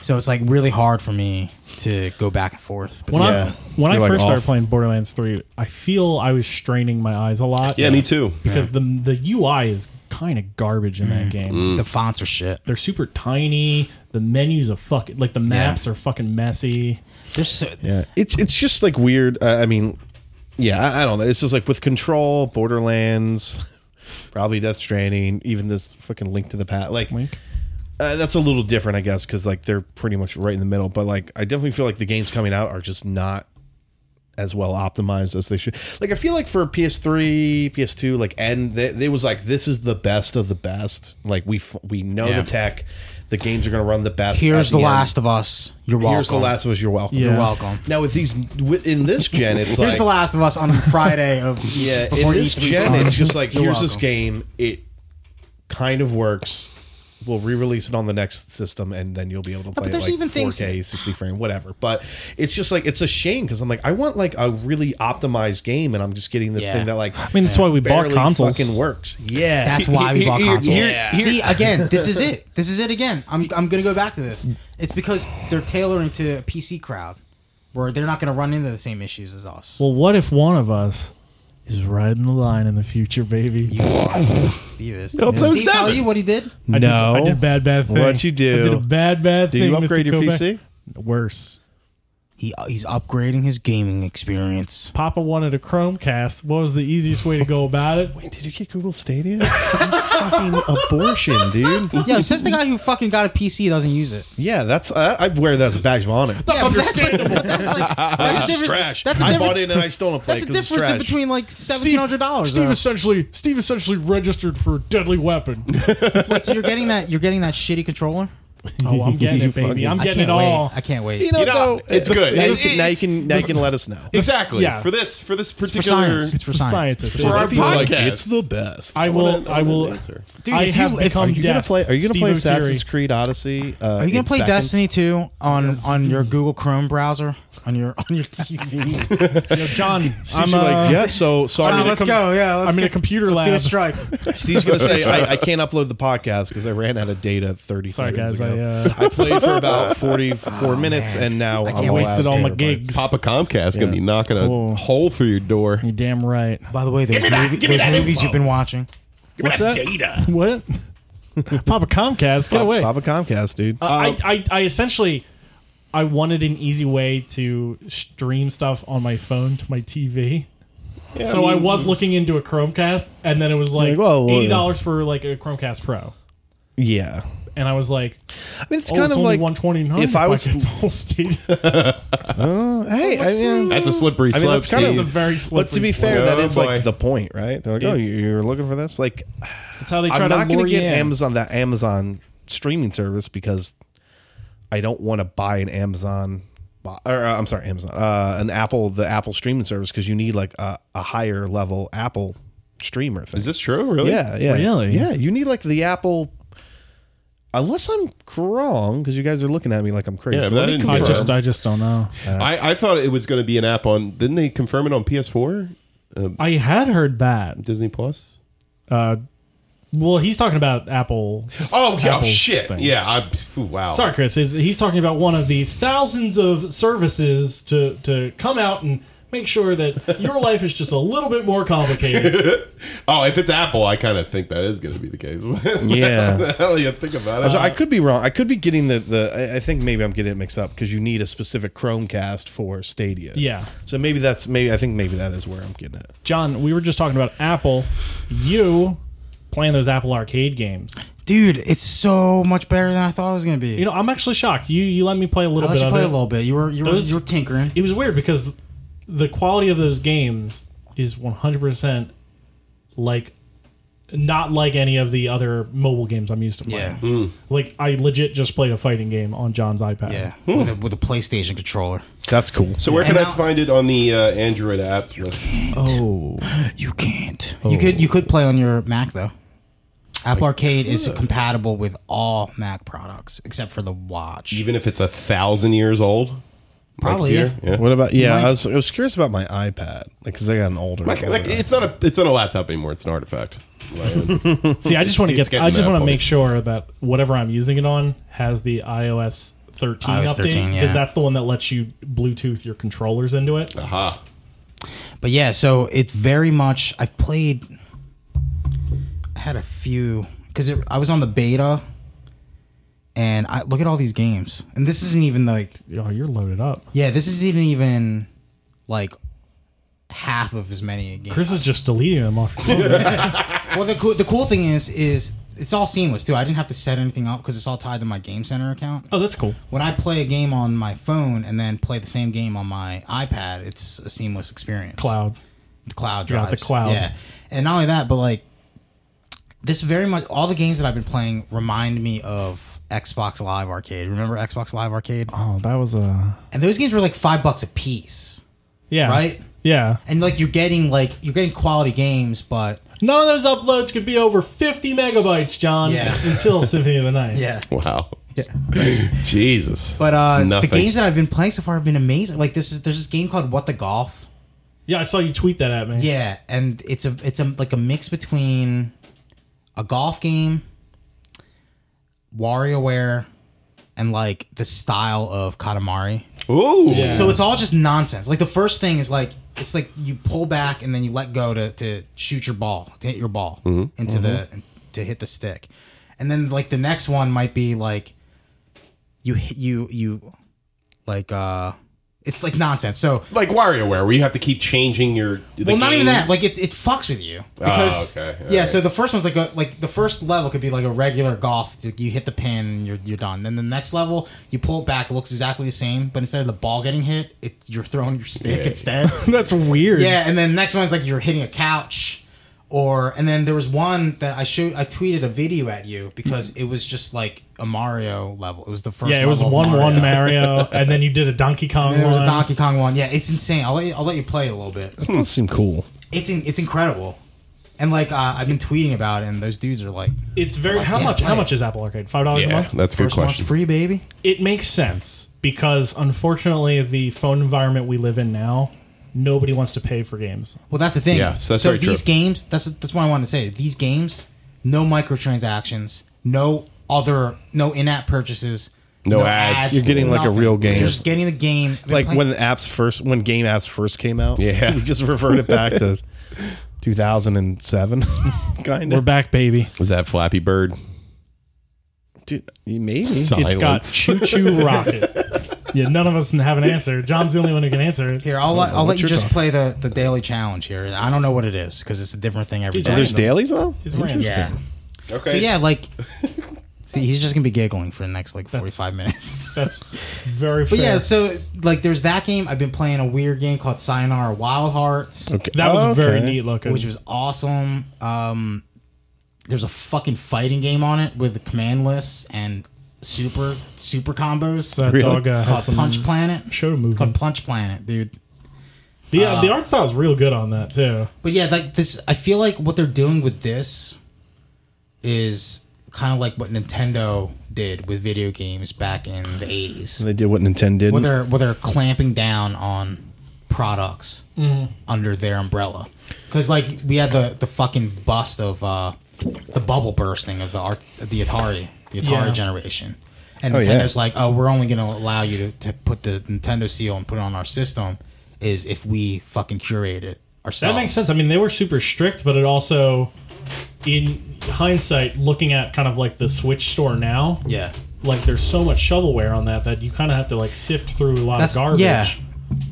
Speaker 4: So it's like really hard for me to go back and forth.
Speaker 2: When
Speaker 5: Yeah.
Speaker 2: I when
Speaker 5: You're,
Speaker 2: I
Speaker 5: like,
Speaker 2: first started
Speaker 5: off.
Speaker 2: playing Borderlands 3, I feel I was straining my eyes a lot.
Speaker 3: Yeah, me too.
Speaker 2: Because the the UI is kind of garbage in that game.
Speaker 4: the fonts are shit.
Speaker 2: They're super tiny. The menus are fucking like the maps are fucking messy.
Speaker 4: They're so,
Speaker 5: Yeah, it's it's just like weird. Uh, I mean, yeah, I, I don't know. It's just like with Control, Borderlands, probably Death Stranding, even this fucking Link to the Past. Like,
Speaker 2: Link.
Speaker 5: Uh, that's a little different, I guess, because like they're pretty much right in the middle. But like, I definitely feel like the games coming out are just not as well optimized as they should. Like, I feel like for PS3, PS2, like, and they, they was like, this is the best of the best. Like, we f- we know
Speaker 4: Yeah.
Speaker 5: the tech. The games are going to run the best.
Speaker 4: here's
Speaker 5: at
Speaker 4: the
Speaker 5: end.
Speaker 4: Last of Us. You're welcome.
Speaker 5: Here's the Last of Us. You're welcome.
Speaker 2: Yeah.
Speaker 4: You're welcome.
Speaker 5: Now with these with, in this gen, it's
Speaker 4: Here's
Speaker 5: like
Speaker 4: the Last of Us on Friday of
Speaker 5: yeah, in
Speaker 4: before
Speaker 5: this
Speaker 4: E3
Speaker 5: gen,
Speaker 4: starts.
Speaker 5: it's just like
Speaker 4: You're
Speaker 5: here's this
Speaker 4: welcome.
Speaker 5: game. It kind of works. We'll re-release it on the next system, and then you'll be able to play
Speaker 4: Uh, but
Speaker 5: it
Speaker 4: there's
Speaker 5: like
Speaker 4: even
Speaker 5: 4K,
Speaker 4: things-
Speaker 5: 60 frame, whatever. But it's just like it's a shame because I'm like I want like a really optimized game, and I'm just getting this
Speaker 4: Yeah.
Speaker 5: thing that like
Speaker 2: I mean, that's why we bought
Speaker 5: barely
Speaker 2: consoles.
Speaker 5: fucking works. Yeah,
Speaker 4: That's why we bought
Speaker 3: Here-
Speaker 4: consoles.
Speaker 3: here- Yeah. here-
Speaker 4: See, again, this is it. This is it again. I'm, I'm going to go back to this. It's because they're tailoring to a PC crowd where they're not going to run into the same issues as us.
Speaker 2: Well, what if one of us is riding the line in the future, baby?
Speaker 4: you are. Steve is. Did
Speaker 3: so is
Speaker 4: Steve tell
Speaker 3: Devin.
Speaker 4: you what he did?
Speaker 2: I
Speaker 5: No.
Speaker 2: Did, I did bad, bad thing.
Speaker 5: What'd you do?
Speaker 2: I did a bad, bad
Speaker 5: Do
Speaker 2: thing.
Speaker 5: you upgrade
Speaker 2: Mr.
Speaker 5: your
Speaker 2: Kovac.
Speaker 5: PC?
Speaker 2: Worse.
Speaker 4: He, he's upgrading his gaming experience.
Speaker 2: Papa wanted a Chromecast. What was the easiest way to go about it?
Speaker 5: Did you get Google Stadia? fucking abortion, dude.
Speaker 4: Yo, since the guy who fucking got a PC doesn't use it.
Speaker 5: Yeah, that's I, I wear that as a badge of honor.
Speaker 4: Yeah, but that's understandable. That's, like, that's a difference-
Speaker 3: trash.
Speaker 4: That's a
Speaker 5: I
Speaker 4: difference,
Speaker 5: bought it and I still don't play
Speaker 4: that's a
Speaker 5: because it's
Speaker 4: difference in
Speaker 5: trash.
Speaker 4: between like $1,700.
Speaker 2: Steve
Speaker 4: though.
Speaker 2: essentially Steve essentially registered for a deadly weapon.
Speaker 4: Wait, so you're getting that you're getting that shitty controller?
Speaker 2: oh, I'm getting it, baby. I'm
Speaker 4: I
Speaker 2: getting
Speaker 4: can't
Speaker 2: it all.
Speaker 4: wait. I can't wait.
Speaker 5: you know,
Speaker 3: You know,
Speaker 5: though,
Speaker 3: it's
Speaker 5: uh,
Speaker 3: good.
Speaker 5: Now you
Speaker 3: It-
Speaker 5: can now you can, now you can let us know.
Speaker 3: Exactly.
Speaker 2: Yeah.
Speaker 3: For this for this
Speaker 4: for
Speaker 3: particular
Speaker 4: science. It's for
Speaker 2: For
Speaker 4: science.
Speaker 2: scientists.
Speaker 3: For our
Speaker 2: It's-
Speaker 3: podcast.
Speaker 5: it's the best.
Speaker 2: I will. I will.
Speaker 4: Dude,
Speaker 2: I
Speaker 4: if
Speaker 2: have
Speaker 4: you- if-
Speaker 2: become
Speaker 4: are
Speaker 5: you gonna
Speaker 2: deaf.
Speaker 5: play? Are you gonna
Speaker 2: Steve
Speaker 5: play
Speaker 2: O'Teary.
Speaker 5: Assassin's Creed Odyssey? Uh,
Speaker 4: Are you
Speaker 5: in
Speaker 4: gonna play
Speaker 5: seconds?
Speaker 4: Destiny 2 on on your Google Chrome browser on your on your TV?
Speaker 2: Yo, John, I'm
Speaker 5: Steve's
Speaker 2: uh,
Speaker 5: like, yeah. So sorry,
Speaker 2: I'm in a
Speaker 4: let's
Speaker 2: com-
Speaker 4: go, yeah, let's
Speaker 2: I'm in
Speaker 4: go-
Speaker 2: a computer lab.
Speaker 4: Do a strike.
Speaker 5: Steve's gonna say I, I can't upload the podcast because I ran out of data thirty
Speaker 2: Sorry,
Speaker 5: seconds
Speaker 2: guys.
Speaker 5: ago.
Speaker 2: I, uh,
Speaker 5: I Oh, played for about forty-four minutes, and now
Speaker 4: I
Speaker 5: I'm
Speaker 4: can't-
Speaker 5: all
Speaker 4: wasted
Speaker 5: out of
Speaker 2: all my
Speaker 5: data bytes.
Speaker 2: gigs.
Speaker 3: Papa Comcast gonna be knocking a
Speaker 2: Whoa.
Speaker 3: hole through your door.
Speaker 2: You're damn right.
Speaker 4: By the way, those, movie,
Speaker 7: give me
Speaker 4: those
Speaker 7: that
Speaker 4: movies
Speaker 7: info.
Speaker 4: you've been watching.
Speaker 7: What's
Speaker 2: that?
Speaker 7: Data.
Speaker 2: What? Papa Comcast, get away. Uh,
Speaker 5: Papa Comcast, dude.
Speaker 2: I, I, I essentially I wanted an easy way to stream stuff on my phone to my TV. so I, was looking into a Chromecast, and then it was like,
Speaker 5: Like, whoa, whoa,
Speaker 2: eighty dollars for like a Chromecast Pro,
Speaker 5: yeah,
Speaker 2: and I was like,
Speaker 5: I mean it's
Speaker 2: oh,
Speaker 5: kind
Speaker 2: it's
Speaker 5: of
Speaker 2: only
Speaker 5: like
Speaker 2: one twenty nine.
Speaker 5: if I was-
Speaker 2: get the whole state,
Speaker 5: hey, I mean,
Speaker 3: That's a slippery
Speaker 5: I mean,
Speaker 3: slope.
Speaker 5: that's kind of-
Speaker 2: it's a
Speaker 3: Steve.
Speaker 2: very slippery.
Speaker 5: but to be
Speaker 2: slope.
Speaker 5: fair, that
Speaker 3: Oh,
Speaker 5: is
Speaker 3: boy.
Speaker 5: like the point, right? They're like, oh,
Speaker 2: It's-
Speaker 5: you- you're looking for this, like.
Speaker 2: that's how they try
Speaker 5: I'm
Speaker 2: to
Speaker 5: not going
Speaker 2: lure
Speaker 5: to get
Speaker 2: you in.
Speaker 5: Amazon that Amazon streaming service because I don't want to buy an Amazon bo- or uh, I'm sorry, Amazon, uh, an Apple, the Apple streaming service because you need like a, a higher level Apple streamer thing.
Speaker 3: Is this true? Really?
Speaker 5: yeah, yeah,
Speaker 2: Really?
Speaker 5: yeah. You need like the Apple. Unless I'm wrong, because you guys are looking at me like I'm crazy.
Speaker 3: Yeah,
Speaker 5: So
Speaker 3: that
Speaker 5: let me
Speaker 3: didn't
Speaker 2: I
Speaker 3: Confirm.
Speaker 2: just I just don't know.
Speaker 3: I, I thought it was going to be an app on. Didn't they confirm it on PS4,
Speaker 2: I had heard that.
Speaker 3: Disney Plus?
Speaker 2: Uh, well, he's talking about Apple.
Speaker 3: Oh, yeah, oh,
Speaker 2: Apple's
Speaker 3: shit!
Speaker 2: thing.
Speaker 3: Yeah, I, ooh, wow.
Speaker 2: Sorry, Chris. He's, he's talking about one of the thousands of services to to come out and make sure that your life is just a little bit more complicated.
Speaker 3: Oh, if it's Apple, I kind of think that is going to be the case.
Speaker 5: Yeah.
Speaker 3: hell you think about it.
Speaker 5: So
Speaker 2: Uh,
Speaker 5: I could be wrong. I could be getting the the. I- I think maybe I'm getting it mixed up because you need a specific Chromecast for Stadia.
Speaker 2: yeah,
Speaker 5: So maybe that's maybe I think maybe that is where I'm getting it.
Speaker 2: John, we were just talking about Apple. You playing those Apple Arcade games?
Speaker 4: Dude, it's so much better than I thought it was gonna be.
Speaker 2: You know, I'm actually shocked. You you let me play a
Speaker 4: I
Speaker 2: little
Speaker 4: let
Speaker 2: bit
Speaker 4: you
Speaker 2: of
Speaker 4: play
Speaker 2: it.
Speaker 4: a little bit. You were you were
Speaker 2: Those-
Speaker 4: you were tinkering.
Speaker 2: It was weird because the quality of those games is 100% like not like any of the other mobile games I'm used to playing. Like I legit just played a fighting game on John's iPad.
Speaker 4: yeah, with, a, with a PlayStation controller.
Speaker 5: That's cool.
Speaker 3: so where
Speaker 4: And
Speaker 3: can I
Speaker 4: now-
Speaker 3: find it on the uh, Android app?
Speaker 2: Oh.
Speaker 4: You can't. You could you could play on your Mac though. Apple Arcade is compatible with all Mac products except for the watch.
Speaker 3: Even if it's a thousand years old,
Speaker 4: Probably,
Speaker 3: Like here? yeah.
Speaker 5: What about yeah?
Speaker 4: might-
Speaker 5: I was I was curious about my iPad, like because I got an older.
Speaker 3: Like, like,
Speaker 5: older.
Speaker 3: it's not a it's not a laptop anymore. It's an artifact. Like,
Speaker 2: See, I just want to
Speaker 3: It's
Speaker 2: get I
Speaker 3: getting
Speaker 2: just want to
Speaker 3: Apple.
Speaker 2: make sure that whatever I'm using it on has the iOS 13
Speaker 4: iOS
Speaker 2: update
Speaker 4: 13, yeah.
Speaker 2: that's the one that lets you Bluetooth your controllers into it.
Speaker 3: aha.
Speaker 4: But yeah, so it's very much. I've played. I had a few because I was on the beta, and I look at all these games, and this isn't even like
Speaker 2: Oh, you're loaded up.
Speaker 4: yeah, this isn't even like half of as many games.
Speaker 2: Chris is just deleting them off your phone.
Speaker 4: well, the cool, the cool thing is is it's all seamless too. I didn't have to set anything up because it's all tied to my Game Center account.
Speaker 2: oh, that's cool.
Speaker 4: When I play a game on my phone and then play the same game on my iPad, it's a seamless experience.
Speaker 2: Cloud.
Speaker 4: the cloud
Speaker 2: Yeah,
Speaker 4: drives.
Speaker 2: the cloud.
Speaker 4: Yeah. And not only that, but like this very much all the games that I've been playing remind me of Xbox Live Arcade. Remember Xbox Live Arcade?
Speaker 2: Oh, that was a
Speaker 4: And those games were like five bucks a piece.
Speaker 2: Yeah.
Speaker 4: Right?
Speaker 2: Yeah.
Speaker 4: And like you're getting like you're getting quality games, but
Speaker 2: None of those uploads could be over 50 megabytes, John,
Speaker 4: Yeah.
Speaker 2: until Symphony of the Night.
Speaker 4: yeah.
Speaker 3: Wow. Jesus. It's
Speaker 4: But uh the
Speaker 3: nothing.
Speaker 4: games that I've been playing so far have been amazing. Like this is there's this game called What the Golf.
Speaker 2: Yeah, I saw you tweet that at me.
Speaker 4: Yeah, and it's a it's a like a mix between a golf game, WarioWare, and like the style of Katamari.
Speaker 3: Ooh.
Speaker 2: Yeah.
Speaker 4: So it's all just nonsense. Like the first thing is like it's like you pull back and then you let go to to shoot your ball, to hit your ball into the to hit the stick, and then like the next one might be like you hit you you like uh it's like nonsense. So
Speaker 3: Like WarioWare, where you have to keep changing your. the
Speaker 4: well, not
Speaker 3: game. Ah,
Speaker 4: even that. Like it, it fucks with you because
Speaker 3: okay. All
Speaker 4: yeah.
Speaker 3: right.
Speaker 4: So the first one's like a like the first level could be like a regular golf. Like you hit the pin, and you're you're done. Then the next level, you pull it back. It looks exactly the same, but instead of the ball getting hit, it you're throwing your stick
Speaker 3: Yeah.
Speaker 4: instead.
Speaker 2: That's weird.
Speaker 4: yeah, and then next one's like you're hitting a couch, or and then there was one that I showed. I tweeted a video at you because it was just like a Mario level. It was the first.
Speaker 2: Yeah, it was
Speaker 4: level of
Speaker 2: 1 1
Speaker 4: Mario.
Speaker 2: Mario, and then you did a Donkey Kong
Speaker 4: And There
Speaker 2: one.
Speaker 4: was a Donkey Kong one. Yeah, it's insane. I'll let you, I'll let you play it a little bit.
Speaker 5: That does seem cool.
Speaker 4: it's in, it's incredible. And like uh, I've been tweeting about it, and those dudes are like,
Speaker 2: it's very. How
Speaker 4: Yeah,
Speaker 2: much
Speaker 4: play
Speaker 2: How
Speaker 4: it.
Speaker 2: much is Apple Arcade? $5 a
Speaker 3: Yeah,
Speaker 2: month?
Speaker 3: that's a good
Speaker 4: first month's
Speaker 3: question.
Speaker 4: free, baby.
Speaker 2: It makes sense because, unfortunately, the phone environment we live in now, nobody wants to pay for games.
Speaker 4: Well, that's the thing.
Speaker 3: Yes, that's
Speaker 4: so
Speaker 3: very true.
Speaker 4: these games, that's that's what I wanted to say. These games, no microtransactions, no other, no in-app purchases,
Speaker 3: No ads.
Speaker 5: You're getting, like, a real game.
Speaker 4: You're just getting the game. I've been
Speaker 5: Like
Speaker 4: playing-
Speaker 5: when the apps first, when game apps first came out,
Speaker 3: Yeah.
Speaker 5: we just reverted back to 2007, kind
Speaker 2: We're
Speaker 5: of.
Speaker 2: back, baby.
Speaker 3: Was that Flappy Bird?
Speaker 5: Dude, maybe
Speaker 2: It's got Choo Choo Rocket. Yeah, none of us have an answer. John's the only one who can answer it.
Speaker 4: here, I'll let, I'll let you
Speaker 5: your
Speaker 4: just
Speaker 5: thought?
Speaker 4: play the the daily challenge here. I don't know what it is because it's a different thing every
Speaker 2: It's
Speaker 4: day.
Speaker 5: there's dailies though.
Speaker 2: It's random.
Speaker 4: yeah.
Speaker 3: Okay.
Speaker 4: So yeah, like. See, he's just gonna be giggling for the next like forty-five minutes.
Speaker 2: That's very
Speaker 4: But
Speaker 2: fair.
Speaker 4: yeah, so like there's that game. I've been playing a weird game called Sayonara Wild Hearts,
Speaker 5: Okay.
Speaker 2: that was very
Speaker 5: Okay.
Speaker 2: neat looking.
Speaker 4: which was awesome. Um, there's a fucking fighting game on it with command lists and super super combos
Speaker 2: that
Speaker 5: Really?
Speaker 2: dog uh,
Speaker 4: called
Speaker 2: has some
Speaker 4: Punch Planet.
Speaker 2: show
Speaker 4: It's called
Speaker 2: movements.
Speaker 4: Punch Planet, dude.
Speaker 2: The, uh, the art style's real good on that too.
Speaker 4: But yeah, like this, I feel like what they're doing with this is kind of like what Nintendo did with video games back in the eighties,
Speaker 5: They did what Nintendo did.
Speaker 4: where they're where they're clamping down on products
Speaker 2: Mm-hmm.
Speaker 4: under their umbrella. Because like we had the the fucking bust of uh, the bubble bursting of the art, the Atari, the Atari
Speaker 2: Yeah.
Speaker 4: generation. And
Speaker 5: Oh, yeah.
Speaker 4: Nintendo's like, oh, we're only going to allow you to, to put the Nintendo seal and put it on our system is if we fucking curate it
Speaker 2: That
Speaker 4: ourselves.
Speaker 2: makes sense. I mean, they were super strict, but it also, in hindsight, looking at kind of like the Switch store now,
Speaker 4: Yeah.
Speaker 2: like there's so much shovelware on that that you kind of have to like sift through a lot
Speaker 4: That's-
Speaker 2: of garbage.
Speaker 4: yeah.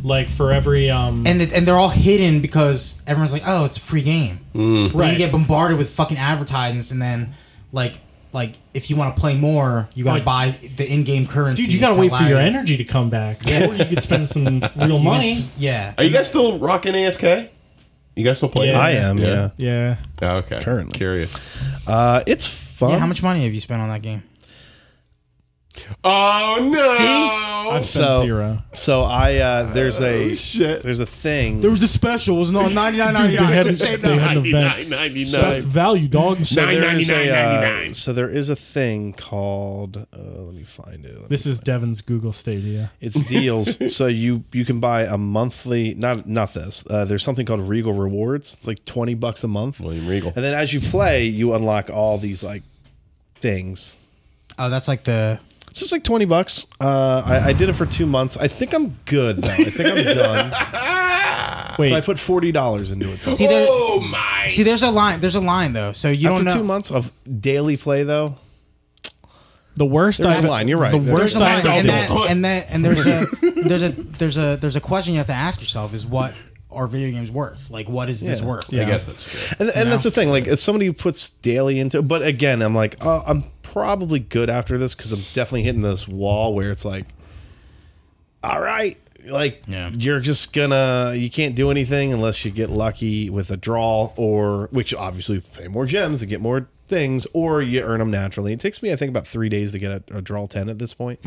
Speaker 2: Like for every um
Speaker 4: and it, and they're all hidden because everyone's like, oh, it's a free game.
Speaker 5: Mm-hmm.
Speaker 4: Then
Speaker 2: right.
Speaker 4: you get bombarded with fucking advertisements, and then like like if you want to play more, you gotta
Speaker 2: Like-
Speaker 4: buy the in-game currency.
Speaker 2: Dude, you gotta wait for
Speaker 4: allow
Speaker 2: your
Speaker 4: you-
Speaker 2: energy to come back. Or you could spend some real money.
Speaker 4: Yeah,
Speaker 3: Are you guys still rocking AFK? You guys still playing?
Speaker 2: Yeah.
Speaker 5: I am, yeah.
Speaker 3: Yeah.
Speaker 2: Yeah.
Speaker 3: Oh, okay.
Speaker 5: Currently.
Speaker 3: Curious.
Speaker 5: Uh, it's fun.
Speaker 4: yeah. How much money have you spent on that game?
Speaker 3: Oh no!
Speaker 2: I've spent
Speaker 5: Oh, So-
Speaker 2: zero.
Speaker 5: So I uh, there's a
Speaker 3: Oh, shit.
Speaker 5: there's a thing.
Speaker 4: was the special. It was no ninety nine
Speaker 2: Dude, they had, they had an event.
Speaker 3: 99.99.
Speaker 2: Best value dog and shit.
Speaker 3: Nine-
Speaker 5: there is a, uh,
Speaker 3: 99.
Speaker 5: so there is a thing called uh, let me find it. Let me-
Speaker 2: This is Devin's Google Stadia.
Speaker 5: it's deals. so you you can buy a monthly not not this. Uh, there's something called Regal Rewards. It's like twenty bucks a month.
Speaker 3: William Regal.
Speaker 5: And then as you play, you unlock all these like things.
Speaker 4: Oh, that's like the
Speaker 5: It's just like twenty bucks. Uh, I, I did it for two months. I think I'm good though. I think I'm done.
Speaker 2: Wait,
Speaker 5: So I put forty dollars into it. Total.
Speaker 4: see there.
Speaker 3: Oh my!
Speaker 4: See, there's a line. There's a line though. So you
Speaker 5: After
Speaker 4: don't know.
Speaker 5: two months of daily play though,
Speaker 2: the worst
Speaker 5: there's
Speaker 2: I've
Speaker 5: a line. You're right.
Speaker 2: The
Speaker 5: There's
Speaker 2: worst
Speaker 4: There's a
Speaker 2: I've
Speaker 4: line, and,
Speaker 2: done.
Speaker 4: that, and that and there's a there's a there's a there's a question you have to ask yourself is what are video games worth? Like what is this
Speaker 5: Yeah.
Speaker 4: worth?
Speaker 3: I guess that's true.
Speaker 5: And, and that's the thing. Like, if somebody puts daily into, but again, I'm like, oh, I'm probably good after this because I'm definitely hitting this wall where it's like, all right, like
Speaker 4: Yeah.
Speaker 5: you're just gonna, you can't do anything unless you get lucky with a draw or, which obviously pay more gems to get more things, or you earn them naturally. It takes me, I think, about three days to get a, a draw ten at this point.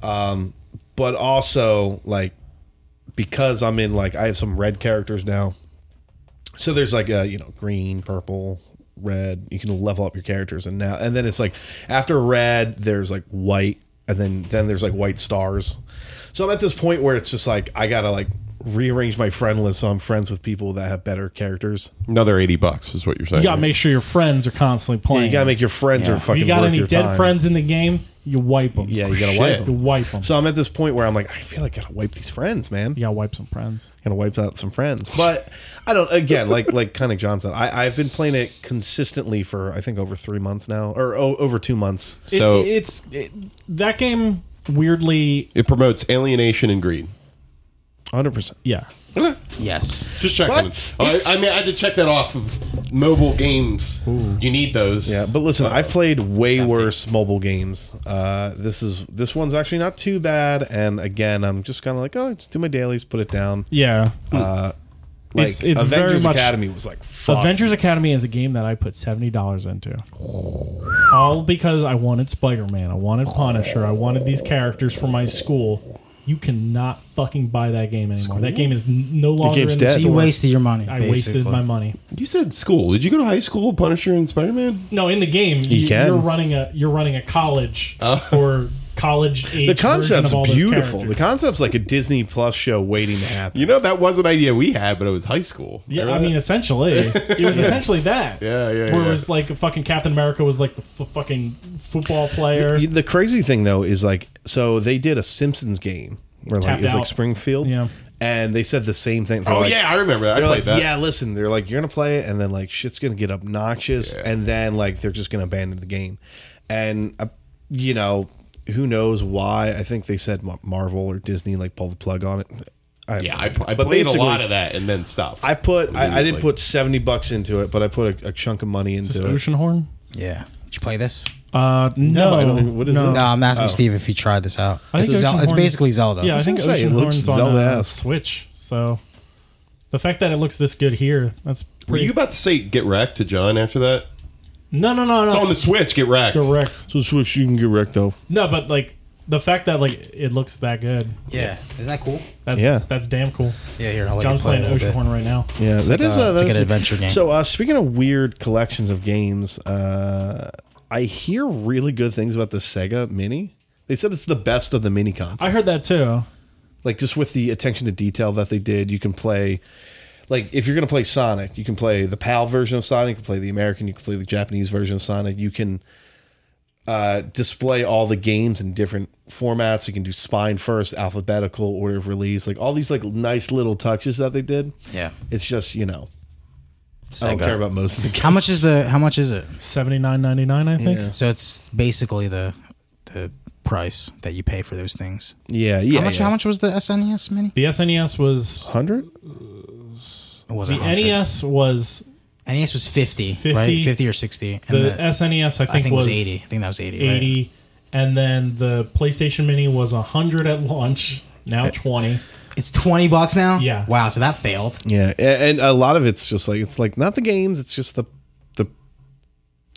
Speaker 5: Um, but also like because I'm in like I have some red characters now. So there's like a you know green, purple, red. You can level up your characters, and now and then it's like after red, there's like white, and then then there's like white stars. So I'm at this point where it's just like I gotta like rearrange my friend list so I'm friends with people that have better characters.
Speaker 3: Another eighty bucks is what you're saying.
Speaker 2: You gotta make sure your friends are constantly playing.
Speaker 5: You gotta make your friends are
Speaker 2: if
Speaker 5: fucking.
Speaker 2: you got
Speaker 5: worth
Speaker 2: any
Speaker 5: your
Speaker 2: dead
Speaker 5: time.
Speaker 2: friends in the game, you wipe them.
Speaker 5: Yeah, you gotta
Speaker 3: Shit.
Speaker 5: wipe 'em.
Speaker 2: You wipe them.
Speaker 5: So I'm at this point where I'm like, I feel like I gotta wipe these friends, man.
Speaker 2: you gotta wipe some friends.
Speaker 5: kind of wipes out some friends. But I don't. Again, like like kind of John said, I I've been playing it consistently for I think over three months now, or o- over two months.
Speaker 3: So-
Speaker 2: it, it's it, that game weirdly,
Speaker 3: It promotes alienation and greed.
Speaker 5: Hundred percent.
Speaker 2: yeah.
Speaker 4: Yes.
Speaker 3: Just check on it.
Speaker 5: What?
Speaker 3: I, I mean, I had to check that off of mobile games. You need those.
Speaker 5: Yeah, but listen, I played way worse mobile games. Uh, this is this one's actually not too bad. And again, I'm just kind of like, oh, just do my dailies, put it down.
Speaker 2: Yeah,
Speaker 5: Uh, Like
Speaker 2: It's- it's very
Speaker 5: Avengers
Speaker 2: much-
Speaker 5: Academy was like, fuck.
Speaker 2: Adventures Academy is a game that I put seventy dollars into, all because I wanted Spider Man, I wanted Punisher, I wanted these characters for my school. You cannot fucking buy that game anymore. That game is n- no longer
Speaker 5: game's
Speaker 2: in the
Speaker 5: dead.
Speaker 4: You
Speaker 2: store.
Speaker 4: wasted your money.
Speaker 2: I wasted my money.
Speaker 3: You said school. Did you go to high school? Punisher and Spider Man.
Speaker 2: No, in the game, you
Speaker 5: can.
Speaker 2: are running a you're running a college for college age.
Speaker 5: Oh. the concept's
Speaker 2: of all those
Speaker 5: beautiful. The
Speaker 2: characters.
Speaker 5: concept's like a Disney Plus show waiting to happen.
Speaker 3: You know that was an idea we had, but it was high school.
Speaker 2: Yeah, I
Speaker 3: Remember that?
Speaker 2: mean, essentially, it was essentially that.
Speaker 3: Yeah, yeah,
Speaker 2: Where
Speaker 3: yeah.
Speaker 2: it was like fucking Captain America was like the f- fucking football player.
Speaker 5: Y- The crazy thing though is like, so they did a Simpsons game where like
Speaker 2: Tapped
Speaker 5: it was like
Speaker 2: out.
Speaker 5: Springfield,
Speaker 2: Yeah.
Speaker 5: and they said the same thing. They're
Speaker 3: oh
Speaker 5: like-
Speaker 3: yeah, I remember. that. I
Speaker 5: they're
Speaker 3: played
Speaker 5: like,
Speaker 3: that.
Speaker 5: yeah, listen, they're like, you're gonna play it, and then like shit's gonna get obnoxious, and then like they're just gonna abandon the game, and uh, you know who knows why? I think they said Ma- Marvel or Disney like pulled the plug on it. I,
Speaker 3: Yeah, I, pl- I
Speaker 5: but
Speaker 3: played a
Speaker 5: basically,
Speaker 3: lot of that and then stopped.
Speaker 5: I put I, I didn't
Speaker 3: Like-
Speaker 5: put seventy bucks into it, but I put a, a chunk of money into
Speaker 2: Is
Speaker 5: it.
Speaker 2: this Oceanhorn?
Speaker 4: Yeah. Did you play this?
Speaker 2: Uh, no,
Speaker 5: No, I don't, what is
Speaker 2: no.
Speaker 5: it?
Speaker 4: No, I'm asking Steve if he tried this out.
Speaker 2: I think
Speaker 4: it's, Zel- it's
Speaker 2: Oceanhorn-
Speaker 4: basically Zelda.
Speaker 2: Yeah, I
Speaker 5: was
Speaker 2: think
Speaker 5: gonna say, it looks
Speaker 2: Oceanhorn's on
Speaker 5: Zelda
Speaker 2: uh,
Speaker 5: ass.
Speaker 2: Switch. So the fact that it looks this good here, that's
Speaker 3: Were
Speaker 2: pretty.
Speaker 3: you about to say get wrecked to John after that?
Speaker 2: no, no, no, no.
Speaker 3: It's on the Switch. Get wrecked.
Speaker 2: direct.
Speaker 5: So Switch, you can get wrecked though.
Speaker 2: No, but like the fact that like it looks that good.
Speaker 4: Yeah. Isn't that cool?
Speaker 2: That's,
Speaker 5: Yeah.
Speaker 2: that's damn cool.
Speaker 4: Yeah. Here, I'll let
Speaker 2: John's
Speaker 4: you play
Speaker 2: playing
Speaker 4: a little bit.
Speaker 2: Oceanhorn right now.
Speaker 5: Yeah, that is
Speaker 4: like
Speaker 5: uh,
Speaker 4: a- it's
Speaker 5: that
Speaker 4: like
Speaker 5: is
Speaker 4: an
Speaker 5: a-
Speaker 4: adventure game.
Speaker 5: So uh, speaking of weird collections of games, uh, I hear really good things about the Sega Mini. They said it's the best of the mini consoles.
Speaker 2: I heard that too.
Speaker 5: like just with the attention to detail that they did, you can play like if you're going to play Sonic, you can play the PAL version of Sonic, you can play the American, you can play the Japanese version of Sonic. You can uh, display all the games in different formats. You can do spine first, alphabetical order of release, like all these like nice little touches that they did.
Speaker 4: Yeah.
Speaker 5: It's just you know I don't
Speaker 4: Sega.
Speaker 5: care about most of the games.
Speaker 4: How much is the? How much is it?
Speaker 2: Seventy nine ninety nine, I think.
Speaker 5: Yeah.
Speaker 4: So it's basically the the price that you pay for those things.
Speaker 5: Yeah, yeah.
Speaker 4: how much?
Speaker 5: yeah.
Speaker 4: How much was the SNES Mini?
Speaker 2: The SNES was
Speaker 5: Hundred?
Speaker 4: It was
Speaker 2: the NES was
Speaker 4: NES E was 50,
Speaker 2: 50.
Speaker 4: right? 50 or 60. And
Speaker 2: the,
Speaker 4: the,
Speaker 2: SNES. I
Speaker 4: I
Speaker 2: think,
Speaker 4: think it
Speaker 2: was
Speaker 4: was 80. I think that was 80. right?
Speaker 2: 80, and then the PlayStation Mini was hundred at launch. Now twenty.
Speaker 4: It's 20 bucks now?
Speaker 2: Yeah.
Speaker 4: Wow, so that failed.
Speaker 5: Yeah, a- and a lot of it's just like it's like not the games. It's just the the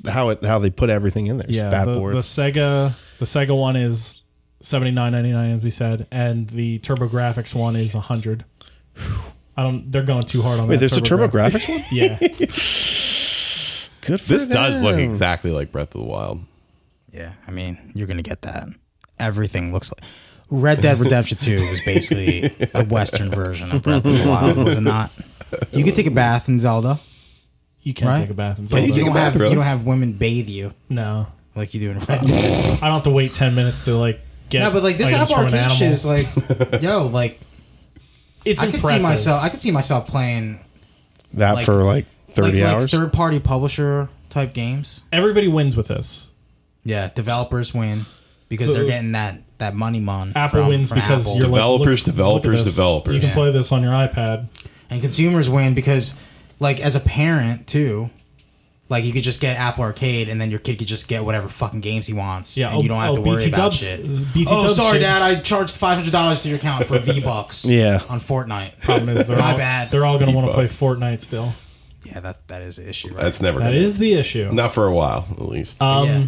Speaker 5: how it how they put everything in there. It's
Speaker 2: Yeah,
Speaker 5: bad
Speaker 2: the,
Speaker 5: boards.
Speaker 2: the Sega the Sega one is seventy nine ninety nine, as we said, and the TurboGrafx one is hundred. I don't. They're going too hard on
Speaker 5: Wait,
Speaker 2: that.
Speaker 5: there's a TurboGrafx one.
Speaker 2: Yeah,
Speaker 5: Good for
Speaker 8: This does look
Speaker 5: them.
Speaker 8: exactly like Breath of the Wild.
Speaker 4: Yeah, I mean, you're going to get that. Everything looks like. Red Dead Redemption 2 was basically a Western version of Breath of the Wild, was it not? You could take a bath in Zelda.
Speaker 2: you can
Speaker 4: Right?
Speaker 2: take a bath in
Speaker 8: Can
Speaker 2: Zelda.
Speaker 8: you take a
Speaker 4: don't
Speaker 8: bath,
Speaker 4: have,
Speaker 8: really?
Speaker 4: you don't have women bathe you
Speaker 2: no,
Speaker 4: like you do in Red Dead.
Speaker 2: I don't have to wait ten minutes to like get.
Speaker 4: no, but like this
Speaker 2: items
Speaker 4: Apple
Speaker 2: from an
Speaker 4: Arcade shit
Speaker 2: animal.
Speaker 4: is like, yo, like
Speaker 2: It's
Speaker 4: I could
Speaker 2: impressive.
Speaker 4: see myself, I could see myself playing
Speaker 5: That
Speaker 4: like-
Speaker 5: for like
Speaker 4: like,
Speaker 5: thirty
Speaker 4: like
Speaker 5: hours.
Speaker 4: third party publisher type games.
Speaker 2: Everybody wins with this.
Speaker 4: Yeah, developers win because
Speaker 2: So-
Speaker 4: they're getting that that money mon.
Speaker 2: Apple
Speaker 4: from-
Speaker 2: wins
Speaker 4: from
Speaker 2: because
Speaker 4: Apple.
Speaker 2: you're like,
Speaker 8: Developers,
Speaker 2: look- look at
Speaker 8: developers,
Speaker 2: this.
Speaker 8: developers.
Speaker 2: You can
Speaker 4: Yeah.
Speaker 2: play this on your iPad.
Speaker 4: and consumers win because like as a parent too. Like you could just get Apple Arcade, and then your kid could just get whatever fucking games he wants,
Speaker 2: Yeah,
Speaker 4: and
Speaker 2: oh,
Speaker 4: you don't have
Speaker 2: oh,
Speaker 4: to worry
Speaker 2: BT
Speaker 4: about
Speaker 2: Dubs-
Speaker 4: shit.
Speaker 2: BT
Speaker 4: oh,
Speaker 2: Dubs
Speaker 4: sorry,
Speaker 2: kid.
Speaker 4: Dad, I charged five hundred dollars to your account for V Bucks.
Speaker 5: Yeah.
Speaker 4: on Fortnite.
Speaker 2: Problem is, they're
Speaker 4: My
Speaker 2: all,
Speaker 4: bad.
Speaker 2: They're all going to want to play
Speaker 8: Bucks.
Speaker 2: Fortnite still.
Speaker 4: Yeah, that that is the issue. Right?
Speaker 8: That's never
Speaker 2: That
Speaker 8: gonna-
Speaker 2: is the issue.
Speaker 8: not for a while at least.
Speaker 2: Um,
Speaker 4: Yeah.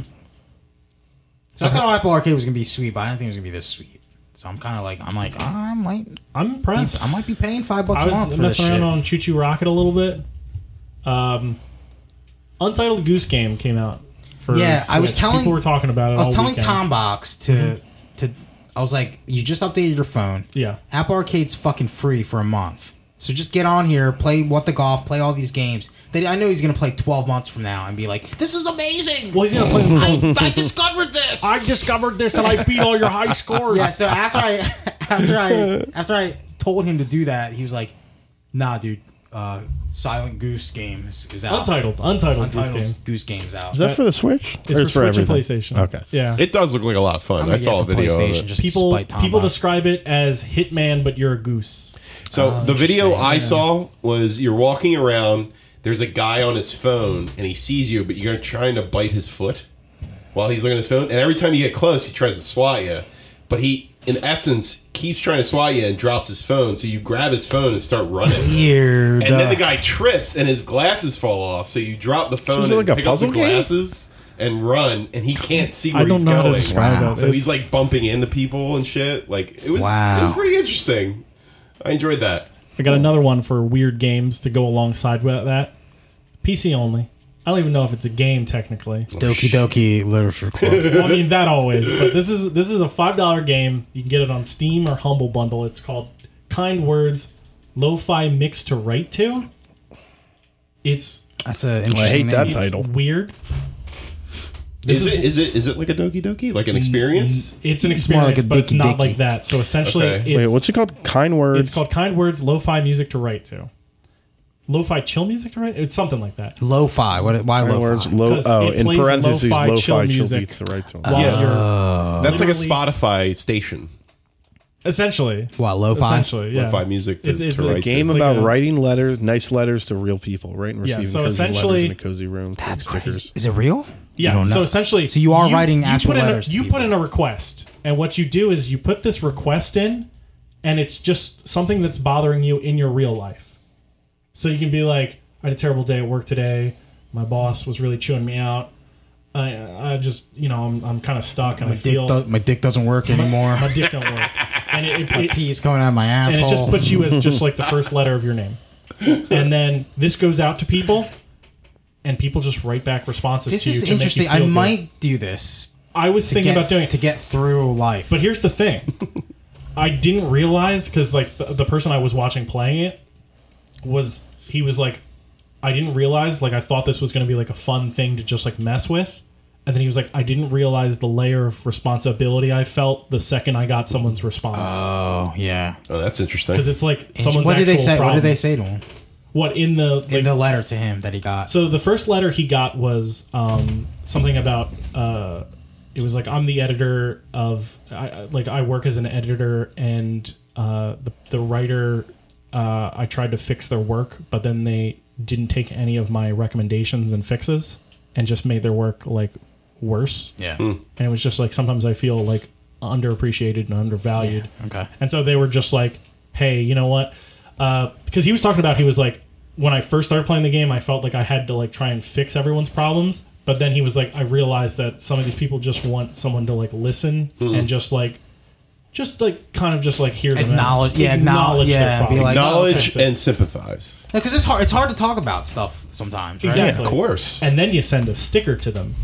Speaker 4: so I thought Apple Arcade was gonna be sweet, but I didn't think it was gonna be this sweet. So I'm kind of like, I'm like, I might,
Speaker 2: I'm impressed.
Speaker 4: I might be paying five bucks
Speaker 2: I
Speaker 4: a month
Speaker 2: was
Speaker 4: for this
Speaker 2: messing around
Speaker 4: shit.
Speaker 2: on Choo Choo Rocket a little bit. Um, Untitled Goose Game came out. For
Speaker 4: Yeah, I was
Speaker 2: Switch.
Speaker 4: telling-
Speaker 2: people were talking about it.
Speaker 4: I was
Speaker 2: all
Speaker 4: telling
Speaker 2: weekend. Mm-hmm.
Speaker 4: Tom Box to to I was like, you just updated your phone.
Speaker 2: Yeah,
Speaker 4: Apple Arcade's fucking free for a month. So just get on here, play what the golf, play all these games. That I know he's gonna play twelve months from now and be like, This is amazing.
Speaker 2: well, he's gonna play.
Speaker 4: I, I discovered this.
Speaker 2: I discovered this and I beat all your high scores.
Speaker 4: yeah, so after I after I after I told him to do that, he was like, Nah dude, uh, Silent Goose game is, is out.
Speaker 2: Untitled, untitled,
Speaker 4: Untitled
Speaker 2: Goose Game.
Speaker 4: Goose, game's out.
Speaker 5: Is that for the Switch?
Speaker 2: It's
Speaker 5: Or
Speaker 2: for, Switch and
Speaker 5: everything?
Speaker 2: PlayStation.
Speaker 5: Okay.
Speaker 2: Yeah.
Speaker 8: It does look like a lot of fun. I saw a video of it.
Speaker 2: people people describe it as Hitman, but you're a goose.
Speaker 3: So the video
Speaker 4: interesting.
Speaker 3: I saw was you're walking around. There's a guy on his phone, and he sees you, but you're trying to bite his foot while he's looking at his phone. And every time you get close, he tries to swat you, but he, in essence, keeps trying to swat you and drops his phone. So you grab his phone and start running.
Speaker 4: Weird.
Speaker 3: And then the guy trips and his glasses fall off. So you drop the phone
Speaker 5: is it
Speaker 3: and
Speaker 5: like a
Speaker 3: pick up the
Speaker 5: puzzle game?
Speaker 3: glasses and run, and he can't see where
Speaker 2: I don't
Speaker 3: he's
Speaker 2: know how
Speaker 3: going.
Speaker 2: to describe
Speaker 4: Wow.
Speaker 2: it.
Speaker 3: So he's
Speaker 2: It's-
Speaker 3: like bumping into people and shit. Like it was, it
Speaker 4: Wow.
Speaker 3: was pretty interesting. I enjoyed that.
Speaker 2: I got another one for weird games to go alongside with that. PC only. I don't even know if it's a game technically.
Speaker 4: Doki Doki Literature Club.
Speaker 2: Well, I mean that always, but this is this is a five dollar game. You can get it on Steam or Humble Bundle. It's called Kind Words Lo-Fi Mix to Write to. It's
Speaker 4: That's an
Speaker 5: I
Speaker 4: interesting
Speaker 5: hate that
Speaker 4: name.
Speaker 5: title.
Speaker 2: weird.
Speaker 3: Is it is it is it like a doki doki
Speaker 2: Mm,
Speaker 3: like an experience?
Speaker 2: It's an
Speaker 4: It's
Speaker 2: experience,
Speaker 4: more like a
Speaker 2: but it's
Speaker 4: dicky
Speaker 2: not
Speaker 4: dicky.
Speaker 2: like that. So essentially,
Speaker 3: Okay.
Speaker 2: it's,
Speaker 5: Wait, what's it called? Kind words.
Speaker 2: It's called Kind Words Lo-Fi Music to Write to. Lo-Fi chill music to write? It's something like that.
Speaker 4: Lo-fi. What? Why
Speaker 5: Kind words.
Speaker 4: lo-fi?
Speaker 5: Low.
Speaker 2: 'Cause
Speaker 5: Oh,
Speaker 2: it
Speaker 5: in
Speaker 2: plays
Speaker 5: parentheses,
Speaker 2: lo-fi
Speaker 5: lo-fi
Speaker 2: chill
Speaker 5: chill
Speaker 2: music.
Speaker 5: beats the right to him.
Speaker 2: While you're-
Speaker 8: That's like a
Speaker 2: uh, literally-
Speaker 8: Spotify station.
Speaker 2: Essentially.
Speaker 4: What? Lo-fi.
Speaker 2: Essentially, yeah.
Speaker 3: Lo-fi music to-
Speaker 2: It's- it's
Speaker 3: to
Speaker 2: a
Speaker 3: write to.
Speaker 5: Game
Speaker 2: like
Speaker 5: about
Speaker 2: a-
Speaker 5: writing letters, nice letters to real people, right? And
Speaker 2: Yeah,
Speaker 5: receiving
Speaker 2: so
Speaker 5: cozy
Speaker 2: essentially-
Speaker 5: letters in a cozy room.
Speaker 4: That's
Speaker 5: and stickers.
Speaker 4: crazy. Is it real?
Speaker 2: Yeah.
Speaker 4: You don't
Speaker 2: So
Speaker 4: know.
Speaker 2: essentially,
Speaker 4: So you are writing actual
Speaker 2: put in a-
Speaker 4: letters to
Speaker 2: you
Speaker 4: people.
Speaker 2: put in a request, and what you do is you put this request in, and it's just something that's bothering you in your real life. So you can be like, "I had a terrible day at work today. My boss was really chewing me out. I, I just, you know, I'm, I'm kind of stuck, and
Speaker 4: My
Speaker 2: I
Speaker 4: dick,
Speaker 2: feel
Speaker 4: do- my dick doesn't work anymore.
Speaker 2: my dick don't work, and it, it,
Speaker 4: my
Speaker 2: it,
Speaker 4: pee's coming out of my
Speaker 2: and
Speaker 4: asshole.
Speaker 2: it just puts you as just like the first letter of your name. And then this goes out to people, and people just write back responses
Speaker 4: This
Speaker 2: to you
Speaker 4: is
Speaker 2: to make you
Speaker 4: interesting.
Speaker 2: feel
Speaker 4: I
Speaker 2: good.
Speaker 4: might do this.
Speaker 2: I was
Speaker 4: to
Speaker 2: thinking
Speaker 4: get-
Speaker 2: about doing it.
Speaker 4: to get through life.
Speaker 2: But here's the thing. I didn't realize because like the, the person I was watching playing it was he was like I didn't realize like I thought this was going to be like a fun thing to just like mess with. And then he was like, I didn't realize the layer of responsibility I felt the second I got someone's response.
Speaker 4: oh yeah.
Speaker 3: Oh, that's interesting.
Speaker 2: Because it's like someone's
Speaker 4: what did they
Speaker 2: actual
Speaker 4: say? What
Speaker 2: problem.
Speaker 4: did they say to him
Speaker 2: What in the like,
Speaker 4: in the letter to him that he got?
Speaker 2: So the first letter he got was um, something about uh, it was like I'm the editor of I, I- like I work as an editor and uh, the the writer uh, I tried to fix their work but then they didn't take any of my recommendations and fixes and just made their work like worse
Speaker 4: yeah.
Speaker 2: and it was just like sometimes I feel like underappreciated and undervalued
Speaker 4: Okay.
Speaker 2: and so they were just like, hey, you know what? Because he was talking about, he was like, when I first started playing the game, I felt like I had to like try and fix everyone's problems. But then he was like, I realized that some of these people just want someone to like listen
Speaker 4: Mm-hmm.
Speaker 2: and just like, just like kind of just like hear them out.
Speaker 4: Acknowledge- yeah, acknowledge-
Speaker 2: their
Speaker 4: yeah, be
Speaker 2: problem.
Speaker 4: like,
Speaker 3: Knowledge
Speaker 2: oh, okay.
Speaker 3: and sympathize.
Speaker 4: Because it's hard. It's hard to talk about stuff sometimes. Right?
Speaker 2: exactly.
Speaker 3: Of course.
Speaker 2: And then you send a sticker to them.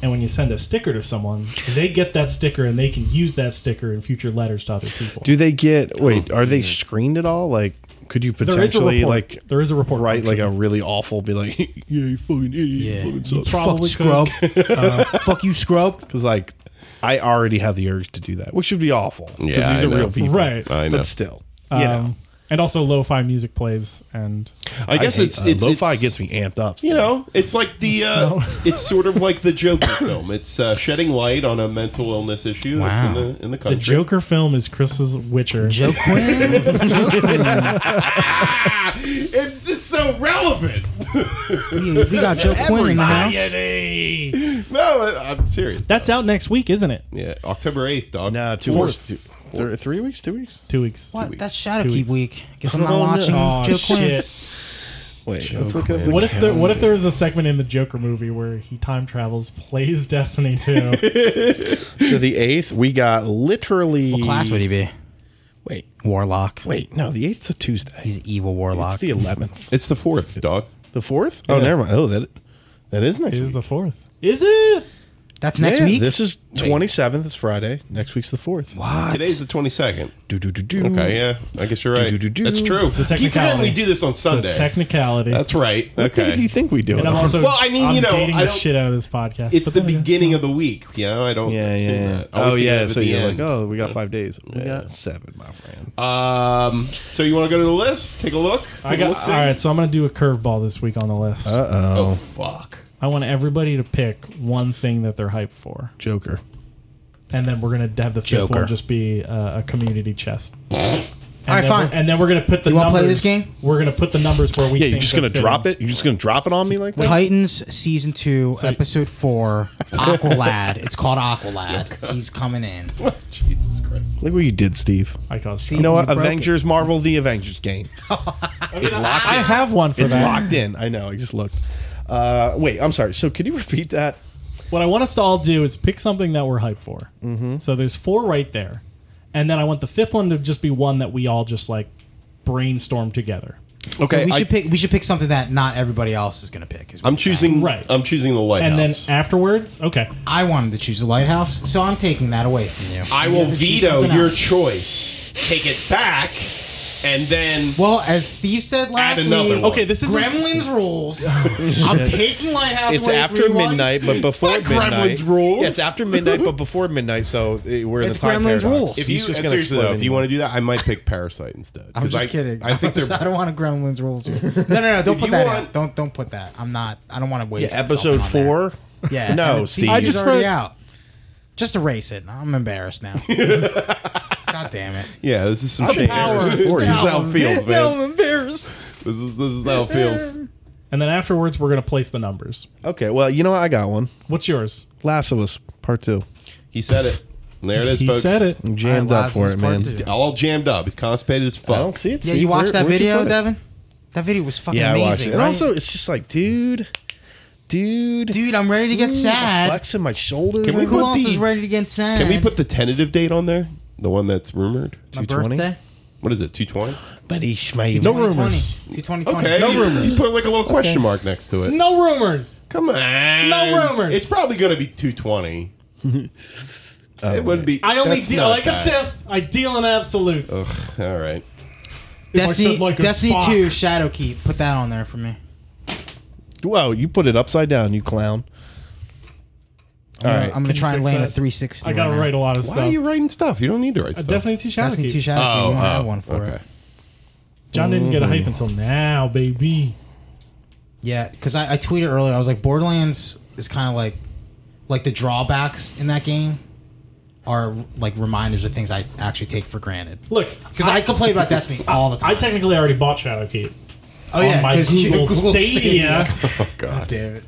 Speaker 2: And when you send a sticker to someone, they get that sticker and they can use that sticker in future letters to other people.
Speaker 5: Do they get?
Speaker 3: Oh,
Speaker 5: Wait, are they screened at all? Like, could you
Speaker 2: there is a
Speaker 5: potentially
Speaker 2: report.
Speaker 5: like
Speaker 2: there is a report.
Speaker 5: write like
Speaker 2: function.
Speaker 5: a really awful? Be like, yeah, you fucking idiot.
Speaker 4: Yeah.
Speaker 5: you fucking suck."
Speaker 4: Fuck
Speaker 2: probably
Speaker 4: Oh, scrub. Uh, fuck you, scrub.
Speaker 5: Because like, I already have the urge to do that, which would be awful. 'cause
Speaker 3: Yeah,
Speaker 5: these
Speaker 3: I
Speaker 5: are
Speaker 3: know.
Speaker 5: real people,
Speaker 2: Right.
Speaker 3: I know.
Speaker 5: But still, you know,
Speaker 2: Um, and also lo-fi music plays and
Speaker 3: I guess
Speaker 5: hate-
Speaker 3: it's,
Speaker 5: uh,
Speaker 3: it's
Speaker 5: lo-fi
Speaker 3: it's-
Speaker 5: gets me amped up.
Speaker 3: You know, it's like the uh, it's sort of like the Joker film. It's uh, shedding light on a mental illness issue that's in
Speaker 4: Wow.
Speaker 3: the in
Speaker 2: the
Speaker 3: the country.
Speaker 2: Joker film is Chris's Witcher.
Speaker 4: Joe Quinn.
Speaker 3: It's just so relevant.
Speaker 4: we, we got Joe Quinn in the house.
Speaker 3: No, I, I'm serious.
Speaker 2: That's out next week, isn't it?
Speaker 3: yeah, October eighth, dog.
Speaker 5: no, two weeks, two, three, three weeks, two weeks.
Speaker 2: Two weeks.
Speaker 4: What? That's
Speaker 2: Two
Speaker 4: Shadow Keep
Speaker 2: weeks.
Speaker 4: week. Guess I'm not
Speaker 5: Oh, no.
Speaker 4: watching
Speaker 2: Oh
Speaker 4: Joe Quinn.
Speaker 2: shit!
Speaker 5: Wait, let's look up the
Speaker 2: What if there? What if there was a segment in the Joker movie where he time travels, plays Destiny two?
Speaker 5: to the eighth, we got literally.
Speaker 4: What class would he be?
Speaker 5: Wait,
Speaker 4: Warlock.
Speaker 5: wait, no, the eighth to Tuesday.
Speaker 4: He's an evil warlock.
Speaker 5: It's the eleventh,
Speaker 3: It's the fourth, dog.
Speaker 5: the fourth. Oh, never mind. Oh, that that is next.
Speaker 2: it is
Speaker 5: week.
Speaker 2: the fourth. Is it?
Speaker 4: That's next
Speaker 5: Yeah,
Speaker 4: week.
Speaker 5: This is twenty seventh. It's Friday. Next week's the fourth.
Speaker 4: what?
Speaker 3: Today's the twenty second.
Speaker 5: Do do do do.
Speaker 3: Okay, yeah, I guess you're right.
Speaker 5: Do, do, do, do.
Speaker 3: That's true.
Speaker 2: a
Speaker 3: Keep forgetting
Speaker 2: technicality.
Speaker 3: we do this on
Speaker 2: The
Speaker 3: Sunday.
Speaker 2: technicality.
Speaker 3: That's right.
Speaker 5: Okay. do you
Speaker 3: Okay,
Speaker 5: think we do?
Speaker 2: and I'm also.
Speaker 3: Well, I mean,
Speaker 2: I'm
Speaker 3: you know,
Speaker 2: dating
Speaker 3: I
Speaker 2: the
Speaker 3: don't-
Speaker 2: shit out of this podcast.
Speaker 3: it's
Speaker 2: but
Speaker 3: the
Speaker 2: there you go.
Speaker 3: beginning of the week. You know, I don't.
Speaker 5: yeah,
Speaker 3: assume
Speaker 5: yeah.
Speaker 3: that. I always
Speaker 5: Oh,
Speaker 3: think
Speaker 5: yeah.
Speaker 3: of it at
Speaker 5: So
Speaker 3: the
Speaker 5: you're
Speaker 3: end.
Speaker 5: like, oh, we got five days. We got seven, my friend.
Speaker 3: Um, so you want to go to the list? Take a look. Take
Speaker 2: I
Speaker 3: a
Speaker 2: got,
Speaker 3: look, see?
Speaker 2: all right, so I'm gonna do a curveball this week on the list.
Speaker 3: Oh fuck.
Speaker 2: I want everybody to pick one thing that they're hyped for.
Speaker 5: Joker.
Speaker 2: and then we're gonna have the fifth
Speaker 4: Joker.
Speaker 2: one just be uh, a community chest. All
Speaker 4: right, fine.
Speaker 2: And then we're gonna put the
Speaker 4: You wanna
Speaker 2: numbers.
Speaker 4: play this game?
Speaker 2: We're gonna put the numbers where we.
Speaker 5: Yeah,
Speaker 2: think
Speaker 5: you're just
Speaker 2: they're
Speaker 5: gonna drop
Speaker 2: fitting.
Speaker 5: it. You're just gonna drop it on me like that.
Speaker 4: Titans season two, episode four, Aqualad. it's called Aqualad. He's coming in.
Speaker 3: Jesus Christ.
Speaker 5: Look what you did, Steve.
Speaker 2: I caused.
Speaker 5: You know what?
Speaker 4: broke
Speaker 5: Avengers, Marvel, the Avengers game.
Speaker 2: I have one for
Speaker 5: It's
Speaker 2: that.
Speaker 5: locked in. I know. I just looked. Uh, wait, I'm sorry. So could you repeat that?
Speaker 2: What I want us to all do is pick something that we're hyped for. Mm-hmm. So there's four right there, and then I want the fifth one to just be one that we all just like brainstorm together.
Speaker 4: So
Speaker 3: Okay,
Speaker 4: we
Speaker 3: I,
Speaker 4: should pick. We should pick something that not everybody else is going to pick. is what
Speaker 3: I'm
Speaker 4: you're saying.
Speaker 3: choosing.
Speaker 2: Right.
Speaker 3: I'm choosing the lighthouse.
Speaker 2: And then afterwards, okay,
Speaker 4: I wanted to choose the lighthouse, so I'm taking that away from you.
Speaker 3: I
Speaker 4: You
Speaker 3: will
Speaker 4: have to choose
Speaker 3: veto
Speaker 4: something
Speaker 3: your
Speaker 4: else.
Speaker 3: choice. Take it back, and then
Speaker 4: well, as Steve said last
Speaker 3: Add another
Speaker 4: week,
Speaker 3: one.
Speaker 2: okay. This is Oh,
Speaker 4: Gremlins rules. I'm taking lighthouse.
Speaker 5: It's
Speaker 4: away
Speaker 5: after
Speaker 4: from you,
Speaker 5: midnight,
Speaker 4: Lice.
Speaker 5: but before
Speaker 3: not
Speaker 5: midnight.
Speaker 3: Gremlins rules.
Speaker 5: Yeah, it's after midnight, but before midnight. So eh, we're in
Speaker 4: It's
Speaker 5: the time
Speaker 4: Gremlins
Speaker 5: paradox.
Speaker 4: rules.
Speaker 3: if
Speaker 5: He's
Speaker 3: you
Speaker 5: just
Speaker 3: and
Speaker 5: gonna
Speaker 3: seriously
Speaker 5: kill
Speaker 3: though, if you
Speaker 5: anyone.
Speaker 3: want to do that, I might pick Parasite instead.
Speaker 4: I'm
Speaker 3: 'Cause
Speaker 4: just
Speaker 3: I,
Speaker 4: kidding.
Speaker 3: I think
Speaker 4: I
Speaker 3: they're.
Speaker 4: don't want a Gremlins rules. no, no, no! Don't
Speaker 3: If
Speaker 4: put
Speaker 3: you
Speaker 4: that.
Speaker 3: want-
Speaker 4: out. Don't don't put that. I'm not. I don't want to waste.
Speaker 5: Yeah, episode
Speaker 4: something on that.
Speaker 5: four.
Speaker 4: Yeah.
Speaker 5: No,
Speaker 4: and it's-
Speaker 5: Steve.
Speaker 2: I
Speaker 4: it's
Speaker 2: just
Speaker 4: already
Speaker 2: wrote-
Speaker 4: out. Just erase it. I'm embarrassed now. God damn it.
Speaker 3: Yeah, this is some shit.
Speaker 4: power.
Speaker 3: This is how it feels, man.
Speaker 4: I'm embarrassed.
Speaker 3: This is this is how it feels.
Speaker 2: and then afterwards we're gonna place the numbers.
Speaker 5: Okay, well, you know what? I got one.
Speaker 2: What's yours?
Speaker 5: Last of Us Part Two.
Speaker 3: He said it. And There it is,
Speaker 2: He
Speaker 3: folks.
Speaker 2: said it.
Speaker 5: I'm jammed
Speaker 4: Alright,
Speaker 5: up for
Speaker 4: Last
Speaker 5: it,
Speaker 4: of Us Part
Speaker 5: man.
Speaker 4: Two.
Speaker 3: All jammed up. He's constipated as fuck.
Speaker 5: I don't see it.
Speaker 4: Yeah,
Speaker 5: Steve.
Speaker 4: you watched
Speaker 5: Where-
Speaker 4: that
Speaker 5: where'd you
Speaker 4: video,
Speaker 5: put it?
Speaker 4: Devin? That video was fucking
Speaker 5: Yeah, I watched
Speaker 4: amazing.
Speaker 5: it. And
Speaker 4: right?
Speaker 5: also, it's just like, dude, dude,
Speaker 4: dude, I'm ready to get
Speaker 5: ooh,
Speaker 4: sad.
Speaker 5: Flexing my shoulders.
Speaker 3: Can we
Speaker 5: right
Speaker 4: Who
Speaker 3: put
Speaker 5: now.
Speaker 4: else
Speaker 3: the-
Speaker 4: is ready to get sad?
Speaker 3: Can we put the tentative date on there? The one that's rumored.
Speaker 4: my
Speaker 5: 220?
Speaker 4: birthday?
Speaker 8: What is it? Two twenty?
Speaker 1: Buddy Schmeier.
Speaker 5: No rumors.
Speaker 4: 220.
Speaker 8: Okay. You put like a little question mark next to it.
Speaker 9: No rumors.
Speaker 8: Come on.
Speaker 9: No rumors.
Speaker 8: It's probably going to be 220. it would be.
Speaker 9: I only
Speaker 8: that's
Speaker 9: deal
Speaker 8: not
Speaker 9: like a
Speaker 8: bad.
Speaker 9: Sith. I deal in absolutes.
Speaker 8: Ugh, all right.
Speaker 9: I
Speaker 4: Destiny,
Speaker 9: said like a
Speaker 4: Destiny
Speaker 9: Spock.
Speaker 4: 2 Shadow Key. Put that on there for me.
Speaker 5: Whoa, you put it upside down, you clown.
Speaker 4: I'm gonna,
Speaker 8: right.
Speaker 4: I'm gonna
Speaker 9: you
Speaker 4: try and
Speaker 9: fix
Speaker 4: land a
Speaker 9: that?
Speaker 4: 360.
Speaker 2: I gotta
Speaker 4: right
Speaker 2: write a lot of
Speaker 8: Why
Speaker 2: stuff.
Speaker 8: are you writing stuff? You don't need to write
Speaker 2: Uh,
Speaker 8: stuff.
Speaker 2: Destiny Two
Speaker 4: now.
Speaker 2: Shadow
Speaker 4: Destiny 2
Speaker 2: Key.
Speaker 4: Shadow Key.
Speaker 8: Oh,
Speaker 4: we don't have
Speaker 8: oh,
Speaker 4: one for
Speaker 8: okay.
Speaker 4: it.
Speaker 2: John didn't get a
Speaker 5: Mm-hmm.
Speaker 2: hype until now, baby.
Speaker 4: Yeah, because I, I tweeted earlier. I was like, Borderlands is kind of like, like the drawbacks in that game are like reminders of things I actually take for granted.
Speaker 2: Look,
Speaker 4: Because I, complain about Destiny all the
Speaker 2: I
Speaker 4: time.
Speaker 2: technically already bought Shadow Key.
Speaker 4: oh
Speaker 2: on my
Speaker 4: 'cause you-
Speaker 2: Google, Stadia.
Speaker 8: Oh, God.
Speaker 4: Damn it!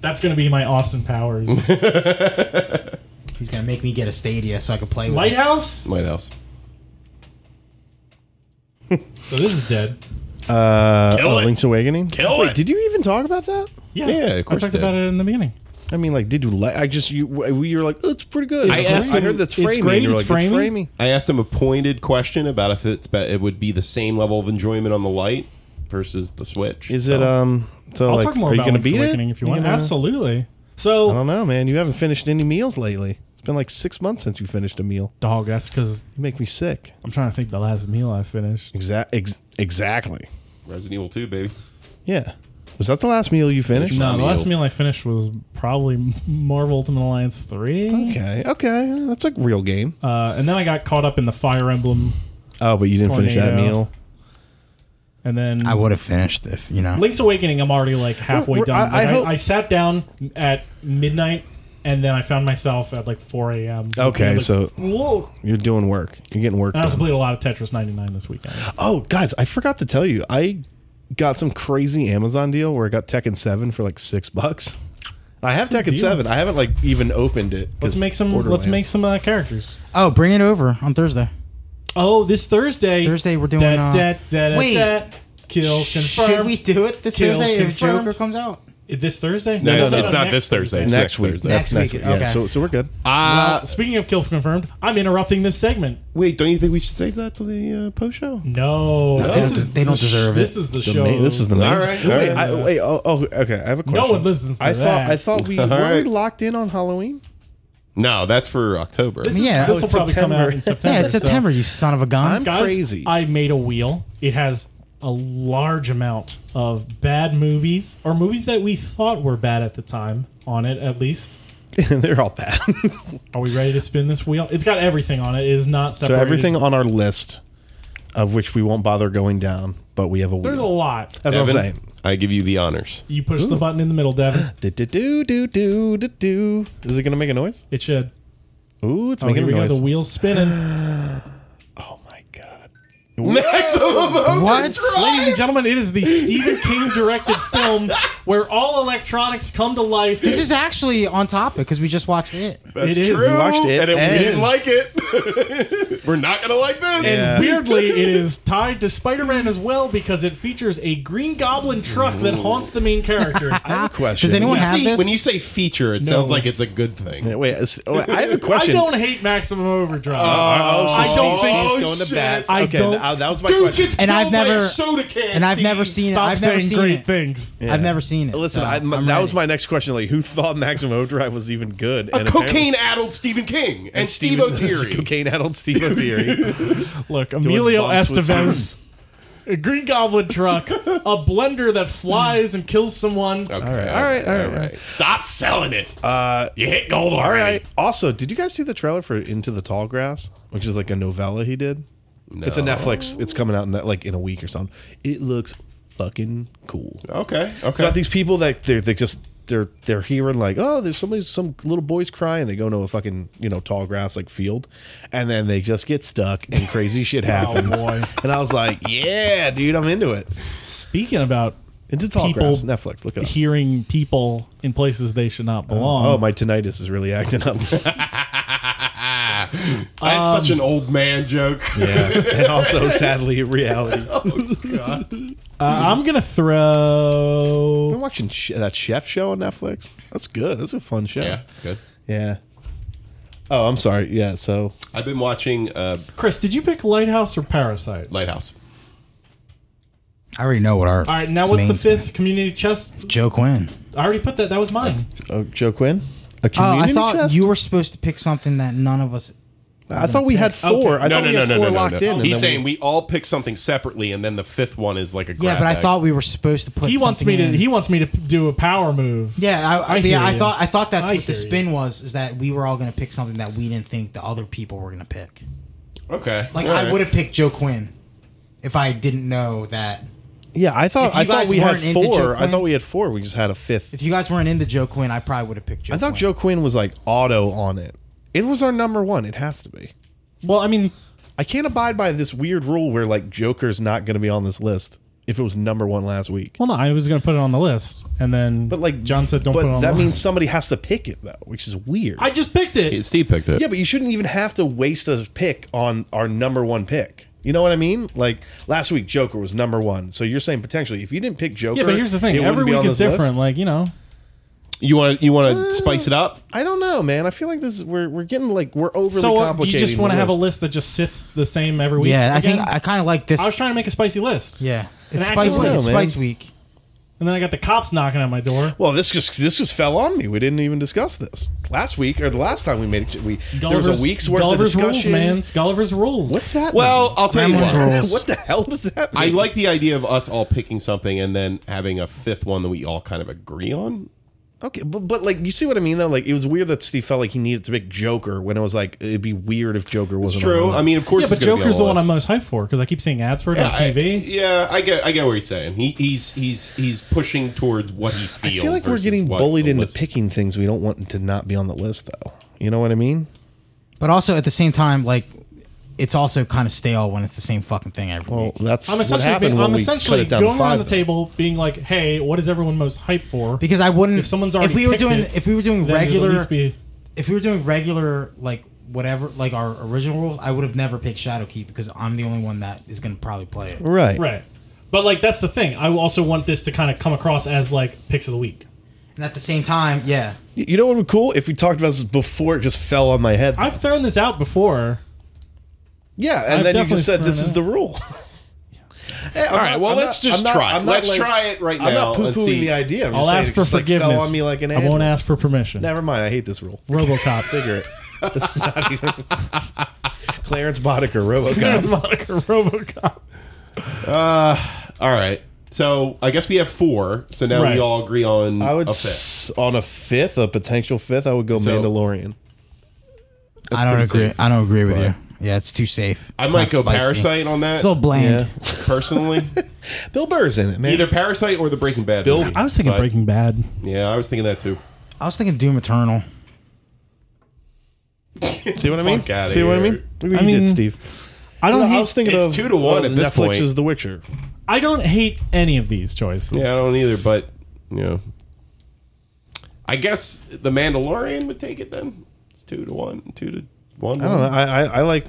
Speaker 2: That's gonna be my Austin Powers.
Speaker 4: He's gonna make me get a Stadia so I can play with. it.
Speaker 2: Lighthouse?
Speaker 8: Lighthouse.
Speaker 2: So this is dead.
Speaker 5: Uh,
Speaker 8: Kill
Speaker 5: oh,
Speaker 8: it.
Speaker 5: Link's Awakening. Kill
Speaker 8: it.
Speaker 5: Did you even talk about that?
Speaker 2: Yeah,
Speaker 8: Yeah, of course
Speaker 2: I talked
Speaker 8: it did.
Speaker 2: about it in the beginning.
Speaker 5: I mean, like, did you like? I just you we were like, oh, it's pretty good.
Speaker 2: I
Speaker 5: It's
Speaker 2: asked
Speaker 5: great.
Speaker 2: him-
Speaker 5: I heard that's
Speaker 2: it's
Speaker 5: framing.
Speaker 2: great,
Speaker 5: and you were
Speaker 2: it's
Speaker 5: like,
Speaker 2: framing.
Speaker 5: It's
Speaker 8: I asked him a pointed question about if it's be- it would be the same level of enjoyment on the light versus the Switch.
Speaker 5: Is it um? So
Speaker 2: I'll
Speaker 5: like,
Speaker 2: talk more
Speaker 5: are you
Speaker 2: about
Speaker 5: gonna
Speaker 2: Link's
Speaker 5: beat it?
Speaker 2: Awakening if you
Speaker 5: You
Speaker 2: want.
Speaker 5: gonna-
Speaker 2: Absolutely.
Speaker 5: I
Speaker 2: So
Speaker 5: don't know, man. You haven't finished any meals lately. It's been like six months since you finished a meal.
Speaker 2: dog, that's because
Speaker 5: You make me sick.
Speaker 2: I'm trying to think the last meal I finished.
Speaker 5: Exa- ex- exactly.
Speaker 8: Resident Evil 2, baby.
Speaker 5: Yeah. Was that the last meal you finished?
Speaker 2: No, the
Speaker 8: meal.
Speaker 2: last meal I finished was probably Marvel Ultimate Alliance 3.
Speaker 5: Okay. Okay. That's a real game.
Speaker 2: Uh, and then I got caught up in the Fire Emblem,
Speaker 5: Oh, but you didn't finish that
Speaker 2: Tornado.
Speaker 5: meal.
Speaker 2: and then
Speaker 4: I would have finished if you know.
Speaker 2: Link's Awakening, I'm already like
Speaker 5: We're-
Speaker 2: halfway
Speaker 5: we're-
Speaker 2: done.
Speaker 5: I-
Speaker 2: Like,
Speaker 5: I
Speaker 2: I,
Speaker 5: hope-
Speaker 2: I sat down at midnight, and then I found myself at like 4 a.m.
Speaker 5: Okay,
Speaker 2: Like, Uh,
Speaker 5: so-
Speaker 2: whoa.
Speaker 5: You're doing work. You're getting work
Speaker 2: And I also
Speaker 5: done.
Speaker 2: played a lot of Tetris 99 this weekend.
Speaker 5: Oh, guys, I forgot to tell you. I got some crazy Amazon deal where I got Tekken 7 for like six bucks. I have
Speaker 2: That's a
Speaker 5: Tekken
Speaker 2: deal.
Speaker 5: 7. I haven't like even opened it. 'cause
Speaker 2: Let's make some. Let's
Speaker 5: Borderlands.
Speaker 2: make some uh, characters.
Speaker 4: Oh, bring it over on Thursday.
Speaker 2: Oh, this Thursday.
Speaker 4: Thursday we're doing,
Speaker 2: Da,
Speaker 4: uh,
Speaker 2: da, da, da,
Speaker 4: wait.
Speaker 2: da. Kill confirmed.
Speaker 4: Should we do it this
Speaker 2: Kill
Speaker 4: Thursday
Speaker 2: confirmed.
Speaker 4: if Joker comes out?
Speaker 2: This Thursday?
Speaker 8: No, it's not
Speaker 2: next
Speaker 8: this Thursday.
Speaker 5: next,
Speaker 8: It's next,
Speaker 5: week.
Speaker 8: Thursday.
Speaker 4: Next week,
Speaker 5: Yeah,
Speaker 4: okay.
Speaker 5: so, so we're good.
Speaker 8: Uh,
Speaker 2: Oh, Speaking of kill confirmed, I'm interrupting this segment.
Speaker 8: wait, don't you think we should save that to the uh, post show?
Speaker 2: No,
Speaker 4: they don't, they don't
Speaker 2: the sh-
Speaker 4: deserve
Speaker 2: This
Speaker 4: it.
Speaker 2: is the
Speaker 5: The
Speaker 2: show.
Speaker 5: ma- this is the main.
Speaker 8: All right.
Speaker 5: Wait,
Speaker 8: all right.
Speaker 5: I, wait oh, oh, okay. I have a question.
Speaker 2: one listens to
Speaker 5: I thought.
Speaker 2: that.
Speaker 5: I thought we were we
Speaker 8: right.
Speaker 5: locked in on Halloween.
Speaker 8: no, that's for October.
Speaker 2: This is-
Speaker 4: Yeah.
Speaker 2: this will
Speaker 5: Oh,
Speaker 2: probably come out in September.
Speaker 4: Yeah, it's
Speaker 2: so-
Speaker 4: September. You son of a gun.
Speaker 2: Guys,
Speaker 5: Crazy.
Speaker 2: I made a wheel. It has a large amount of bad movies or movies that we thought were bad at the time on it, at least.
Speaker 5: They're all bad.
Speaker 2: Are we ready to spin this wheel? It's got everything on it. It is not
Speaker 5: so
Speaker 2: separated.
Speaker 5: everything on our list, of which we won't bother going down, but we have a.
Speaker 2: There's a
Speaker 5: wheel.
Speaker 2: lot.
Speaker 5: That's what I'm
Speaker 8: Evan,
Speaker 5: saying.
Speaker 8: I give you the honors.
Speaker 2: You push the button in the middle, Devin.
Speaker 5: Do do do do do do do. Is it gonna make a noise?
Speaker 2: It should.
Speaker 5: Ooh, it's
Speaker 2: Oh,
Speaker 5: making
Speaker 2: here
Speaker 5: a
Speaker 2: we go.
Speaker 5: noise.
Speaker 2: The wheel's spinning.
Speaker 5: oh my god.
Speaker 8: Maximum.
Speaker 4: What?
Speaker 2: Ladies and gentlemen, it is the Stephen King directed film where all electronics come to life.
Speaker 4: This is actually on topic because we just watched it.
Speaker 8: That's
Speaker 2: It is.
Speaker 8: true.
Speaker 2: We
Speaker 5: watched it,
Speaker 8: and, it,
Speaker 5: and-
Speaker 8: we didn't like it. We're not gonna like this.
Speaker 2: And weirdly, it is tied to Spider Man as well because it features a green goblin truck that haunts the main character.
Speaker 5: I have a question.
Speaker 4: Does anyone
Speaker 8: When you
Speaker 4: have
Speaker 8: say-
Speaker 4: this?
Speaker 8: When you say feature, it sounds like it's a good thing.
Speaker 5: Wait, it's- oh, I have a
Speaker 2: I
Speaker 5: question.
Speaker 2: don't hate Maximum Overdrive.
Speaker 8: Oh,
Speaker 5: I
Speaker 2: don't think-
Speaker 5: going to
Speaker 8: shit.
Speaker 5: bat.
Speaker 2: I
Speaker 5: okay,
Speaker 2: don't-
Speaker 8: uh,
Speaker 5: that- that was my
Speaker 8: Dude
Speaker 5: question.
Speaker 8: gets
Speaker 4: And
Speaker 8: killed
Speaker 4: I've
Speaker 8: by
Speaker 4: never-
Speaker 8: a soda can.
Speaker 4: and I've never
Speaker 8: Steve.
Speaker 4: seen it.
Speaker 2: Stop
Speaker 4: I've never
Speaker 2: saying
Speaker 4: seen
Speaker 2: great
Speaker 4: it.
Speaker 2: things.
Speaker 4: I've never seen it.
Speaker 5: Listen,
Speaker 4: so
Speaker 5: I,
Speaker 4: I'm
Speaker 5: that was
Speaker 4: ready.
Speaker 5: my next question. Like, who thought Maximum Overdrive was even good?
Speaker 8: A cocaine-addled Stephen King and, Steve O'Teary.
Speaker 5: cocaine addled Steve O'Teary.
Speaker 2: Look, Emilio
Speaker 5: bumps with
Speaker 2: Estevez, a green goblin truck, a blender that flies and kills someone.
Speaker 8: Okay,
Speaker 5: all right, all right.
Speaker 8: Stop selling it. Uh, you hit gold
Speaker 5: All
Speaker 8: already.
Speaker 5: right. Also, did you guys see the trailer for Into the Tall Grass, which is like a novella he did? It's a
Speaker 8: No.
Speaker 5: Netflix. It's coming out in that, like in a week or something. It looks fucking cool.
Speaker 8: Okay,
Speaker 5: It's
Speaker 8: okay.
Speaker 5: about these people that they they just they're they're hearing like oh there's somebody some little boys crying they go into a fucking you know tall grass like field and then they just get stuck and crazy shit happens and I was like yeah dude I'm into it
Speaker 2: Speaking about
Speaker 5: into tall
Speaker 2: People-
Speaker 5: grass Netflix look it up
Speaker 2: hearing people in places they should not belong.
Speaker 5: oh my tinnitus is really acting up
Speaker 8: That's such an old man joke.
Speaker 5: and also sadly reality
Speaker 2: Uh, I'm gonna throw.
Speaker 5: I'm watching sh- that chef show on Netflix that's good that's a fun show
Speaker 8: Yeah, it's good.
Speaker 5: yeah Oh, I'm sorry. Yeah, so
Speaker 3: I've been watching uh,
Speaker 10: Chris, did you pick Lighthouse or Parasite?
Speaker 3: Lighthouse.
Speaker 4: I already know what our.
Speaker 10: All right, now what's the
Speaker 4: main's been.
Speaker 10: fifth community chest?
Speaker 4: Joe Quinn.
Speaker 10: I already put that. That was mine.
Speaker 5: oh, Joe Quinn. A
Speaker 4: Oh,
Speaker 5: community
Speaker 4: I thought
Speaker 5: chest?
Speaker 4: you were supposed to pick something that none of us.
Speaker 5: I thought we had four. I
Speaker 3: No,
Speaker 5: thought
Speaker 3: no,
Speaker 5: we
Speaker 3: no,
Speaker 5: had
Speaker 3: no,
Speaker 5: four
Speaker 3: no, no,
Speaker 5: locked
Speaker 3: no.
Speaker 5: in. and
Speaker 3: He's
Speaker 5: then we-
Speaker 3: saying we all pick something separately, and then the fifth one is like a.
Speaker 4: Yeah,
Speaker 3: grab
Speaker 4: but I
Speaker 3: bag.
Speaker 4: thought we were supposed to put.
Speaker 10: He wants me
Speaker 4: something
Speaker 10: to.
Speaker 4: in.
Speaker 10: He wants me to p- do a power move.
Speaker 4: Yeah, I,
Speaker 10: I
Speaker 4: I, yeah,
Speaker 10: hear
Speaker 4: I
Speaker 10: you.
Speaker 4: thought I thought that's
Speaker 10: I
Speaker 4: what the
Speaker 10: hear you.
Speaker 4: spin was is that we were all going to pick something that we didn't think the other people were going to pick.
Speaker 3: Okay,
Speaker 4: Like
Speaker 3: all
Speaker 4: I
Speaker 3: right.
Speaker 4: would have picked Joe Quinn if I didn't know that.
Speaker 5: yeah, I thought
Speaker 4: If you
Speaker 5: I thought
Speaker 4: guys
Speaker 5: we had
Speaker 4: weren't into Joe
Speaker 5: four. I
Speaker 4: Quinn-
Speaker 5: thought we had four. We just had a fifth.
Speaker 4: If you guys weren't into Joe Quinn, I probably would have picked Joe.
Speaker 5: I thought
Speaker 4: Quinn.
Speaker 5: Joe Quinn was like auto on it. It was our number one. It has to be.
Speaker 2: Well, I mean,
Speaker 5: I can't abide by this weird rule where like Joker's not going to be on this list if it was number one last week.
Speaker 2: well, no, I was going to put it on the list, and then,
Speaker 5: But like
Speaker 2: John said, don't
Speaker 5: But
Speaker 2: put it on.
Speaker 5: that
Speaker 2: the
Speaker 5: means somebody has to pick it though, which is weird.
Speaker 10: I just picked it.
Speaker 3: Steve picked it.
Speaker 5: yeah, but you shouldn't even have to waste a pick on our number one pick. You know what I mean? Like last week, Joker was number one. So you're saying potentially, if you didn't pick Joker,
Speaker 2: Yeah, but here's the thing:
Speaker 5: it wouldn't
Speaker 2: every
Speaker 5: be
Speaker 2: week
Speaker 5: on
Speaker 2: is
Speaker 5: this list?
Speaker 2: different. Like you know,
Speaker 3: You want you want to spice it up?
Speaker 5: I don't know, man. I feel like this is, we're we're getting like we're overly
Speaker 2: so uh, you
Speaker 5: complicated.
Speaker 2: just want to have a list that just sits the same every week.
Speaker 4: Yeah, I think
Speaker 2: again?
Speaker 4: I kind of like this.
Speaker 2: I was trying to make a spicy list,
Speaker 4: yeah,
Speaker 2: And
Speaker 4: it's
Speaker 2: I
Speaker 4: Spice
Speaker 2: don't
Speaker 4: Week.
Speaker 5: know,
Speaker 4: It's
Speaker 5: man.
Speaker 4: Spice Week.
Speaker 2: and then I got the cops knocking at my door.
Speaker 5: Well, this just this just fell on me. We didn't even discuss this last week or the last time we made it. We there was a week's worth
Speaker 2: Gulliver's
Speaker 5: of discussion.
Speaker 2: rules, man. Gulliver's rules.
Speaker 5: What's that?
Speaker 3: Well, I'll tell you what.
Speaker 5: mean?
Speaker 4: Rules.
Speaker 5: what the hell does that?
Speaker 3: I
Speaker 5: Mean?
Speaker 3: like the idea of us all picking something and then having a fifth one that we all kind of agree on.
Speaker 5: okay, but, but like you see what I mean though. Like it was weird that Steve felt like he needed to pick Joker when it was like it'd be weird if Joker wasn't on
Speaker 3: True.
Speaker 5: the
Speaker 3: I mean, of course.
Speaker 2: Yeah, but
Speaker 3: it's gonna be
Speaker 2: Joker's the
Speaker 3: all
Speaker 2: one
Speaker 3: us.
Speaker 2: I'm most hyped for because I keep seeing ads for it on
Speaker 3: I-
Speaker 2: TV.
Speaker 3: yeah, I get I get what he's saying. He, he's he's he's pushing towards what he
Speaker 5: list.
Speaker 3: feels.
Speaker 5: I feel like we're
Speaker 3: versus
Speaker 5: getting
Speaker 3: what
Speaker 5: bullied
Speaker 3: the
Speaker 5: into
Speaker 3: list-
Speaker 5: picking things we don't want to not be on the list though. You know what I mean?
Speaker 4: But also at the same time, like it's also kind of stale when it's the same fucking thing every
Speaker 5: Well,
Speaker 4: week.
Speaker 5: that's
Speaker 2: I'm
Speaker 5: what
Speaker 2: essentially,
Speaker 5: happened
Speaker 2: being,
Speaker 5: when
Speaker 2: I'm
Speaker 5: we
Speaker 2: essentially
Speaker 5: cut it down
Speaker 2: going
Speaker 5: to five.
Speaker 2: around the table, being like, "Hey, what is everyone most hyped for?"
Speaker 4: Because I wouldn't
Speaker 2: If someone's
Speaker 4: if
Speaker 2: already
Speaker 4: we were
Speaker 2: picked
Speaker 4: doing
Speaker 2: it,
Speaker 4: if we were doing
Speaker 2: Then there'd at
Speaker 4: regular
Speaker 2: least be-
Speaker 4: if we were doing regular like whatever like our original rules, I would have never picked Shadowkeep because I'm the only one that is going to probably play it.
Speaker 5: Right.
Speaker 2: right. But like, that's the thing. I also want this to kind of come across as like picks of the week.
Speaker 4: And at the same time, yeah,
Speaker 5: You know what would be cool if we talked about this before it just fell on my head.
Speaker 2: I've thrown this out before.
Speaker 5: Yeah, and
Speaker 2: I've
Speaker 5: then you just said
Speaker 2: definitely
Speaker 5: this
Speaker 2: thrown
Speaker 5: is
Speaker 2: out.
Speaker 5: the rule.
Speaker 3: All right. Well, let's just try. it. let's try it right now.
Speaker 5: I'm not poo
Speaker 3: and see.
Speaker 5: pooing the idea. I'm just
Speaker 2: I'll
Speaker 5: saying
Speaker 2: ask
Speaker 5: it
Speaker 2: for
Speaker 5: just, like, fell
Speaker 2: forgiveness.
Speaker 5: on me like an
Speaker 2: I won't
Speaker 5: animal.
Speaker 2: ask for permission.
Speaker 5: Never mind. I hate this rule.
Speaker 2: RoboCop.
Speaker 5: Figure it. It's not even. Clarence Boddicker, RoboCop.
Speaker 2: That's moniker RoboCop.
Speaker 3: All right. So I guess we have four. So now
Speaker 2: Right.
Speaker 3: we all agree on
Speaker 5: I would
Speaker 3: a fifth.
Speaker 5: s- on a fifth, a potential fifth. I would go
Speaker 3: So-
Speaker 5: Mandalorian.
Speaker 4: I don't
Speaker 3: pretty
Speaker 4: agree.
Speaker 3: safe.
Speaker 4: I don't agree with you. Yeah, it's too safe.
Speaker 3: I might
Speaker 4: Not
Speaker 3: go
Speaker 4: spicy.
Speaker 3: Parasite on that
Speaker 4: It's a little bland.
Speaker 5: Yeah,
Speaker 3: personally.
Speaker 5: Bill Burr's in it, man.
Speaker 3: Either Parasite or the Breaking Bad. Bill,
Speaker 2: I was thinking Breaking Bad.
Speaker 3: Yeah, I was thinking that too.
Speaker 4: I was thinking Doom Eternal.
Speaker 5: See what I mean?
Speaker 3: Fuck outta
Speaker 5: See what I
Speaker 3: here.
Speaker 5: mean? Look what
Speaker 2: I
Speaker 5: you did,
Speaker 2: mean,
Speaker 5: Steve.
Speaker 2: I don't
Speaker 5: No,
Speaker 2: hate.
Speaker 5: I was thinking
Speaker 3: it's
Speaker 5: of
Speaker 3: two to one
Speaker 5: oh,
Speaker 3: at this
Speaker 5: Netflix
Speaker 3: point.
Speaker 5: is The Witcher.
Speaker 2: I don't hate any of these choices.
Speaker 3: Yeah, I don't either. But you know, I guess the Mandalorian would take it then. It's two to one, two to one.
Speaker 5: I don't know. I, I, I like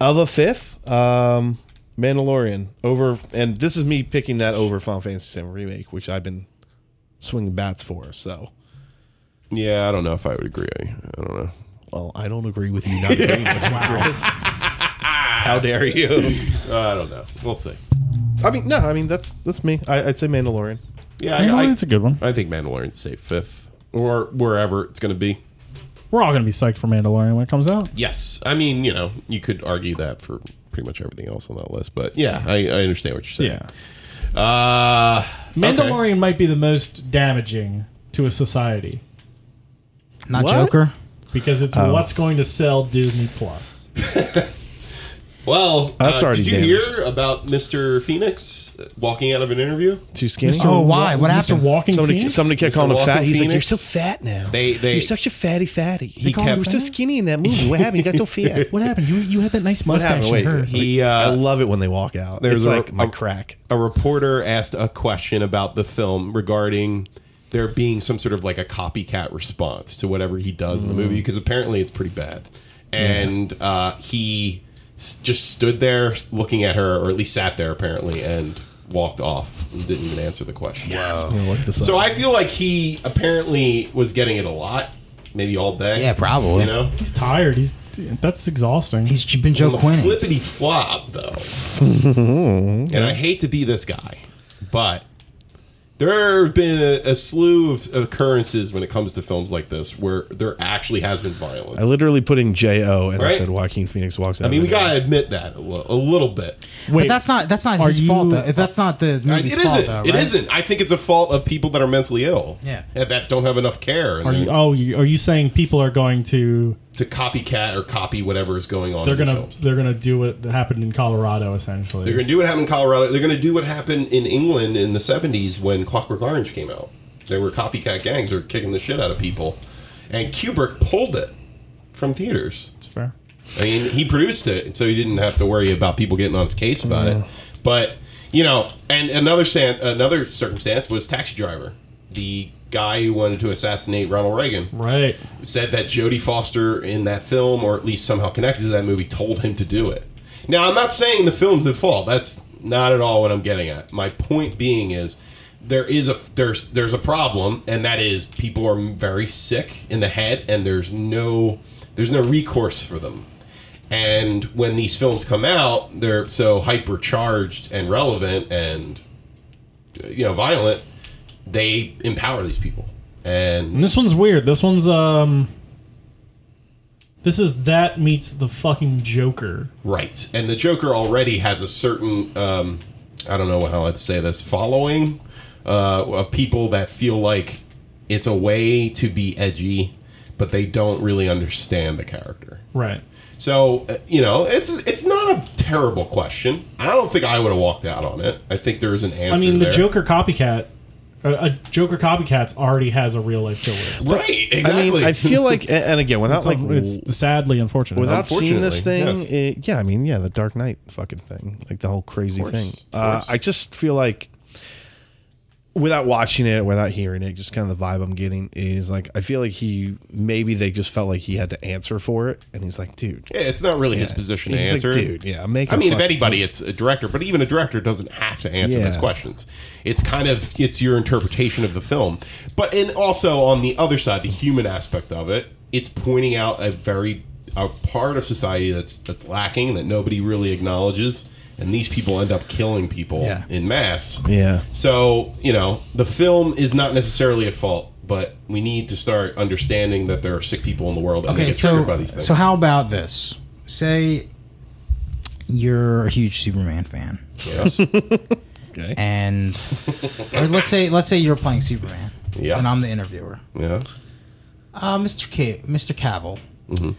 Speaker 5: of a fifth, um, Mandalorian over, and this is me picking that over Final Fantasy VII remake, which I've been swinging bats for. So,
Speaker 3: Yeah, I don't know if I would agree. I don't know.
Speaker 5: well, I don't agree with you. Not agreeing with me, Chris. How dare you?
Speaker 3: Ah. I don't know. We'll see.
Speaker 5: I mean, no. I mean, that's that's me. I, I'd say Mandalorian.
Speaker 3: Yeah,
Speaker 2: I know
Speaker 3: I, I,
Speaker 2: it's a good one.
Speaker 3: I think Mandalorian's safe fifth or wherever it's going to be.
Speaker 2: We're all gonna be psyched for Mandalorian when it comes out.
Speaker 3: Yes, I mean you know you could argue that for pretty much everything else on that list, but yeah, I, I understand what you're saying.
Speaker 2: Yeah.
Speaker 3: Uh,
Speaker 2: Mandalorian might be the most damaging to a society
Speaker 4: Not
Speaker 5: What?
Speaker 4: Joker.
Speaker 2: because it's what's going to sell Disney Plus.
Speaker 3: Well,
Speaker 5: Oh, That's
Speaker 3: uh,
Speaker 5: already
Speaker 3: did you
Speaker 5: damaged.
Speaker 3: hear about Mr. Phoenix walking out of an interview?
Speaker 5: Too skinny.
Speaker 4: Oh, why? What
Speaker 2: Mr.
Speaker 4: happened?
Speaker 2: Walking
Speaker 5: Somebody,
Speaker 2: Phoenix?
Speaker 5: somebody kept
Speaker 3: Mr.
Speaker 5: calling him
Speaker 3: Walking
Speaker 5: fat. He's like,
Speaker 3: Phoenix?
Speaker 5: "You're so fat now.
Speaker 3: They- they-
Speaker 5: you're such a fatty fatty." He
Speaker 3: called him,
Speaker 5: "You were so
Speaker 3: "Fat?"
Speaker 5: skinny in that movie. What happened? You got so fat."
Speaker 2: what happened? You you had that nice mustache
Speaker 5: happened? Wait.
Speaker 2: you heard.
Speaker 3: He
Speaker 5: I
Speaker 3: uh,
Speaker 5: love it when they walk out. There's
Speaker 3: There's a-
Speaker 5: like my
Speaker 3: a-
Speaker 5: crack.
Speaker 3: a reporter asked a question about the film regarding there being some sort of like a copycat response to whatever he does in the movie
Speaker 5: Mm.
Speaker 3: because apparently it's pretty bad. And uh, he s- just stood there looking at her, or at least sat there apparently, and walked off. and Didn't even answer the question.
Speaker 5: I'm gonna look this up.
Speaker 3: So I feel like he apparently was getting it a lot maybe all day.
Speaker 4: Yeah, probably.
Speaker 3: You know,
Speaker 2: He's tired. He's that's exhausting.
Speaker 4: He's been
Speaker 3: On
Speaker 4: Joe
Speaker 3: the
Speaker 4: Quinn.
Speaker 3: flippity flop though, and I hate to be this guy, but there have been a, a slew of occurrences when it comes to films like this where there actually has been violence.
Speaker 5: I literally put in J O and I
Speaker 3: Right.
Speaker 5: said Joaquin Phoenix walks out.
Speaker 3: I mean, we
Speaker 5: of the
Speaker 3: gotta admit that a, li- a little bit.
Speaker 2: Wait,
Speaker 4: But that's not that's not
Speaker 2: Are
Speaker 4: his fault
Speaker 2: you-
Speaker 4: though. If that's not the
Speaker 3: I- It
Speaker 4: movie's
Speaker 3: isn't.
Speaker 4: fault though, right?
Speaker 3: It isn't. I think it's a fault of people that are mentally ill.
Speaker 4: Yeah.
Speaker 3: and that don't have enough care. And
Speaker 2: are you,
Speaker 3: they're-
Speaker 2: oh, you, are you saying people are going to
Speaker 3: to copycat or copy whatever is going on.
Speaker 2: they're
Speaker 3: in the
Speaker 2: gonna
Speaker 3: films.
Speaker 2: they're gonna do what happened in Colorado essentially?
Speaker 3: They're going to do what happened in Colorado. They're going to do what happened in England in the 70s when Clockwork Orange came out. There were copycat gangs that were kicking the shit out of people. And Kubrick pulled it from theaters.
Speaker 2: That's fair.
Speaker 3: I mean, he produced it, so he didn't have to worry about people getting on his case about it. But, you know, and another, stan- another circumstance was Taxi Driver. The guy who wanted to assassinate Ronald Reagan
Speaker 2: Right.
Speaker 3: said that Jodie Foster in that film, or at least somehow connected to that movie, told him to do it. Now, I'm not saying the film's at fault. That's not at all what I'm getting at. My point being is there is a there's there's a problem, and that is people are very sick in the head, and there's no there's no recourse for them. And when these films come out, they're so hypercharged and relevant and you know violent. They empower these people, and
Speaker 2: And this one's weird. This one's um. This is that meets the fucking Joker.
Speaker 3: Right. And the Joker already has a certain, um, I don't know how I'd say this, following uh, of people that feel like it's a way to be edgy, but they don't really understand the character.
Speaker 2: Right.
Speaker 3: So, uh, you know, it's it's not a terrible question. I don't think I would have walked out on it. I think there's an
Speaker 2: I
Speaker 3: answer.
Speaker 2: mean, the
Speaker 3: there.
Speaker 2: Joker copycat. A, a Joker copycat's already has a real life killer.
Speaker 3: Right,
Speaker 5: I
Speaker 3: exactly.
Speaker 5: mean, I feel like, a- and again, without
Speaker 2: It's,
Speaker 5: like,
Speaker 2: un- it's sadly unfortunate.
Speaker 5: without seeing this thing,
Speaker 3: Unfortunately,
Speaker 5: it, yeah, I mean, yeah, the Dark Knight fucking thing, like the whole crazy
Speaker 3: course,
Speaker 5: thing.
Speaker 3: of
Speaker 5: Uh,
Speaker 3: course.
Speaker 5: I just feel like, without watching it, without hearing it, just kind of the vibe I'm getting is like, I feel like he maybe they just felt like he had to answer for it, and he's like, dude,
Speaker 3: Yeah, it's not really his position to
Speaker 5: He's like,
Speaker 3: answer.
Speaker 5: dude, yeah, I'm making
Speaker 3: I mean,
Speaker 5: a
Speaker 3: if
Speaker 5: fuck-
Speaker 3: anybody, it's a director, but even a director doesn't have to answer
Speaker 5: Yeah.
Speaker 3: those questions. It's kind of it's your interpretation of the film, but and also on the other side, the human aspect of it, it's pointing out a very a part of society that's that's lacking that nobody really acknowledges, and these people end up killing people
Speaker 4: Yeah.
Speaker 3: in mass.
Speaker 5: yeah,
Speaker 3: So you know, the film is not necessarily at fault, but we need to start understanding that there are sick people in the world, and they
Speaker 4: Okay,
Speaker 3: get
Speaker 4: so
Speaker 3: triggered by these things.
Speaker 4: so how about this? Say you're a huge Superman fan,
Speaker 3: Yes.
Speaker 4: and or let's say let's say you're playing Superman,
Speaker 3: Yeah.
Speaker 4: and I'm the interviewer.
Speaker 3: yeah.
Speaker 4: Uh, Mr. K, Mr. Cavill,
Speaker 3: Mm-hmm.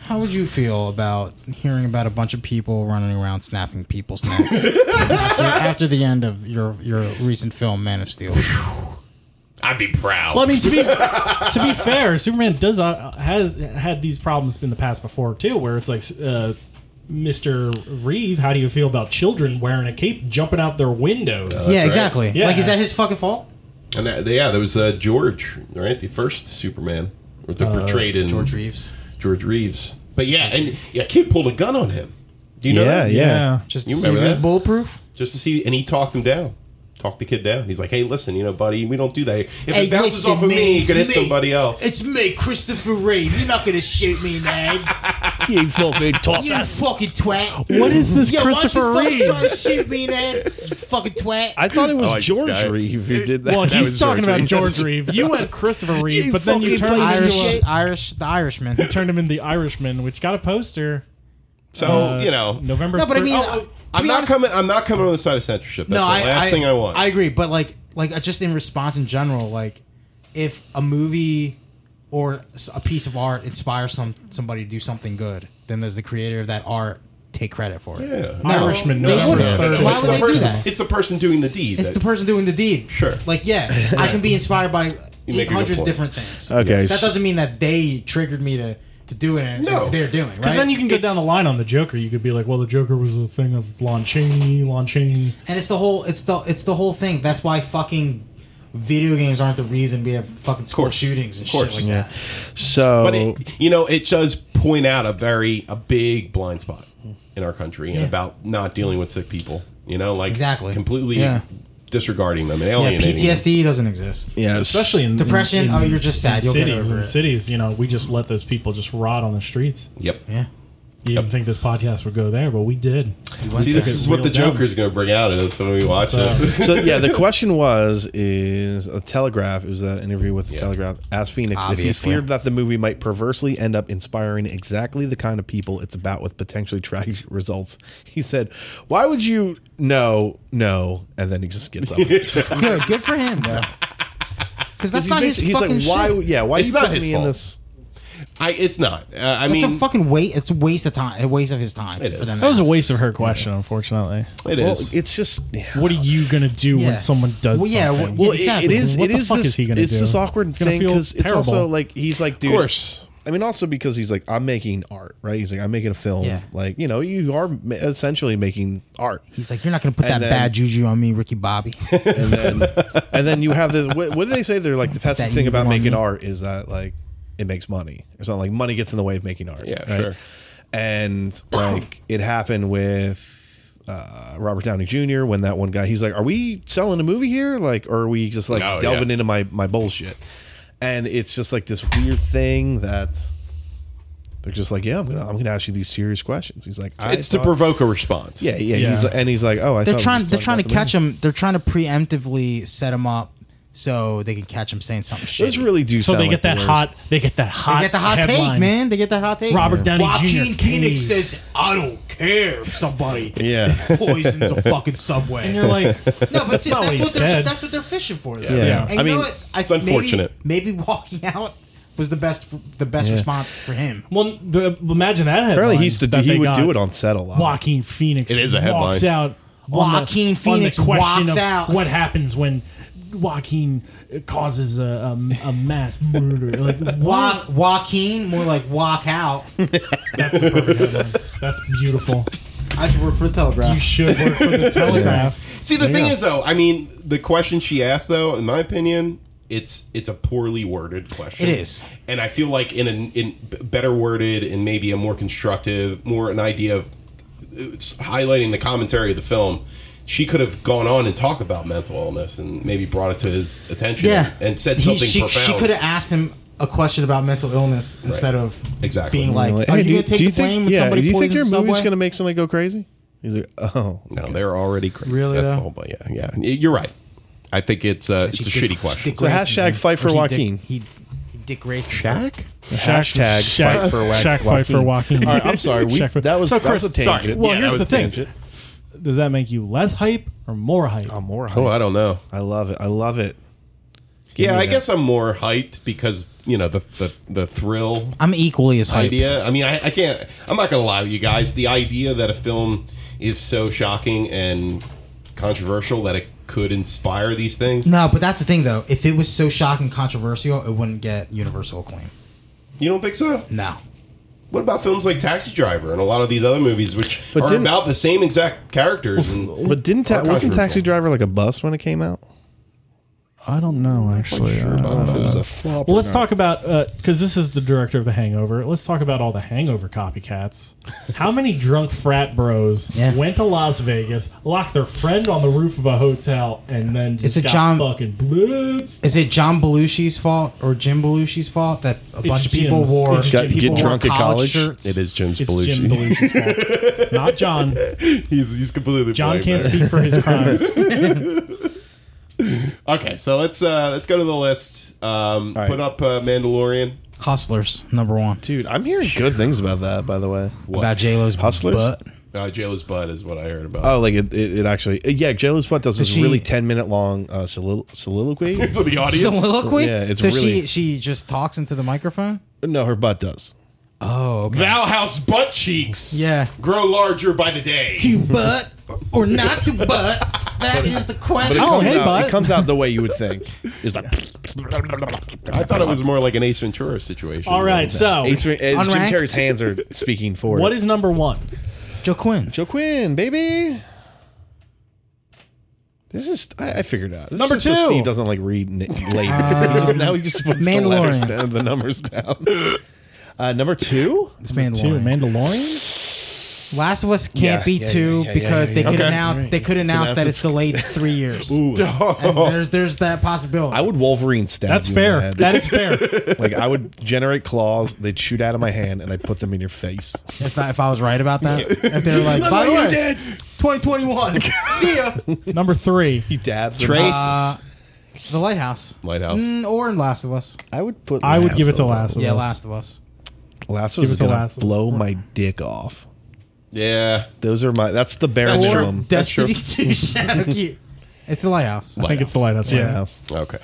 Speaker 4: how would you feel about hearing about a bunch of people running around snapping people's necks after, after the end of your your recent film Man of Steel?
Speaker 3: I'd be proud.
Speaker 2: Well, I mean, to be to be fair, Superman does uh, has had these problems in the past before too, where it's like, uh, Mister Reeve, how do you feel about children wearing a cape jumping out their windows?
Speaker 4: yeah,
Speaker 3: right.
Speaker 4: exactly.
Speaker 2: Yeah.
Speaker 4: Like, is that his fucking fault?
Speaker 3: And that, yeah, there was uh, George, right? The first Superman, or the portrayed in George,
Speaker 4: Uh, Reeves.
Speaker 3: Reeves. But yeah, and yeah, kid pulled a gun on him. Do you know?
Speaker 5: yeah,
Speaker 3: that?
Speaker 5: yeah,
Speaker 4: Just
Speaker 3: You
Speaker 4: to see if
Speaker 3: remember
Speaker 4: he was
Speaker 3: that?
Speaker 4: bulletproof.
Speaker 3: Just to see, and he talked him down. Talked the kid down. He's like, "Hey, listen, you know, buddy, we don't do that. If it bounces off of me, you could hit somebody else."
Speaker 4: It's me, Christopher Reeve. You're not gonna shoot me, man.
Speaker 5: yeah. You fucking toss
Speaker 4: You fucking twat.
Speaker 2: What is this,
Speaker 4: Yo,
Speaker 2: Christopher
Speaker 4: why don't you
Speaker 2: Reeve?
Speaker 4: fucking try to shoot me, man? You fucking twat.
Speaker 5: I thought it was
Speaker 3: like this
Speaker 5: George
Speaker 3: guy.
Speaker 5: Reeve who did that.
Speaker 2: Well,
Speaker 5: That
Speaker 2: he's
Speaker 5: was
Speaker 2: talking about
Speaker 5: Reeve.
Speaker 2: George Reeve. You went Christopher Reeve,
Speaker 5: You
Speaker 2: but then you
Speaker 5: fucking
Speaker 2: turned
Speaker 5: played
Speaker 2: Irish,
Speaker 4: Irish, Irish, the Irishman.
Speaker 2: turned him into the Irishman, which got a poster.
Speaker 3: so
Speaker 2: uh,
Speaker 3: you know,
Speaker 2: November.
Speaker 4: No, but I
Speaker 2: thir-
Speaker 4: mean,
Speaker 2: oh,
Speaker 4: uh, to
Speaker 3: I'm
Speaker 4: be
Speaker 3: not
Speaker 4: honest-
Speaker 3: coming. I'm not coming on the side of censorship. That's
Speaker 4: No,
Speaker 3: the
Speaker 4: I,
Speaker 3: last
Speaker 4: I,
Speaker 3: thing I want.
Speaker 4: I agree, but like, like uh, just in response in general, like, if a movie or s- a piece of art inspires some somebody to do something good, then there's the creator of that art take credit for it.
Speaker 3: yeah.
Speaker 2: Irishman,
Speaker 4: they
Speaker 2: November
Speaker 4: wouldn't.
Speaker 2: third.
Speaker 4: Why
Speaker 3: it's,
Speaker 4: would
Speaker 3: the
Speaker 4: they do
Speaker 3: person,
Speaker 4: that?
Speaker 3: it's the person doing the deed.
Speaker 4: It's
Speaker 3: that-
Speaker 4: the person doing the deed.
Speaker 3: Sure.
Speaker 4: Like, yeah, I can be inspired by
Speaker 3: You make a good
Speaker 4: 800
Speaker 3: point.
Speaker 4: different things.
Speaker 5: Okay,
Speaker 4: That doesn't mean that they triggered me to, to do it and
Speaker 3: No.
Speaker 4: it's their doing, right?
Speaker 2: Because then you can go
Speaker 3: It's-
Speaker 2: down the line on the Joker. You could be like, well, the Joker was a thing of Lon Chaney, Lon Chaney.
Speaker 4: And it's the whole it's the it's the whole thing. That's why fucking video games aren't the reason we have fucking school
Speaker 3: course.
Speaker 4: shootings and
Speaker 3: course.
Speaker 4: shit like that.
Speaker 5: so
Speaker 3: but
Speaker 4: Oh.
Speaker 3: it, you know it does point out a very a big blind spot in our country
Speaker 4: Yeah.
Speaker 3: about not dealing with sick people you know like
Speaker 4: Exactly.
Speaker 3: completely
Speaker 4: Yeah.
Speaker 3: disregarding them and
Speaker 4: Yeah,
Speaker 3: alienating them.
Speaker 4: PTSD doesn't exist.
Speaker 5: Yeah,
Speaker 2: Especially in
Speaker 4: Depression?
Speaker 2: in-
Speaker 4: Oh, you're just sad.
Speaker 2: in
Speaker 4: You'll get
Speaker 2: cities,
Speaker 4: over
Speaker 2: in
Speaker 4: it.
Speaker 2: cities, you know, we just let those people just rot on the streets.
Speaker 3: Yep.
Speaker 4: Yeah.
Speaker 2: You didn't think this podcast would go there, but we did.
Speaker 3: See, this is what the
Speaker 2: Real down.
Speaker 3: Joker's going to bring out in us when we watch
Speaker 2: So-
Speaker 3: it.
Speaker 5: So yeah, the question was: Is a Telegraph? It was that interview with the
Speaker 3: Yeah.
Speaker 5: Telegraph? Asked Phoenix if he
Speaker 4: Obviously.
Speaker 5: feared that the movie might perversely end up inspiring exactly the kind of people it's about with potentially tragic results. He said, "Why would you? No, no." And then he just gets up.
Speaker 4: Good, good for him, bro. Because that's not his
Speaker 5: he's
Speaker 4: fucking
Speaker 5: like, "Why?
Speaker 4: shit.
Speaker 5: Yeah, why
Speaker 3: It's
Speaker 5: you
Speaker 3: not
Speaker 5: put
Speaker 3: his
Speaker 5: me
Speaker 3: fault.
Speaker 5: in this?"
Speaker 3: I, it's not. Uh, I
Speaker 4: It's
Speaker 3: mean,
Speaker 4: a fucking waste. It's a waste of time. A waste of his time.
Speaker 3: It is.
Speaker 4: For them to
Speaker 2: That was a
Speaker 4: ask.
Speaker 2: waste of her question, unfortunately.
Speaker 3: it
Speaker 5: Well,
Speaker 3: is.
Speaker 5: it's just. yeah.
Speaker 2: What are you gonna do
Speaker 4: Yeah.
Speaker 2: when someone does
Speaker 4: Well, yeah,
Speaker 2: something?
Speaker 4: well,
Speaker 5: Well, it-
Speaker 4: exactly.
Speaker 5: it is.
Speaker 2: What
Speaker 5: it
Speaker 2: the
Speaker 5: is
Speaker 2: fuck
Speaker 5: this,
Speaker 2: is he gonna
Speaker 5: It's
Speaker 2: do?
Speaker 5: this awkward
Speaker 2: He's gonna
Speaker 5: thing
Speaker 2: feel
Speaker 5: because it's
Speaker 2: terrible.
Speaker 5: also like he's like, dude.
Speaker 3: of course.
Speaker 5: I mean, also because he's like, I'm making art, right? He's like, I'm making a film.
Speaker 4: Yeah.
Speaker 5: Like, you know, you are ma- essentially making art.
Speaker 4: He's like, you're not gonna put
Speaker 5: And
Speaker 4: that
Speaker 5: then-
Speaker 4: bad juju on me, Ricky Bobby.
Speaker 5: And then, and then you have this. What, what do they say? They're like the
Speaker 4: That
Speaker 5: pessimist thing
Speaker 4: evil
Speaker 5: about
Speaker 4: on
Speaker 5: making
Speaker 4: me.
Speaker 5: art is that like it makes money or something. Like money gets in the way of making art.
Speaker 3: Yeah,
Speaker 5: right?
Speaker 3: sure.
Speaker 5: And like it happened with uh, Robert Downey Jr. when that one guy he's like, "Are we selling a movie here? Like, or are we just like
Speaker 3: Oh,
Speaker 5: delving
Speaker 3: yeah.
Speaker 5: into my my bullshit?" And it's just like this weird thing that. They're just like, yeah, I'm gonna, I'm gonna ask you these serious questions. He's like, I
Speaker 3: It's to
Speaker 5: thought-
Speaker 3: provoke a response.
Speaker 5: Yeah, yeah.
Speaker 2: Yeah.
Speaker 5: He's, and he's like, oh, I. thought we
Speaker 4: they're
Speaker 5: were
Speaker 4: trying.
Speaker 5: just
Speaker 4: They're
Speaker 5: talking
Speaker 4: trying to
Speaker 5: about the movie."
Speaker 4: catch him. They're trying to preemptively set him up so they can catch him saying something shit.
Speaker 5: Those really do.
Speaker 2: so
Speaker 5: sound
Speaker 2: they
Speaker 5: like
Speaker 2: get
Speaker 5: the
Speaker 2: that
Speaker 5: worst.
Speaker 2: hot. They get that hot.
Speaker 4: They get the hot take,
Speaker 2: headline.
Speaker 4: man. They get the hot take.
Speaker 2: Robert Downey Jr. caved.
Speaker 4: says, "I don't care if somebody
Speaker 5: Yeah.
Speaker 4: poisons a fucking
Speaker 2: and
Speaker 4: subway."
Speaker 2: you're like,
Speaker 4: No, but see,
Speaker 2: not what
Speaker 4: that's what,
Speaker 2: he
Speaker 4: they're
Speaker 2: said.
Speaker 4: that's what they're fishing for. Though.
Speaker 5: Yeah. Yeah.
Speaker 4: And you
Speaker 5: I mean,
Speaker 4: know what? I,
Speaker 3: it's unfortunate.
Speaker 4: Maybe, maybe walking out was the best the best response for him.
Speaker 2: well, the, imagine that headline.
Speaker 5: Apparently, he used to do,
Speaker 2: that
Speaker 5: he
Speaker 2: they
Speaker 5: would
Speaker 2: got.
Speaker 5: do it on set a lot.
Speaker 2: Joaquin Phoenix.
Speaker 3: It is a headline.
Speaker 2: Walks out. on the-
Speaker 4: Joaquin
Speaker 2: on the
Speaker 4: Phoenix
Speaker 2: question
Speaker 4: walks
Speaker 2: of
Speaker 4: out.
Speaker 2: What happens when Joaquin causes a, a, a mass murder? Like
Speaker 4: Wa-
Speaker 2: what?
Speaker 4: Joaquin, more like walk out.
Speaker 2: That's the perfect headline. That's beautiful.
Speaker 4: I should work for the
Speaker 2: You
Speaker 4: Telegraph.
Speaker 2: should work for the Telegraph.
Speaker 3: See, the thing is, though, I mean, the question she asked, though, in my opinion, it's it's a poorly worded question.
Speaker 4: It is.
Speaker 3: and I feel like in an in b- better worded and maybe a more constructive, more an idea of it's highlighting the commentary of the film. She could have gone on and talked about mental illness and maybe brought it to his attention and, and said
Speaker 4: He-
Speaker 3: something
Speaker 4: she,
Speaker 3: profound.
Speaker 4: She could have asked him a question about mental illness instead of
Speaker 3: Exactly.
Speaker 4: being like,
Speaker 5: Like,
Speaker 4: "Are
Speaker 5: hey,
Speaker 4: you
Speaker 5: do
Speaker 4: going to
Speaker 5: do
Speaker 4: take
Speaker 5: you
Speaker 4: the blame
Speaker 5: think-
Speaker 4: when
Speaker 5: yeah,
Speaker 4: somebody
Speaker 5: Do you think
Speaker 4: poisons
Speaker 5: your
Speaker 4: the
Speaker 5: movie's
Speaker 4: subway?"
Speaker 5: going to make somebody go crazy? He's like, oh,
Speaker 3: no, they're already crazy.
Speaker 4: Really,
Speaker 3: That's the
Speaker 4: though?
Speaker 3: whole point. Yeah, yeah. Y- You're right. I think it's uh, it's a
Speaker 4: Dick-
Speaker 3: shitty question.
Speaker 4: Dick
Speaker 5: So
Speaker 4: Grayson,
Speaker 5: hashtag
Speaker 4: dude.
Speaker 5: fight for
Speaker 4: Or he dick-
Speaker 5: Joaquin.
Speaker 4: He, he Dick Grayson.
Speaker 5: hashtag
Speaker 2: Shaq,
Speaker 5: fight for Wa-
Speaker 2: Shaq fight for Joaquin.
Speaker 5: All right, I'm sorry. We,
Speaker 2: Shaq for-
Speaker 5: that was
Speaker 2: so
Speaker 5: that was
Speaker 2: Chris.
Speaker 5: a tangent.
Speaker 3: sorry.
Speaker 2: well,
Speaker 3: Yeah, that
Speaker 2: here's
Speaker 3: was
Speaker 2: the thing.
Speaker 5: tangent.
Speaker 2: Does that make you less hype or more hype?
Speaker 5: I'm more.
Speaker 3: Oh,
Speaker 5: Hyped.
Speaker 3: I don't know.
Speaker 5: I love it. I love it.
Speaker 3: yeah,
Speaker 5: me
Speaker 3: I
Speaker 5: that.
Speaker 3: guess I'm more hyped because you know the the, the thrill
Speaker 4: I'm equally as hyped.
Speaker 3: idea. I mean, I, I can't. I'm not going to lie to you guys. The idea that a film is so shocking and controversial that it could inspire these things.
Speaker 4: No, but that's the thing though. If it was so shocking, controversial, it wouldn't get universal acclaim.
Speaker 3: You don't think so?
Speaker 4: No,
Speaker 3: What about films like Taxi Driver and a lot of these other movies, which
Speaker 5: But
Speaker 3: are
Speaker 5: didn't-
Speaker 3: about the same exact characters? And
Speaker 5: But didn't ta-
Speaker 3: Or
Speaker 5: wasn't
Speaker 3: controversial.
Speaker 5: Taxi Driver like a bust when it came out?
Speaker 2: I don't know actually.
Speaker 3: Sure, about if it was a flop.
Speaker 2: Well, let's talk about because this is the director of The Hangover. Let's talk about all the Hangover copycats. How many drunk frat bros
Speaker 4: Yeah.
Speaker 2: went to Las Vegas, locked their friend on the roof of a hotel, and then just
Speaker 4: It's a
Speaker 2: got
Speaker 4: John-
Speaker 2: fucking blitzed?
Speaker 4: is it John Belushi's fault or Jim Belushi's fault that a bunch of people
Speaker 2: Jim's.
Speaker 4: wore
Speaker 2: It's Got- Jim's
Speaker 4: people
Speaker 2: get
Speaker 4: wore
Speaker 5: drunk at college?
Speaker 4: shirts?
Speaker 3: It is Jim
Speaker 2: It's Jim
Speaker 3: Belushi.
Speaker 2: Belushi's fault, not John.
Speaker 3: he's, he's completely
Speaker 2: John can't
Speaker 3: blamed there.
Speaker 2: speak for his crimes.
Speaker 3: Okay, so let's uh, let's go to the list. Um,
Speaker 5: right.
Speaker 3: Put up uh, Mandalorian.
Speaker 4: Hustlers number one
Speaker 5: Dude, I'm hearing good things about that. By the way,
Speaker 4: about J Lo's
Speaker 5: Hustlers?
Speaker 4: butt.
Speaker 3: Uh, Jail's Bud is what I heard about.
Speaker 5: oh, like it, it, it actually, yeah. Jayla's butt does this
Speaker 4: she-
Speaker 5: really ten minute long uh, solilo- soliloquy.
Speaker 3: to the audience.
Speaker 4: Soliloquy.
Speaker 5: Yeah, it's
Speaker 4: so
Speaker 5: really-
Speaker 4: she she just talks into the microphone.
Speaker 5: no, her butt does.
Speaker 4: Oh, okay.
Speaker 3: Thou house butt cheeks.
Speaker 4: Yeah.
Speaker 3: Grow larger by the day.
Speaker 4: to butt or not to butt? That is the
Speaker 5: But it,
Speaker 4: question.
Speaker 5: comes
Speaker 2: Oh, hey,
Speaker 5: out,
Speaker 2: bud.
Speaker 5: it comes out the way you would think. It's like
Speaker 3: I thought it was more like an Ace Ventura situation.
Speaker 2: All right, so
Speaker 5: Ace, Jim
Speaker 4: Unranked?
Speaker 5: Carrey's hands are speaking for
Speaker 2: what
Speaker 5: it.
Speaker 2: is number one?
Speaker 4: Joe Quinn.
Speaker 5: Joaquin, baby? This is I, I figured it out. This
Speaker 2: Number
Speaker 5: is just
Speaker 2: two. Uh,
Speaker 5: Steve doesn't like read n- later. He just- now he just puts the letters
Speaker 4: Mandalorian.
Speaker 5: down, the numbers down. Uh, number two,
Speaker 4: It's
Speaker 2: Two
Speaker 4: Mandalorian.
Speaker 2: Mandalorian.
Speaker 4: Last of Us can't
Speaker 5: Yeah,
Speaker 4: be
Speaker 5: yeah, yeah,
Speaker 4: two
Speaker 5: yeah, yeah,
Speaker 4: because
Speaker 5: yeah,
Speaker 4: they
Speaker 5: yeah.
Speaker 4: could
Speaker 5: Okay.
Speaker 4: announce they could announce that it's delayed three years. And there's there's that possibility.
Speaker 5: I would Wolverine stab.
Speaker 2: That's
Speaker 5: you in the
Speaker 2: fair.
Speaker 5: head.
Speaker 2: That is fair.
Speaker 5: like I would generate claws. They'd shoot out of my hand, and I'd put them in your face.
Speaker 4: if, I, if I was right about that, if they're like, by the way, 2021, see ya.
Speaker 2: Number three.
Speaker 5: He dabs.
Speaker 3: Trace
Speaker 4: Uh, the Lighthouse,
Speaker 3: Lighthouse.
Speaker 4: Mm, or in Last of Us.
Speaker 5: I would put.
Speaker 2: I would give it to
Speaker 5: Lasso.
Speaker 2: Last of
Speaker 4: Yeah,
Speaker 2: Us.
Speaker 4: Last of Us.
Speaker 5: Lasso
Speaker 2: Give
Speaker 5: is
Speaker 2: it to
Speaker 5: gonna
Speaker 2: Lasso.
Speaker 5: blow my dick off.
Speaker 3: Yeah,
Speaker 5: Those are my. That's the bare
Speaker 3: That's true.
Speaker 5: minimum.
Speaker 3: That's
Speaker 4: Destiny 2 Shadowkeep. It's the Lighthouse.
Speaker 2: I think it's the lighthouse. Yeah.
Speaker 5: Lighthouse.
Speaker 3: okay.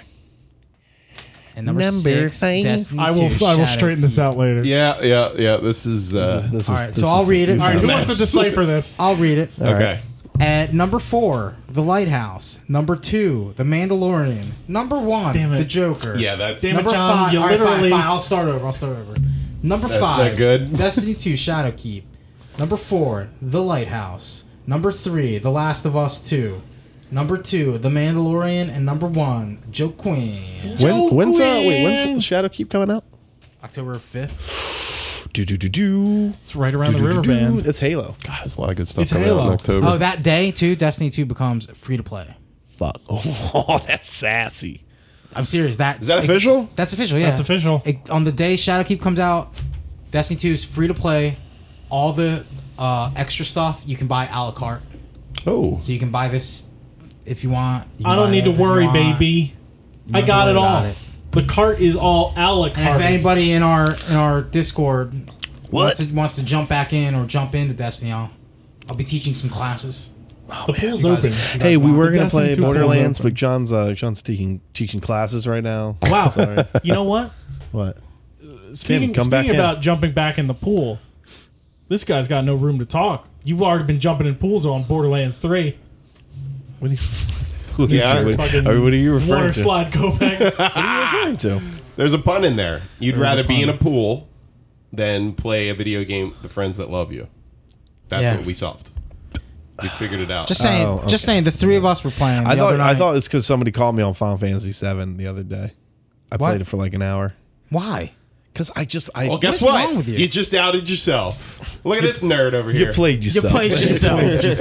Speaker 4: And number,
Speaker 1: Number
Speaker 4: six,
Speaker 1: five.
Speaker 4: Destiny
Speaker 2: I will.
Speaker 4: 2
Speaker 2: I will
Speaker 4: Shadow
Speaker 2: straighten
Speaker 4: Key.
Speaker 2: this out later.
Speaker 3: Yeah, yeah, yeah. This is uh,
Speaker 5: This
Speaker 4: All
Speaker 5: is-
Speaker 4: right,
Speaker 5: this
Speaker 4: so
Speaker 5: is
Speaker 4: I'll
Speaker 5: the-
Speaker 4: read it.
Speaker 5: this
Speaker 4: All
Speaker 5: is
Speaker 4: right,
Speaker 2: Who
Speaker 5: the
Speaker 2: wants to
Speaker 5: mess.
Speaker 2: decipher this?
Speaker 4: I'll read it.
Speaker 3: okay.
Speaker 4: At number four, The Lighthouse. Number two, The Mandalorian. Number one,
Speaker 2: Damn it.
Speaker 4: The Joker.
Speaker 3: Yeah, that's
Speaker 2: Damn it,
Speaker 4: number
Speaker 2: John,
Speaker 4: five.
Speaker 2: you
Speaker 4: all right, fine,
Speaker 2: literally-
Speaker 4: fine, I'll start over. I'll start over. Number
Speaker 3: That's
Speaker 4: five.
Speaker 3: not good.
Speaker 4: Destiny Two Shadowkeep. Number four, The Lighthouse. Number three, The Last of Us Two. Number two, The Mandalorian, and number one, Joe Quinn.
Speaker 5: When, when's uh, wait? When's the Shadow Keep coming out?
Speaker 4: October fifth.
Speaker 5: Do do do do.
Speaker 2: It's right around the river band.
Speaker 5: It's Halo.
Speaker 3: God, there's a lot of good stuff
Speaker 2: It's
Speaker 3: coming out in
Speaker 2: Halo.
Speaker 3: October.
Speaker 4: Oh, that day too. Destiny Two becomes free to play.
Speaker 5: Fuck. Oh, that's sassy.
Speaker 4: I'm serious. That's
Speaker 3: Is that official?
Speaker 4: That's official. Yeah,
Speaker 2: That's official.
Speaker 4: It- on the day Shadowkeep comes out, Destiny Two is free to play. All the uh, extra stuff you can buy a la carte,
Speaker 3: Oh,
Speaker 4: so you can buy this if you want. You can
Speaker 2: I don't
Speaker 4: buy
Speaker 2: need to
Speaker 4: anything you
Speaker 2: worry,
Speaker 4: want.
Speaker 2: baby. I
Speaker 4: don't
Speaker 2: got
Speaker 4: worry
Speaker 2: it
Speaker 4: about
Speaker 2: all.
Speaker 4: it.
Speaker 2: The cart is all a la
Speaker 4: And if
Speaker 2: carte.
Speaker 4: anybody in our in our Discord wants to, wants to jump back in or jump into Destiny, I'll, I'll be teaching some classes.
Speaker 2: the pool's
Speaker 4: You guys-
Speaker 2: open.
Speaker 4: you guys
Speaker 5: Hey, we
Speaker 4: want-
Speaker 5: were gonna
Speaker 2: Destiny
Speaker 5: play
Speaker 2: two
Speaker 5: Borderlands,
Speaker 2: open.
Speaker 5: but John's uh, John's teaching teaching classes right now.
Speaker 2: Wow. You know what?
Speaker 5: What?
Speaker 2: Speaking,
Speaker 5: come
Speaker 2: speaking
Speaker 5: back in.
Speaker 2: about jumping back in the pool, this guy's got no room to talk. You've already been jumping in pools on Borderlands 3.
Speaker 5: What are you? Who is
Speaker 3: Yeah,
Speaker 5: you?
Speaker 3: I-
Speaker 5: What- are- what are you referring
Speaker 2: Water
Speaker 5: to?
Speaker 2: slide go back.
Speaker 5: What are you referring to?
Speaker 3: there's a pun in there. You'd rather
Speaker 2: a
Speaker 3: be in a
Speaker 2: pun.
Speaker 3: pool than play a video game. The friends that love you. That's
Speaker 4: Yeah.
Speaker 3: what we solved. We figured it out.
Speaker 4: Just saying,
Speaker 5: Oh,
Speaker 4: just saying. The three of us were playing. The
Speaker 5: I thought
Speaker 4: other night.
Speaker 5: I thought it's because somebody called me on Final Fantasy VII the other day. I
Speaker 4: What?
Speaker 5: played it for like an hour
Speaker 4: why?
Speaker 5: because I just I
Speaker 3: well, guess
Speaker 4: what's
Speaker 3: what?
Speaker 4: wrong with you?
Speaker 3: you just outed yourself. Look at this nerd over
Speaker 5: you
Speaker 3: here.
Speaker 5: played yourself.
Speaker 2: Oh, yourself.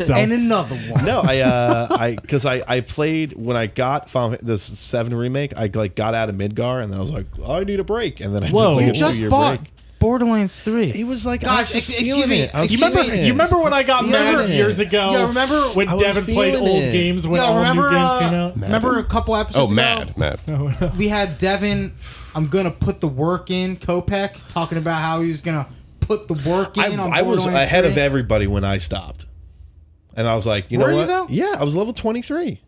Speaker 4: and another one.
Speaker 5: No, I uh, I because I I played when I got Final this seven remake. I like got out of Midgar and then I was like, I need a break, and then I
Speaker 2: Whoa.
Speaker 5: took like,
Speaker 2: You
Speaker 5: a
Speaker 4: You just
Speaker 5: two-year
Speaker 4: bought
Speaker 5: break.
Speaker 4: Borderlands Three.
Speaker 5: He was like, I was
Speaker 4: Gosh,
Speaker 5: just
Speaker 4: ex- excuse
Speaker 5: feeling
Speaker 4: me.
Speaker 5: it. I was
Speaker 4: You
Speaker 5: feeling
Speaker 4: remember-
Speaker 5: it.
Speaker 2: You remember when I got mad
Speaker 5: remember-
Speaker 2: years ago?
Speaker 4: Yeah, remember-
Speaker 2: when
Speaker 5: I was
Speaker 2: Devin played
Speaker 5: feeling
Speaker 2: old
Speaker 5: it.
Speaker 2: games when
Speaker 4: Yo,
Speaker 2: all
Speaker 4: remember,
Speaker 2: new games
Speaker 4: uh,
Speaker 2: came out?
Speaker 4: Remember a couple episodes
Speaker 3: oh,
Speaker 4: ago?
Speaker 3: mad, mad.
Speaker 4: We had Devin, I'm going to put the work in, Kopek, talking about how he was going to put the work in on
Speaker 5: I, I was
Speaker 4: Borderlands
Speaker 5: ahead
Speaker 4: 3.
Speaker 5: of everybody when I stopped, and I was like, you
Speaker 4: Were
Speaker 5: know
Speaker 4: you
Speaker 5: what?
Speaker 4: though?
Speaker 5: Yeah, I was level twenty three.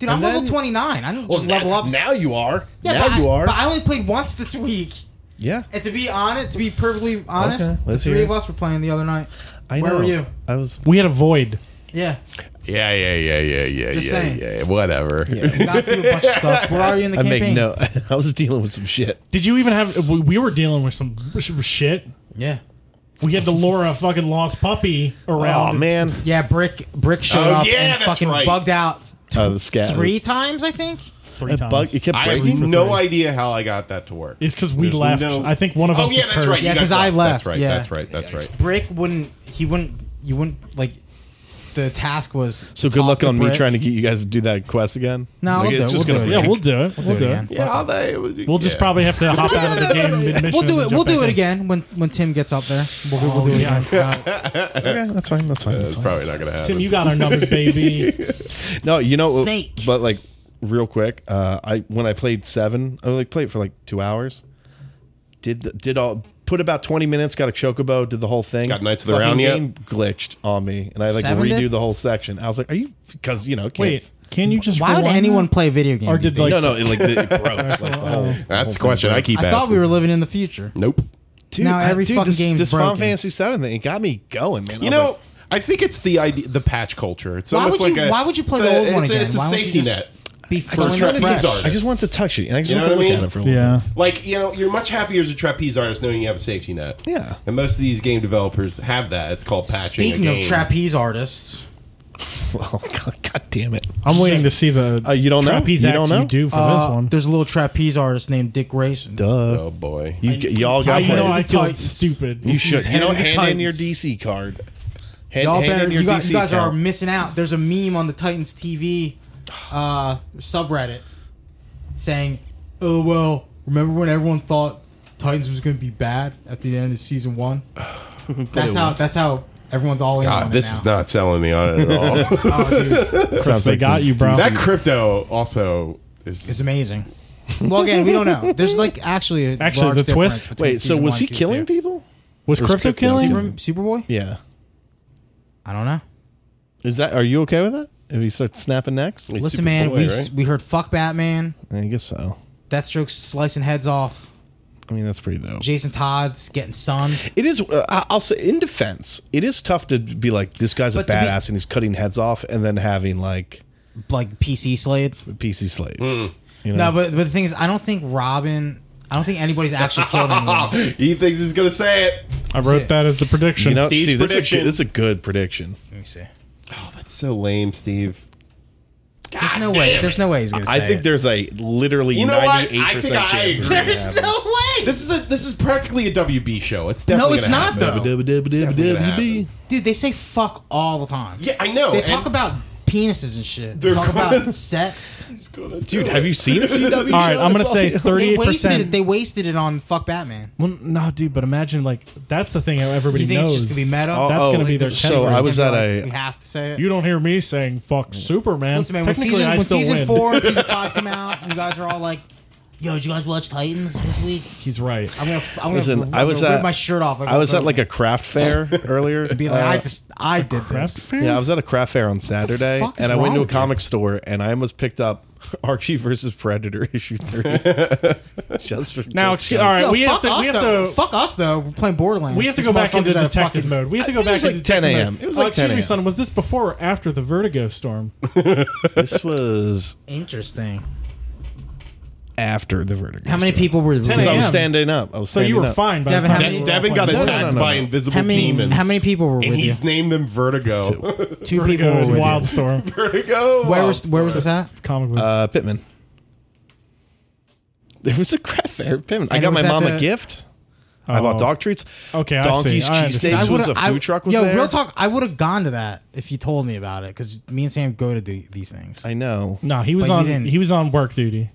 Speaker 4: Dude, I'm
Speaker 5: and
Speaker 4: level
Speaker 5: then-
Speaker 4: 29. I don't just
Speaker 5: now,
Speaker 4: level up.
Speaker 5: Now you are.
Speaker 4: Yeah,
Speaker 5: now
Speaker 4: but
Speaker 5: you
Speaker 4: I,
Speaker 5: are.
Speaker 4: But I only played once this week.
Speaker 5: yeah,
Speaker 4: And to be honest, to be perfectly honest,
Speaker 5: Okay,
Speaker 4: the
Speaker 5: let's
Speaker 4: three
Speaker 5: hear
Speaker 4: of
Speaker 5: it.
Speaker 4: us were playing the other night.
Speaker 5: I
Speaker 4: Where
Speaker 5: know.
Speaker 4: were you?
Speaker 5: I was.
Speaker 2: We had a void.
Speaker 4: Yeah.
Speaker 3: Yeah, yeah, yeah, yeah, yeah,
Speaker 4: Just
Speaker 3: yeah,
Speaker 4: saying.
Speaker 3: yeah. Whatever.
Speaker 4: We got through a bunch of stuff. Where are you in the
Speaker 5: I make
Speaker 4: campaign?
Speaker 5: no. I was dealing with some shit.
Speaker 2: Did you even have? We we were dealing with some shit.
Speaker 4: Yeah.
Speaker 2: We had to lure a fucking lost puppy
Speaker 5: Oh
Speaker 2: around.
Speaker 5: man.
Speaker 4: Yeah, Brick Brick showed
Speaker 3: Oh,
Speaker 4: up
Speaker 3: yeah,
Speaker 4: and
Speaker 3: that's
Speaker 4: fucking
Speaker 3: right.
Speaker 4: bugged out
Speaker 5: Uh, the scat.
Speaker 4: three times, I think.
Speaker 2: three
Speaker 5: It,
Speaker 2: times.
Speaker 5: bug, it kept
Speaker 3: I have
Speaker 5: breaking. for
Speaker 3: no
Speaker 5: three.
Speaker 3: idea how I got that to work.
Speaker 2: It's because we
Speaker 3: There's
Speaker 2: left.
Speaker 3: no-
Speaker 2: I think one of
Speaker 3: oh
Speaker 2: us.
Speaker 3: yeah,
Speaker 2: was
Speaker 3: that's right.
Speaker 2: cursed.
Speaker 3: you
Speaker 4: Yeah,
Speaker 3: guys
Speaker 4: 'cause I left,
Speaker 3: That's right.
Speaker 4: yeah.
Speaker 3: That's right. That's right.
Speaker 4: Brick wouldn't. He wouldn't. You wouldn't like. The task was.
Speaker 5: So
Speaker 4: to
Speaker 5: good
Speaker 4: talk
Speaker 5: luck
Speaker 4: to
Speaker 5: on
Speaker 4: Brick.
Speaker 5: me trying to get you guys to do that quest again.
Speaker 4: No,
Speaker 5: Like,
Speaker 4: we'll
Speaker 5: it's
Speaker 4: do it.
Speaker 5: just
Speaker 4: We'll
Speaker 5: gonna
Speaker 4: do it.
Speaker 2: Yeah,
Speaker 5: break.
Speaker 2: we'll do it. We'll,
Speaker 4: We'll
Speaker 2: do it.
Speaker 3: Yeah, I'll tell you-
Speaker 2: We'll just
Speaker 3: yeah.
Speaker 2: probably have to hop out of the game mid-mission.
Speaker 4: We'll do
Speaker 2: and
Speaker 4: it.
Speaker 2: jump
Speaker 4: We'll
Speaker 2: back
Speaker 4: do it
Speaker 2: in.
Speaker 4: again when when Tim gets up there. We'll, we'll do it
Speaker 3: Oh,
Speaker 4: again.
Speaker 5: Okay, that's fine. That's fine. That's
Speaker 3: It's
Speaker 5: fine.
Speaker 3: probably not gonna happen.
Speaker 2: Tim, you got our numbers, baby.
Speaker 5: No, you know, uh,
Speaker 4: Snake.
Speaker 5: But like, real quick, uh, I when I played seven, I like played it for like two hours. Did the, did all put about twenty minutes? Got a chocobo. Did the whole thing.
Speaker 3: Got Knights of the
Speaker 5: Fucking
Speaker 3: Round yet?
Speaker 5: Game glitched on me, and I like
Speaker 4: Seven
Speaker 5: redo
Speaker 4: did?
Speaker 5: the whole section. I was like, "Are you?" Because you know, kids.
Speaker 2: Wait, can you just?
Speaker 4: Why would
Speaker 2: rewind
Speaker 4: anyone
Speaker 2: that?
Speaker 4: play video games?
Speaker 2: Or
Speaker 4: these
Speaker 2: did like?
Speaker 5: No, no, it like it broke. Like, the whole-
Speaker 3: That's the question I keep
Speaker 4: days? I
Speaker 3: asking.
Speaker 4: thought we were living in the future.
Speaker 3: Nope.
Speaker 5: dude,
Speaker 4: Now every
Speaker 5: dude,
Speaker 4: fucking
Speaker 5: this,
Speaker 4: game's
Speaker 5: This Final
Speaker 4: broken.
Speaker 5: Fantasy Seven thing, it got me going, man. I
Speaker 3: You
Speaker 5: was
Speaker 3: know,
Speaker 5: like,
Speaker 3: I think it's the idea, the patch culture. It's
Speaker 4: Why
Speaker 3: almost
Speaker 4: would you-
Speaker 3: like a.
Speaker 4: why would you play
Speaker 3: it's
Speaker 4: the
Speaker 3: a-
Speaker 4: old one
Speaker 3: it's a-
Speaker 4: again?
Speaker 3: It's a
Speaker 4: Why would you
Speaker 3: safety
Speaker 4: just-
Speaker 3: net.
Speaker 4: Be
Speaker 3: First
Speaker 4: filling
Speaker 3: try
Speaker 4: the
Speaker 3: for
Speaker 4: gaps.
Speaker 3: these artists.
Speaker 5: I just want to touch it, and I just
Speaker 3: You
Speaker 5: want
Speaker 3: know
Speaker 5: to
Speaker 3: what I
Speaker 5: look at
Speaker 3: mean?
Speaker 5: it for a little
Speaker 2: Yeah.
Speaker 3: Like you know, you're much happier as a trapeze artist knowing you have a safety net.
Speaker 5: Yeah.
Speaker 3: And most of these game developers have that. It's called patching. a
Speaker 4: Speaking of
Speaker 3: game.
Speaker 4: trapeze artists,
Speaker 5: bit. Oh, God, God damn it!
Speaker 2: I'm waiting to see the
Speaker 5: Uh, you don't know?
Speaker 2: trapeze
Speaker 5: You
Speaker 2: act
Speaker 5: don't know?
Speaker 2: you do for
Speaker 4: Uh,
Speaker 2: this one.
Speaker 4: There's a little trapeze artist named Dick Grayson.
Speaker 5: Duh,
Speaker 3: Oh boy.
Speaker 5: you, y'all
Speaker 2: I
Speaker 5: got.
Speaker 2: you know
Speaker 5: played.
Speaker 2: I feel
Speaker 4: Titans.
Speaker 2: stupid.
Speaker 5: you should. You know,
Speaker 4: Hand in
Speaker 5: hand
Speaker 4: the
Speaker 5: in your
Speaker 4: Titans.
Speaker 5: DC card. Hand,
Speaker 4: Y'all
Speaker 5: hand
Speaker 4: better.
Speaker 5: in your
Speaker 4: You guys,
Speaker 5: DC
Speaker 4: you guys are
Speaker 5: card.
Speaker 4: missing out. There's a meme on the Titans TV uh, subreddit saying, "Oh well, remember when everyone thought Titans was going to be bad at the end of season one? that's how. That's how everyone's all in. on
Speaker 3: God,
Speaker 4: it
Speaker 3: Ah, this
Speaker 4: now.
Speaker 3: is not selling me on it at all.
Speaker 4: Oh, dude,
Speaker 2: Chris, they got you, bro.
Speaker 3: that crypto also is
Speaker 4: it's amazing. Well, again, we don't know. There's like actually a
Speaker 2: Actually,
Speaker 4: large
Speaker 2: the
Speaker 4: difference
Speaker 2: twist-
Speaker 4: between
Speaker 5: Wait, so
Speaker 4: season
Speaker 5: was
Speaker 4: one
Speaker 5: he
Speaker 4: and season
Speaker 5: killing
Speaker 4: two.
Speaker 5: people?
Speaker 2: was crypto killing?
Speaker 4: Super, Superboy?
Speaker 5: Yeah.
Speaker 4: I don't know.
Speaker 5: Is that? Are you okay with that? If he starts snapping necks,
Speaker 4: Listen, man,
Speaker 3: Superboy,
Speaker 4: we
Speaker 3: right?
Speaker 4: we heard fuck Batman,
Speaker 5: I guess so.
Speaker 4: Deathstroke slicing heads off,
Speaker 5: I mean, that's pretty dope.
Speaker 4: Jason Todd's getting sunned.
Speaker 5: It is. Uh, I- I'll say, in defense, it is tough to be like this guy's
Speaker 4: But
Speaker 5: a
Speaker 4: to be-
Speaker 5: badass and he's cutting heads off, and then having like
Speaker 4: like PC Slade.
Speaker 5: a PC slave.
Speaker 4: No, but but the thing is, I don't think Robin. I don't think anybody's actually killed anyone.
Speaker 3: he thinks he's gonna say it.
Speaker 2: I wrote that as the prediction.
Speaker 5: You know,
Speaker 3: Steve's
Speaker 5: Steve, this is, a
Speaker 3: prediction.
Speaker 5: good, this is a good prediction.
Speaker 4: Let me see.
Speaker 3: Oh, that's so lame, Steve.
Speaker 4: There's no way. There's no way he's gonna. Say
Speaker 5: I think
Speaker 4: it.
Speaker 5: there's a literally
Speaker 3: You know what? I
Speaker 5: ninety
Speaker 3: think
Speaker 5: eight percent
Speaker 3: I
Speaker 5: chance.
Speaker 3: agree.
Speaker 5: it's gonna
Speaker 4: There's
Speaker 5: happen.
Speaker 4: no way,
Speaker 3: This is a this is practically a WB show. It's definitely
Speaker 4: No, it's
Speaker 3: gonna
Speaker 4: not,
Speaker 3: happen.
Speaker 4: though.
Speaker 3: definitely gonna
Speaker 5: WWWB.
Speaker 3: happen.
Speaker 4: dude. They say fuck all the time.
Speaker 3: Yeah, I know.
Speaker 4: They talk
Speaker 3: and-
Speaker 4: about penises and shit. They
Speaker 3: They're
Speaker 4: talk
Speaker 3: gonna-
Speaker 4: about sex.
Speaker 5: Dude, have you seen a CW?
Speaker 2: All right,
Speaker 5: show?
Speaker 2: I'm gonna
Speaker 5: That's all
Speaker 2: say
Speaker 5: you-
Speaker 4: They
Speaker 2: thirty-eight
Speaker 4: wasted it.
Speaker 2: percent.
Speaker 4: They wasted it on fuck Batman.
Speaker 2: Well, no, dude, but imagine like that's the thing how everybody
Speaker 4: You think
Speaker 2: knows.
Speaker 4: it's just gonna be meta?
Speaker 5: Oh,
Speaker 2: That's
Speaker 5: oh,
Speaker 2: gonna be their
Speaker 5: so
Speaker 2: catchphrase.
Speaker 5: I was
Speaker 4: They're
Speaker 5: at
Speaker 4: gonna be
Speaker 5: a
Speaker 4: like, We have to say it.
Speaker 2: You don't hear me saying "fuck Superman."
Speaker 4: Listen, man. When
Speaker 2: Technically,
Speaker 4: season,
Speaker 2: I
Speaker 4: when
Speaker 2: still
Speaker 4: season
Speaker 2: win.
Speaker 4: four and season five come out, you guys are all like, "Yo, did you guys watch Titans this week?"
Speaker 2: He's right.
Speaker 4: I'm gonna. I'm gonna.
Speaker 5: Listen,
Speaker 4: I'm
Speaker 5: I was
Speaker 4: gonna rip
Speaker 5: at-
Speaker 4: my shirt off.
Speaker 5: I was at like a craft fair earlier.
Speaker 4: Be like,
Speaker 5: Uh,
Speaker 4: I just. I did this.
Speaker 5: Yeah, I was at a craft fair on Saturday,
Speaker 4: fuck is
Speaker 5: and I
Speaker 4: wrong
Speaker 5: went to a
Speaker 4: with you?
Speaker 5: comic store, and I almost picked up Archie versus Predator issue three. just for,
Speaker 2: Now,
Speaker 5: just
Speaker 2: excuse, all right,
Speaker 4: No,
Speaker 2: we have
Speaker 4: fuck
Speaker 2: to.
Speaker 4: us
Speaker 2: We have
Speaker 4: though.
Speaker 2: to.
Speaker 4: Fuck us though. We're playing Borderlands.
Speaker 2: We have to
Speaker 4: These
Speaker 2: go back into
Speaker 4: motherfuckers are
Speaker 2: detective
Speaker 4: fucking-
Speaker 2: mode. We have to go
Speaker 5: It
Speaker 2: back
Speaker 5: was
Speaker 2: into
Speaker 5: like
Speaker 2: detective
Speaker 5: 10 a.m..
Speaker 2: mode.
Speaker 5: It was
Speaker 2: Uh,
Speaker 5: like
Speaker 2: excuse
Speaker 5: 10
Speaker 2: me,
Speaker 5: a.m..
Speaker 2: son. Was this before or after the Vertigo storm?
Speaker 5: This was
Speaker 4: Interesting.
Speaker 5: after the verdict.
Speaker 4: How many people were?
Speaker 2: 10
Speaker 5: So I
Speaker 2: a.m.?
Speaker 5: was standing up. I was
Speaker 2: So
Speaker 5: standing
Speaker 2: you were
Speaker 5: up.
Speaker 2: fine. By the
Speaker 4: Devin, how
Speaker 2: time
Speaker 4: many-
Speaker 2: you were
Speaker 3: Devin
Speaker 2: all
Speaker 3: got
Speaker 2: playing.
Speaker 5: No,
Speaker 3: attacked
Speaker 5: no, no, no,
Speaker 3: by
Speaker 5: no.
Speaker 3: invisible
Speaker 4: How many-
Speaker 3: demons.
Speaker 4: how many people were
Speaker 3: And
Speaker 4: with
Speaker 3: he's
Speaker 4: you?
Speaker 3: named them Vertigo.
Speaker 4: Two people
Speaker 2: Vertigo
Speaker 4: were
Speaker 2: is
Speaker 4: with
Speaker 2: wild
Speaker 4: you.
Speaker 2: storm.
Speaker 3: Vertigo.
Speaker 4: Where
Speaker 3: Oh,
Speaker 4: was Where was this at?
Speaker 2: Comic books.
Speaker 5: Uh, Pittman. There was a craft fair. at Pittman. I
Speaker 4: And
Speaker 5: got
Speaker 4: was
Speaker 5: my
Speaker 4: that
Speaker 5: mom
Speaker 4: the-
Speaker 5: a gift. I bought
Speaker 2: Oh.
Speaker 5: dog treats.
Speaker 2: Okay, I see.
Speaker 5: Donkey's
Speaker 2: I understand.
Speaker 5: cheesesteaks was
Speaker 4: would've-
Speaker 5: a food truck was
Speaker 4: yo,
Speaker 5: there.
Speaker 4: real talk. I would have gone to that if you told me about it because me and Sam go to do these things
Speaker 5: I know.
Speaker 2: no, he was
Speaker 4: but you
Speaker 2: on.
Speaker 4: didn't.
Speaker 2: He was on work duty.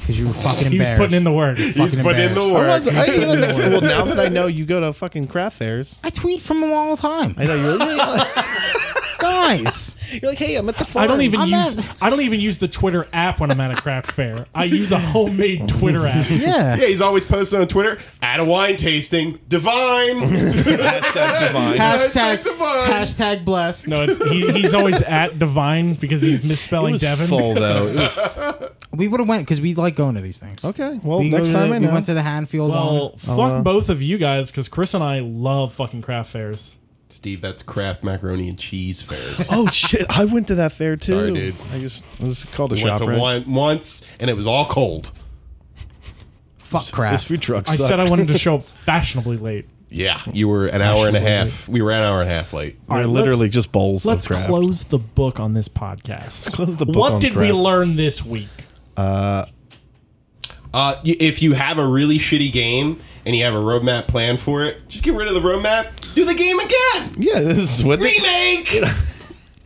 Speaker 4: because you were fucking
Speaker 2: He was
Speaker 4: embarrassed.
Speaker 2: putting in the work.
Speaker 3: He's put in the
Speaker 5: I
Speaker 3: work.
Speaker 5: was, I, you know, next- well, now that I know you go to fucking craft fairs,
Speaker 4: I tweet from them all the time,
Speaker 5: I know you're like,
Speaker 4: guys.
Speaker 5: you're like, hey, I'm at the farm.
Speaker 2: I don't even
Speaker 4: I'm
Speaker 2: use.
Speaker 4: not-
Speaker 2: I don't even use the Twitter app when I'm at a craft fair. I use a homemade Twitter app.
Speaker 4: Yeah.
Speaker 3: Yeah, he's always posting on Twitter at a wine tasting. Divine.
Speaker 4: Hashtag,
Speaker 3: Hashtag divine.
Speaker 4: hashtag blessed.
Speaker 2: No, it's, he, he's always at Divine because he's
Speaker 5: It
Speaker 2: misspelling
Speaker 5: was
Speaker 2: Devin.
Speaker 5: full though. It was
Speaker 4: We would have went because we like going to these things.
Speaker 5: Okay. Well,
Speaker 4: we
Speaker 5: Oh,
Speaker 4: go
Speaker 5: next
Speaker 4: to
Speaker 5: time
Speaker 4: the,
Speaker 5: I
Speaker 4: we
Speaker 5: know.
Speaker 4: went to the Hanfield.
Speaker 2: Well,
Speaker 4: one.
Speaker 2: fuck both of you guys because Chris and I love fucking craft fairs.
Speaker 3: Steve, that's Kraft macaroni and cheese fairs.
Speaker 5: oh shit! I went to that fair too.
Speaker 3: Sorry, dude.
Speaker 5: I just I was called a
Speaker 3: We went
Speaker 5: shop.
Speaker 3: to
Speaker 5: Right?
Speaker 3: one once, and it was all cold.
Speaker 4: fuck
Speaker 5: This
Speaker 4: crap.
Speaker 5: food truck.
Speaker 2: I said I wanted to show up fashionably late.
Speaker 3: Yeah, you were an hour and a half. We were an hour and a half late.
Speaker 5: They're
Speaker 2: right,
Speaker 5: literally just bowls.
Speaker 2: Let's
Speaker 5: of crap.
Speaker 2: close the book on this podcast.
Speaker 5: close the book
Speaker 2: what
Speaker 5: on
Speaker 2: did we
Speaker 5: craft.
Speaker 2: learn this week?
Speaker 3: Uh, y- if you have a really shitty game and you have a roadmap plan for it, just get rid of the roadmap. Do the game again.
Speaker 5: Yeah, this is what. They,
Speaker 3: Remake.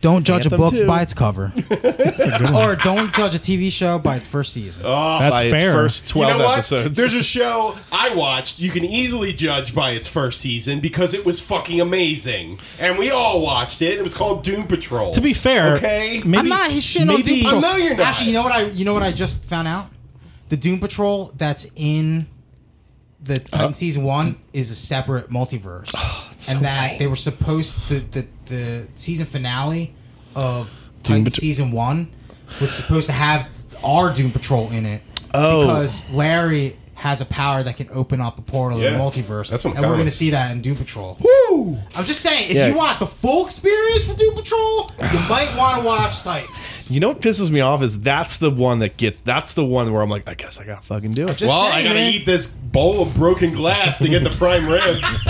Speaker 4: Don't judge a
Speaker 5: Anthem
Speaker 4: book
Speaker 5: too.
Speaker 4: by its cover, or don't judge a TV show by its first season.
Speaker 3: Oh,
Speaker 2: That's
Speaker 5: by its
Speaker 2: fair.
Speaker 5: first
Speaker 3: You
Speaker 5: twelve
Speaker 3: know what?
Speaker 5: episodes.
Speaker 3: There's a show I watched. You can easily judge by its first season because it was fucking amazing, and we all watched it. It was called Doom Patrol.
Speaker 2: To be fair,
Speaker 3: okay,
Speaker 2: maybe,
Speaker 4: I'm not his shit on Doom
Speaker 2: maybe-
Speaker 4: Patrol.
Speaker 3: I know you're not.
Speaker 4: Actually, you know what I you know what I just found out? The Doom Patrol that's in
Speaker 2: Uh,
Speaker 4: the Titan season one is a separate multiverse, and that they were supposed the the, the season finale of Titan
Speaker 5: Patro-
Speaker 4: season one was supposed to have our Doom Patrol in it
Speaker 5: Oh.
Speaker 4: because Larry has a power that can open up a portal in
Speaker 3: Yeah.
Speaker 4: the multiverse,
Speaker 3: That's what I'm
Speaker 4: and we're
Speaker 3: calling
Speaker 4: going to
Speaker 3: it.
Speaker 4: see that in Doom Patrol. I'm just saying, if
Speaker 5: Yeah.
Speaker 4: you want the full experience for Doom Patrol, you might want to watch Titans.
Speaker 5: You know what pisses me off is that's the one that gets that's the one where I'm like, I guess I gotta fucking do it.
Speaker 3: Well, I gotta eat this bowl of broken glass to get the prime rib.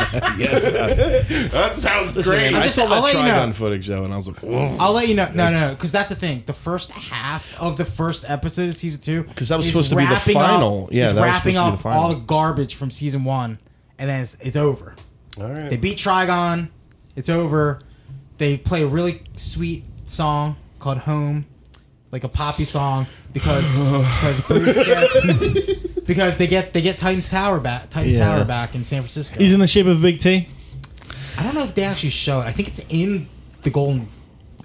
Speaker 3: that sounds great.
Speaker 5: I
Speaker 4: just-
Speaker 5: saw
Speaker 4: I'll
Speaker 5: that
Speaker 4: let you
Speaker 5: trigon
Speaker 4: know.
Speaker 5: footage though, and I was like, because
Speaker 4: I'll let you know. No, no, because that's the thing. The first half of the first episode of season two, because
Speaker 5: that was supposed to be the final. Yeah,
Speaker 4: he's
Speaker 5: that was supposed to
Speaker 4: wrapping
Speaker 5: be
Speaker 4: up
Speaker 5: the final.
Speaker 4: all the garbage from season one, and then it's, it's over.
Speaker 3: All
Speaker 4: They
Speaker 3: right.
Speaker 4: beat Trigon. It's over. They play a really sweet song called "Home," like a poppy song, because because Bruce gets because they get they get Titan's Tower back Titan's
Speaker 5: Yeah.
Speaker 4: Tower back in San Francisco.
Speaker 2: He's in the shape of a big T.
Speaker 4: I don't know if they actually show it. I think it's in the Golden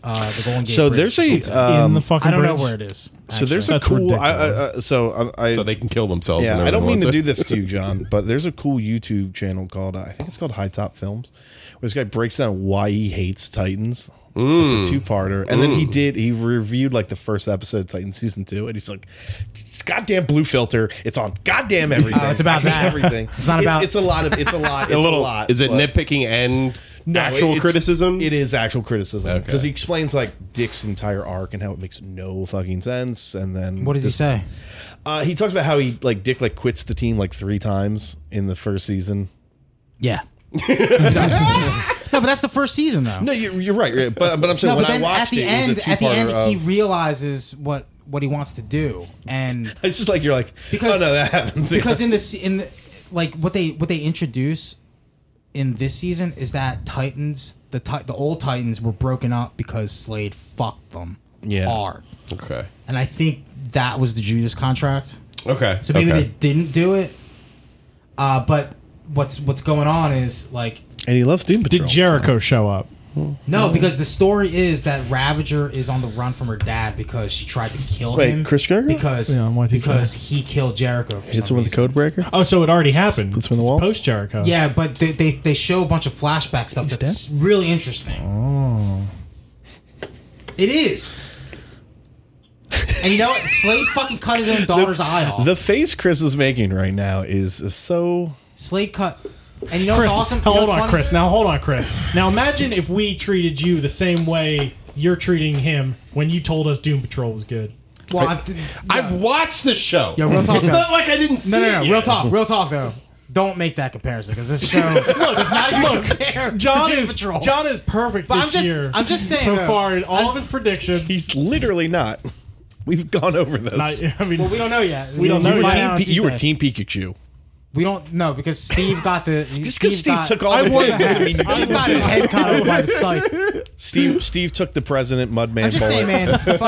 Speaker 4: uh, the Golden Gate.
Speaker 5: So
Speaker 4: Bridge.
Speaker 5: there's a
Speaker 4: It's-
Speaker 5: um,
Speaker 2: in the fucking
Speaker 4: I don't know
Speaker 2: bridge.
Speaker 4: where it is.
Speaker 5: so there's a
Speaker 2: That's
Speaker 5: cool. I, I,
Speaker 2: ridiculous.
Speaker 5: I- so um, I, I
Speaker 3: So they can kill themselves.
Speaker 5: yeah,
Speaker 3: whenever
Speaker 5: I don't
Speaker 3: they
Speaker 5: mean
Speaker 3: want
Speaker 5: to do this to you, John, but there's a cool YouTube channel called uh, I think it's called High Top Films, where this guy breaks down why he hates Titans.
Speaker 4: Mm.
Speaker 5: It's a two-parter, and then he did he reviewed like the first episode of Titans season two, and he's like, "It's goddamn blue filter. It's on goddamn everything.
Speaker 4: Oh, it's about
Speaker 5: I hate
Speaker 4: that.
Speaker 5: everything.
Speaker 4: It's not about-
Speaker 5: It's, a lot of. It's a lot. It's a,
Speaker 3: little-
Speaker 5: lot.
Speaker 3: Is it
Speaker 5: but-
Speaker 3: nitpicking and
Speaker 5: No,
Speaker 3: actual
Speaker 5: it's-
Speaker 3: criticism?
Speaker 5: It is actual criticism
Speaker 3: Okay.
Speaker 5: because he explains like Dick's entire arc and how it makes no fucking sense. And then
Speaker 4: What does he
Speaker 5: this-
Speaker 4: say?
Speaker 5: uh, he talks about how he like Dick like quits the team like three times in the first season.
Speaker 4: Yeah. no, but that's the first season though.
Speaker 5: No, you're, you're right, right. But but I'm saying
Speaker 4: No,
Speaker 5: when
Speaker 4: but
Speaker 5: I
Speaker 4: then at
Speaker 5: watched
Speaker 4: the
Speaker 5: it,
Speaker 4: end,
Speaker 5: it was a
Speaker 4: at the end,
Speaker 5: two-parter of-
Speaker 4: he realizes what what he wants to do, and
Speaker 5: it's just like you're like
Speaker 4: Because-
Speaker 5: oh no that happens
Speaker 4: because in this in the, like what they what they introduce in this season is that Titans the ti- the old Titans were broken up because Slade fucked them
Speaker 5: Yeah.
Speaker 4: hard,
Speaker 3: okay.
Speaker 4: and I think that was the Judas contract.
Speaker 3: Okay.
Speaker 4: So maybe
Speaker 3: okay.
Speaker 4: they didn't do it. Uh, but what's what's going on is like
Speaker 5: and he loves Doom Patrol.
Speaker 2: Did Jericho show up?
Speaker 4: no,
Speaker 5: Mm-hmm.
Speaker 4: because the story is that Ravager is on the run from her dad because she tried to kill
Speaker 5: Wait,
Speaker 4: him.
Speaker 5: Chris Jericho?
Speaker 4: because
Speaker 2: Yeah, why did he kill
Speaker 4: because he killed Jericho. For
Speaker 5: Hits
Speaker 4: some
Speaker 5: him with the
Speaker 4: reason.
Speaker 5: code breaker.
Speaker 2: Oh, so it already happened.
Speaker 5: Puts him in the walls?
Speaker 2: Post Jericho.
Speaker 4: Yeah, but they, they they show a bunch of flashback stuff that's really interesting. Oh. It is. And you know what? Slade fucking cut his own daughter's eye off.
Speaker 5: The face Chris is making right now is so
Speaker 4: Slade cut. And you know
Speaker 2: Chris,
Speaker 4: what's awesome? You know
Speaker 2: hold
Speaker 4: what's
Speaker 2: on,
Speaker 4: funny?
Speaker 2: Chris. Now hold on, Chris. Now imagine if we treated you the same way you're treating him when you told us Doom Patrol was good.
Speaker 4: Well, I'm,
Speaker 3: I've watched the show.
Speaker 4: Yeah, real talk,
Speaker 3: It's
Speaker 4: though.
Speaker 3: not like I didn't see
Speaker 4: No, no, no.
Speaker 3: it.
Speaker 4: Real talk. Real talk, though. Don't make that comparison because this show does not even compare. to
Speaker 2: John
Speaker 4: Doom
Speaker 2: is
Speaker 4: Patrol.
Speaker 2: John is perfect
Speaker 4: But
Speaker 2: this
Speaker 4: I'm just-
Speaker 2: year.
Speaker 4: I'm just saying,
Speaker 2: so
Speaker 4: though,
Speaker 2: far in all
Speaker 4: I'm-
Speaker 2: of his predictions. He's
Speaker 5: it's literally not. We've gone over this.
Speaker 2: not, I mean,
Speaker 4: Well, we don't know yet. We,
Speaker 2: don't know
Speaker 4: we
Speaker 2: yet.
Speaker 4: find out on
Speaker 5: Team P- you were
Speaker 4: Tuesday.
Speaker 5: Team Pikachu.
Speaker 4: We don't know because Steve got the.
Speaker 5: Just because Steve
Speaker 4: got,
Speaker 5: took all the
Speaker 2: won
Speaker 5: hits doesn't mean you
Speaker 4: Steve
Speaker 5: got
Speaker 4: got his head cut off by the psych.
Speaker 5: Steve Steve took the president Mudman
Speaker 4: I'm just saying,
Speaker 5: bullet.
Speaker 4: man.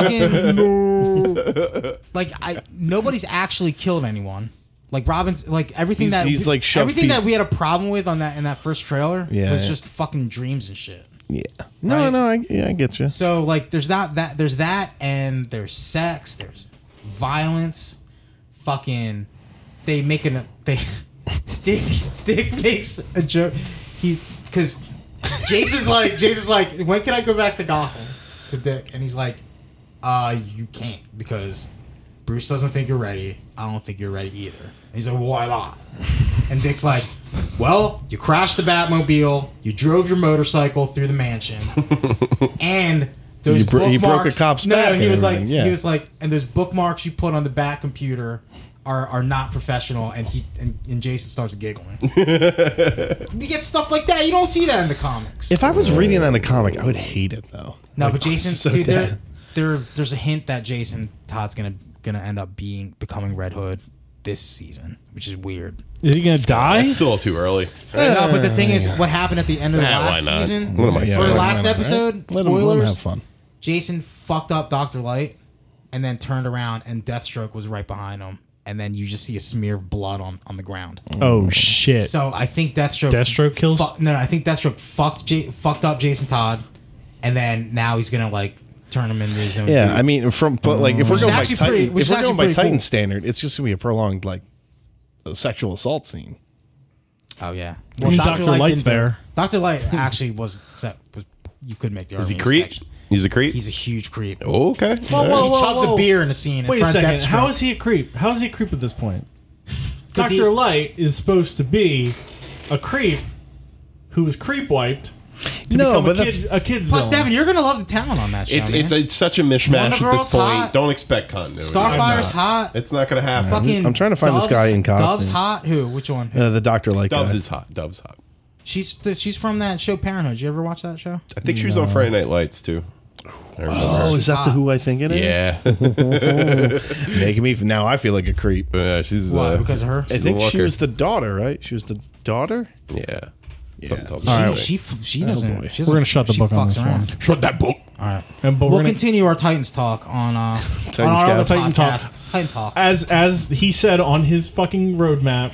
Speaker 4: Fucking no. Like I, nobody's actually killed anyone. Like Robin's, like everything
Speaker 5: He's-
Speaker 4: that
Speaker 5: he's, like, shoved peop-
Speaker 4: everything that we had a problem with on that in that first trailer
Speaker 5: Yeah,
Speaker 4: was
Speaker 5: yeah.
Speaker 4: just fucking dreams and shit.
Speaker 5: Yeah. No,
Speaker 4: Right.
Speaker 5: no, I, yeah, I get you.
Speaker 4: So like, there's not that. There's that, and there's sex. There's violence. Fucking, they make an they. Dick Dick makes a joke. He because Jason's like Jason's like, when can I go back to Gotham? To Dick, and he's like, uh, you can't because Bruce doesn't think you're ready. I don't think you're ready either. And he's like, why not? And Dick's like, well, you crashed the Batmobile, you drove your motorcycle through the mansion, and those
Speaker 5: You bro- you broke a
Speaker 4: bookmarks-
Speaker 5: cop's
Speaker 4: No,
Speaker 5: back
Speaker 4: no, he
Speaker 5: and
Speaker 4: was like,
Speaker 5: everything, yeah.
Speaker 4: he was like, and those bookmarks you put on the back computer are are not professional. And he and, and Jason starts giggling. you get stuff like that. You don't see that in the comics.
Speaker 5: If I was reading that in a comic, I would hate it though.
Speaker 4: No,
Speaker 5: Like,
Speaker 4: but Jason,
Speaker 5: so
Speaker 4: dude,
Speaker 5: bad.
Speaker 4: there, there, there's a hint that Jason Todd's gonna gonna end up being becoming Red Hood this season, which is weird.
Speaker 2: is he gonna die?
Speaker 3: It's still too early.
Speaker 4: no, but the thing is, what happened at the end of the
Speaker 3: Nah, why
Speaker 4: last
Speaker 3: not?
Speaker 4: season
Speaker 3: What am I
Speaker 4: or
Speaker 3: saying?
Speaker 4: the last
Speaker 5: Right?
Speaker 4: episode?
Speaker 5: Let him, let him
Speaker 4: spoilers.
Speaker 5: have fun.
Speaker 4: Jason fucked up Doctor Light, and then turned around, and Deathstroke was right behind him, and then you just see a smear of blood on on the ground.
Speaker 2: Oh shit!
Speaker 4: So I think Deathstroke.
Speaker 2: Deathstroke kills?
Speaker 4: Fu- no, no, I think Deathstroke fucked J- fucked up Jason Todd, and then now he's gonna like turn him into his own.
Speaker 5: Yeah,
Speaker 4: dude.
Speaker 5: I mean, from but like if we're
Speaker 4: Which is
Speaker 5: going by
Speaker 4: actually
Speaker 5: Titan,
Speaker 4: pretty- which
Speaker 5: if
Speaker 4: is
Speaker 5: we're
Speaker 4: actually
Speaker 5: going by
Speaker 4: pretty
Speaker 5: Titan
Speaker 4: cool.
Speaker 5: standard, it's just gonna be a prolonged like uh, sexual assault scene.
Speaker 4: Oh yeah.
Speaker 2: I mean, Dr. Light's
Speaker 4: didn't do it.
Speaker 2: there.
Speaker 4: Dr. Light actually was set. Was, you could make the
Speaker 3: Is he
Speaker 4: argument
Speaker 3: creep?
Speaker 4: section.
Speaker 3: He's a creep.
Speaker 4: He's a huge creep.
Speaker 5: Oh.
Speaker 3: okay. All
Speaker 2: whoa,
Speaker 4: he
Speaker 2: whoa,
Speaker 4: chugs
Speaker 2: whoa.
Speaker 4: a beer in a scene.
Speaker 2: Wait
Speaker 4: in
Speaker 2: a
Speaker 4: front
Speaker 2: second.
Speaker 4: Of
Speaker 2: How is he a creep? How is he a creep at this point? Doctor
Speaker 4: he-
Speaker 2: Light is supposed to be a creep who was creep wiped
Speaker 11: to
Speaker 5: No,
Speaker 11: become
Speaker 5: but
Speaker 11: a,
Speaker 5: that's-
Speaker 11: kid, a kid's
Speaker 4: Plus,
Speaker 11: villain.
Speaker 4: Devin, you're gonna love the talent on that show.
Speaker 3: It's
Speaker 4: man.
Speaker 3: it's, it's such a mishmash at
Speaker 4: Wonder
Speaker 3: this
Speaker 4: Girl's
Speaker 3: point.
Speaker 4: hot.
Speaker 3: Don't expect continuity.
Speaker 4: Starfire's
Speaker 3: I'm not.
Speaker 4: hot.
Speaker 3: It's not going to happen.
Speaker 4: fucking.
Speaker 5: I'm trying to find this
Speaker 4: Dove's-
Speaker 5: guy in costume.
Speaker 4: Dove's hot. Who? Which one? Who?
Speaker 5: Uh, the doctor like
Speaker 3: Dove's
Speaker 5: guy.
Speaker 3: is hot. Dove's hot.
Speaker 4: she's th- she's from that show Parenthood. You ever watch that show?
Speaker 3: I think she was on Friday Night Lights too. I remember her.
Speaker 5: Oh, is that the who I think it is?
Speaker 3: yeah,
Speaker 5: Making me now I feel like a creep.
Speaker 3: Yeah, she's
Speaker 4: Why?
Speaker 3: uh,
Speaker 4: because of her.
Speaker 5: I
Speaker 3: a
Speaker 5: think she
Speaker 3: looker.
Speaker 5: was the daughter, right? She was the daughter?
Speaker 3: yeah. Something tells me
Speaker 4: She,
Speaker 3: she's right.
Speaker 4: she, f- she doesn't.
Speaker 5: Oh, boy.
Speaker 4: she doesn't-
Speaker 2: We're gonna shut the
Speaker 4: she
Speaker 2: book on
Speaker 4: fucks
Speaker 2: this
Speaker 4: around.
Speaker 2: one.
Speaker 3: Shut that book.
Speaker 2: And but we're
Speaker 4: We'll
Speaker 2: gonna,
Speaker 4: continue our Titans talk on uh on our
Speaker 5: Cast.
Speaker 4: other
Speaker 2: Titan
Speaker 4: podcast.
Speaker 2: Talk.
Speaker 4: Titan talk.
Speaker 2: as as he said on his fucking roadmap.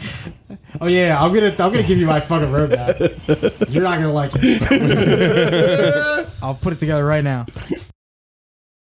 Speaker 4: Oh yeah, I'm gonna I'm gonna give you my fucking roadmap. You're not gonna like it. I'll put it together right now.